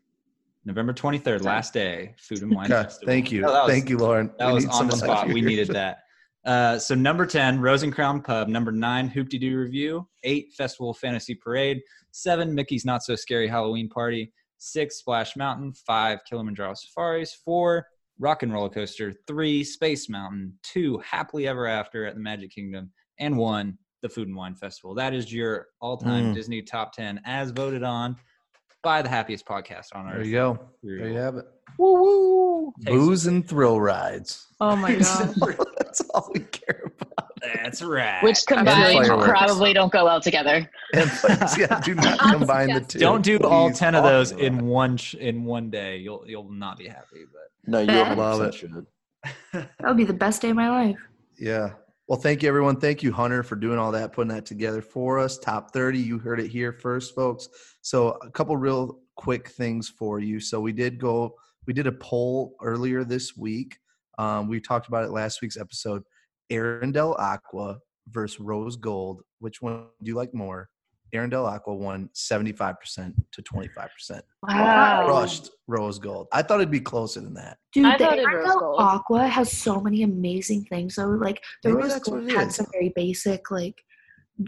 Speaker 4: November 23rd, last day, food and wine.
Speaker 3: God,
Speaker 4: festival.
Speaker 3: thank you.
Speaker 4: That was-
Speaker 3: thank you, Lauren.
Speaker 4: That
Speaker 3: We
Speaker 4: was
Speaker 3: need
Speaker 4: on the
Speaker 3: someone like
Speaker 4: spot.
Speaker 3: you
Speaker 4: we
Speaker 3: here.
Speaker 4: needed that. Uh, so number 10, Rose and Crown Pub. Number nine, Hoopty Doo Review. Eight, Festival Fantasy Parade. Seven, Mickey's Not So Scary Halloween Party. Six, Splash Mountain. Five, Kilimanjaro Safaris. Four, Rock and Roller Coaster. Three, Space Mountain. Two, Happily Ever After at the Magic Kingdom. And one, the Food and Wine Festival. That is your all-time
Speaker 3: Mm.
Speaker 4: Disney top 10 as voted on by the happiest podcast on
Speaker 3: There
Speaker 4: earth.
Speaker 3: you go. There you have it.
Speaker 8: Woo woo.
Speaker 4: Taste-
Speaker 3: Booze and thrill rides.
Speaker 9: Oh my God.
Speaker 3: That's all we care about.
Speaker 4: That's right.
Speaker 10: Which combined
Speaker 3: fireworks.
Speaker 10: probably don't go well together.
Speaker 3: And please, yeah, do not combine the two.
Speaker 4: Don't do all
Speaker 3: Please,
Speaker 4: ten of
Speaker 3: all
Speaker 4: those
Speaker 3: of them.
Speaker 4: in one sh- in one day. You'll you'll not be happy. But
Speaker 8: No, you
Speaker 5: Bad.
Speaker 8: 100%
Speaker 3: Love it.
Speaker 8: should.
Speaker 5: That would be the best day of my life.
Speaker 3: Yeah. Well, thank you, everyone. Thank you, Hunter, for doing all that, putting that together for us. Top 30, you heard it here first, folks. So, a couple real quick things for you. So, we did go, we did a poll earlier this week. Um, we talked about it last week's episode. Arendelle Aqua versus Rose Gold. Which one do you like more? Arendelle Aqua won 75% to 25%.
Speaker 5: Oh.
Speaker 10: Wow.
Speaker 3: Crushed Rose Gold. I thought it'd be closer than that.
Speaker 5: Dude,
Speaker 10: I
Speaker 5: the
Speaker 10: voted Rose
Speaker 5: Arendelle
Speaker 10: Gold.
Speaker 5: Aqua has so many amazing things. So like the
Speaker 3: Maybe
Speaker 5: Rose
Speaker 3: that's what
Speaker 5: Gold
Speaker 3: it
Speaker 5: had
Speaker 3: is.
Speaker 5: some very basic like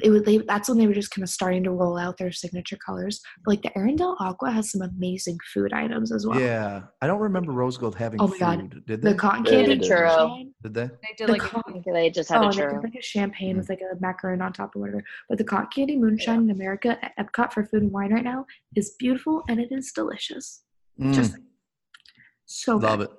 Speaker 5: it was, they, that's when they were just kind of starting to roll out their signature colors. But, like the Arendelle Aqua has some amazing food items as well.
Speaker 3: Yeah. I don't remember Rose Gold having
Speaker 5: Oh my
Speaker 3: food.
Speaker 5: God.
Speaker 3: Did they?
Speaker 5: The cotton
Speaker 8: They
Speaker 5: candy
Speaker 8: did.
Speaker 10: Churro.
Speaker 5: champagne.
Speaker 3: did they?
Speaker 9: They did
Speaker 5: The
Speaker 9: like
Speaker 5: con-
Speaker 9: a-
Speaker 7: mm-hmm.
Speaker 10: They just had
Speaker 5: Oh,
Speaker 10: a
Speaker 5: and they did
Speaker 10: churro.
Speaker 5: like a champagne
Speaker 3: Mm.
Speaker 5: with like a macaron on top or whatever. But the cotton candy moonshine in America at Epcot for food and wine right now is beautiful and it is delicious.
Speaker 3: Mm.
Speaker 5: Just so good.
Speaker 3: Love it.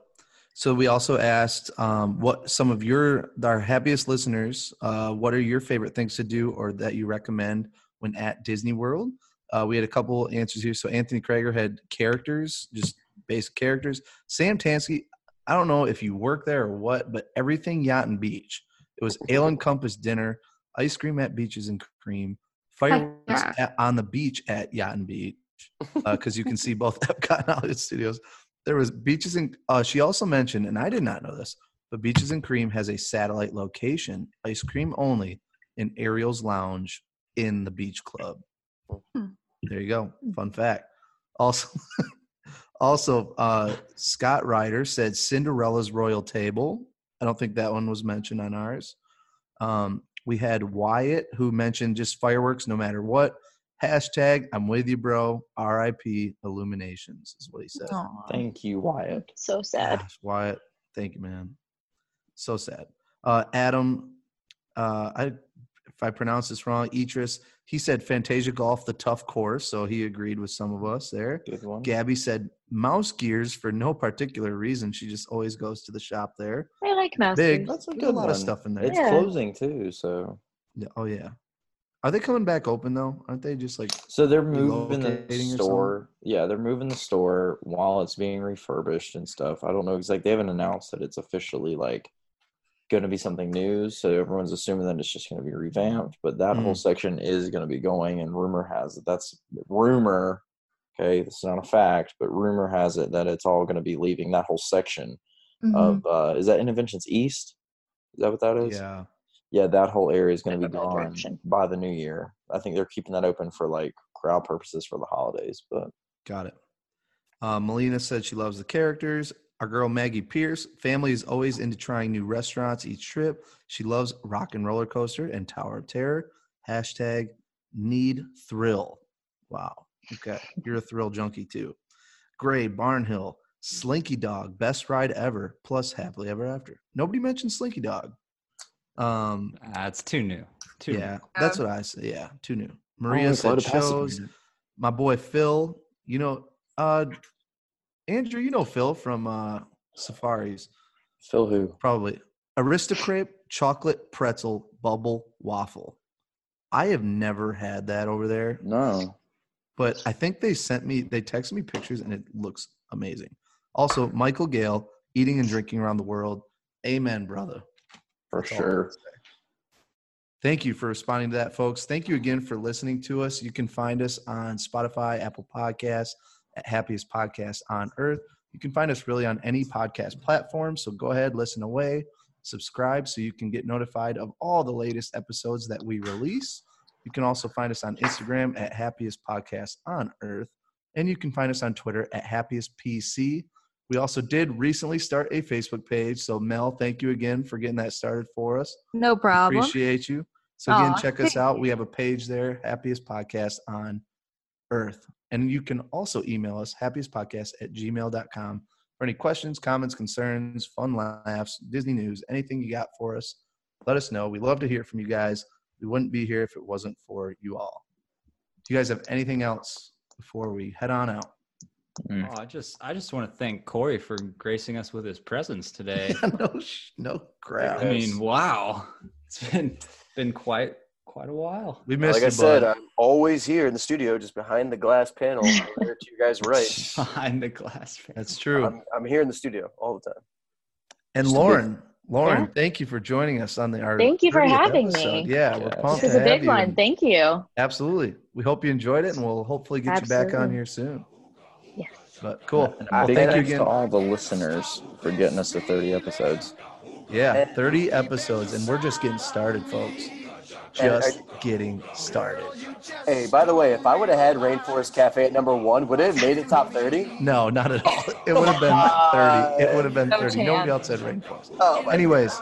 Speaker 3: So we also asked um, what some of your our happiest listeners. Uh, what are your favorite things to do or that you recommend when at Disney World? Uh, we had a couple answers here. So Anthony Krager had characters, just basic characters. Sam Tansky, I don't know if you work there or what, but everything Yacht and Beach. It was ale and compass dinner, ice cream at beaches and cream, fireworks
Speaker 5: yeah.
Speaker 3: at, on the beach at Yacht and Beach because you can see both Epcot and Hollywood Studios. There was beaches and uh, she also mentioned, and I did not know this, but Beaches and Cream has a satellite location, ice cream only, in Ariel's Lounge in the Beach Club.
Speaker 5: Hmm.
Speaker 3: There you go. Fun fact. Also, also uh, Scott Ryder said Cinderella's Royal Table. I don't think that one was mentioned on ours. Um, we had Wyatt who mentioned just fireworks no matter what. Hashtag I'm with you, bro. RIP Illuminations is what he said.
Speaker 8: Thank you, Wyatt.
Speaker 7: So sad.
Speaker 3: Gosh, Wyatt, thank you, man. So sad. Uh, Adam, uh, I if I pronounce this wrong, Etris, he said Fantasia Golf, the tough course, so he agreed with some of us there.
Speaker 8: Good one.
Speaker 3: Gabby said mouse gears for no particular reason. She just always goes to the shop there.
Speaker 7: I like mouse
Speaker 3: Big.
Speaker 7: ears.
Speaker 8: That's a
Speaker 3: There's
Speaker 8: good
Speaker 3: a lot of
Speaker 8: one.
Speaker 3: stuff in there.
Speaker 8: It's
Speaker 7: Yeah.
Speaker 8: closing too, so
Speaker 3: Yeah, Oh yeah. Are they coming back open though? Aren't they just like
Speaker 8: so they're moving
Speaker 3: Relocating or
Speaker 8: the
Speaker 3: something?
Speaker 8: store. Yeah, they're moving the store while it's being refurbished and stuff. I don't know. It's like they haven't announced that it's officially like going to be something new, so everyone's assuming that it's just going to be revamped. But that whole
Speaker 3: Mm.
Speaker 8: section is going to be going, and rumor has it that's rumor. Okay, this is not a fact, but rumor has it that it's all going to be leaving that whole section
Speaker 9: mm,
Speaker 8: of uh, is that Interventions East? Is that what that is?
Speaker 3: Mm-hmm. Yeah.
Speaker 8: yeah, that whole area is going to
Speaker 7: Kind
Speaker 8: be
Speaker 7: of a bad
Speaker 8: gone
Speaker 7: direction.
Speaker 8: by the new year. I think they're keeping that open for like crowd purposes for the holidays. But
Speaker 3: Got it. Uh, Melina said she loves the characters. Our girl Maggie Pierce, family is always into trying new restaurants each trip. She loves Rock and Roller Coaster and Tower of Terror. Hashtag need thrill. Wow. Okay. You're a thrill junkie too. Gray, Barnhill, Slinky Dog, best ride ever, plus happily ever after. Nobody mentioned Slinky Dog. Um,
Speaker 4: Ah, it's too new. Too
Speaker 3: yeah, that's
Speaker 9: Um,
Speaker 3: what I say. Yeah, too new.
Speaker 8: Oh,
Speaker 3: Maria
Speaker 8: it's
Speaker 3: said
Speaker 8: loaded past it,
Speaker 3: shows.
Speaker 8: man.
Speaker 3: My boy Phil, you know, uh, Andrew, you know Phil from uh, Safaris,
Speaker 8: Phil, who?
Speaker 3: probably. Aristocrate chocolate pretzel bubble waffle. I have never had that over there,
Speaker 8: No,
Speaker 3: but I think they sent me, they texted me pictures and it looks amazing. Also, Michael Gale eating and drinking around the world. Amen, brother.
Speaker 8: for
Speaker 3: That's all I can
Speaker 8: sure.
Speaker 3: say. Thank you for responding to that, folks. Thank you again for listening to us. You can find us on Spotify, Apple Podcasts, at Happiest Podcast on Earth. You can find us really on any podcast platform. So go ahead, listen away, subscribe so you can get notified of all the latest episodes that we release. You can also find us on Instagram at Happiest Podcast on Earth. And you can find us on Twitter at Happiest PC. We also did recently start a Facebook page. So, Mel, thank you again for getting that started for us.
Speaker 9: no problem.
Speaker 3: Appreciate you. So again,
Speaker 9: Aw,
Speaker 3: check us
Speaker 9: thank
Speaker 3: out. We have a page there, happiest podcast on earth. And you can also email us, happiestpodcast at gmail.com for any questions, comments, concerns, fun laughs, Disney news, anything you got for us. Let us know. We love to hear from you guys. We wouldn't be here if it wasn't for you all. Do you guys have anything else before we head on out?
Speaker 4: new. Oh, I just I just want to thank Corey for gracing us with his presence today.
Speaker 3: no, sh- no crap.
Speaker 4: I mean, wow, it's been been quite quite a while.
Speaker 3: we missed
Speaker 6: Like I
Speaker 3: you,
Speaker 6: said,
Speaker 3: bud.
Speaker 6: I'm always here in the studio, just behind the glass panel, there to you guys' right.
Speaker 4: behind the glass. fan.
Speaker 3: That's true.
Speaker 6: I'm, I'm here in the studio all the time.
Speaker 3: And
Speaker 8: Just a big-
Speaker 3: Lauren, Lauren,
Speaker 7: Yeah.
Speaker 3: thank you for joining us on the. Our
Speaker 7: Thank you for
Speaker 3: 30th
Speaker 7: having
Speaker 3: episode.
Speaker 7: me.
Speaker 3: Yeah, we're
Speaker 8: Yes.
Speaker 3: pumped
Speaker 7: This
Speaker 3: to
Speaker 7: is a
Speaker 3: have
Speaker 7: big
Speaker 3: you.
Speaker 7: one. Thank you.
Speaker 3: Absolutely. We hope you enjoyed it, and we'll hopefully get you back on
Speaker 7: Absolutely.
Speaker 3: here soon.
Speaker 7: Yes.
Speaker 3: But cool.
Speaker 8: And a
Speaker 3: Well,
Speaker 8: big
Speaker 3: thank you
Speaker 8: thanks to
Speaker 3: again.
Speaker 8: all the listeners for getting us to 30 episodes.
Speaker 3: Yeah,
Speaker 6: And-
Speaker 3: 30 episodes, and we're just getting started, folks. Just getting started.
Speaker 6: Hey, by the way, if I would have had Rainforest Cafe at number one, would it have made it top 30?
Speaker 3: No, not at all. It would have been 30. It would have been 30. Nobody else had rainforest.
Speaker 6: Oh, my
Speaker 3: Anyways,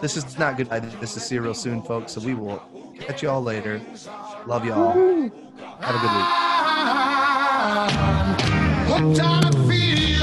Speaker 3: this is not good. This is see you real soon, folks. So we will catch y'all later. Love y'all. Have a good week.
Speaker 2: I'm hooked on a feeling.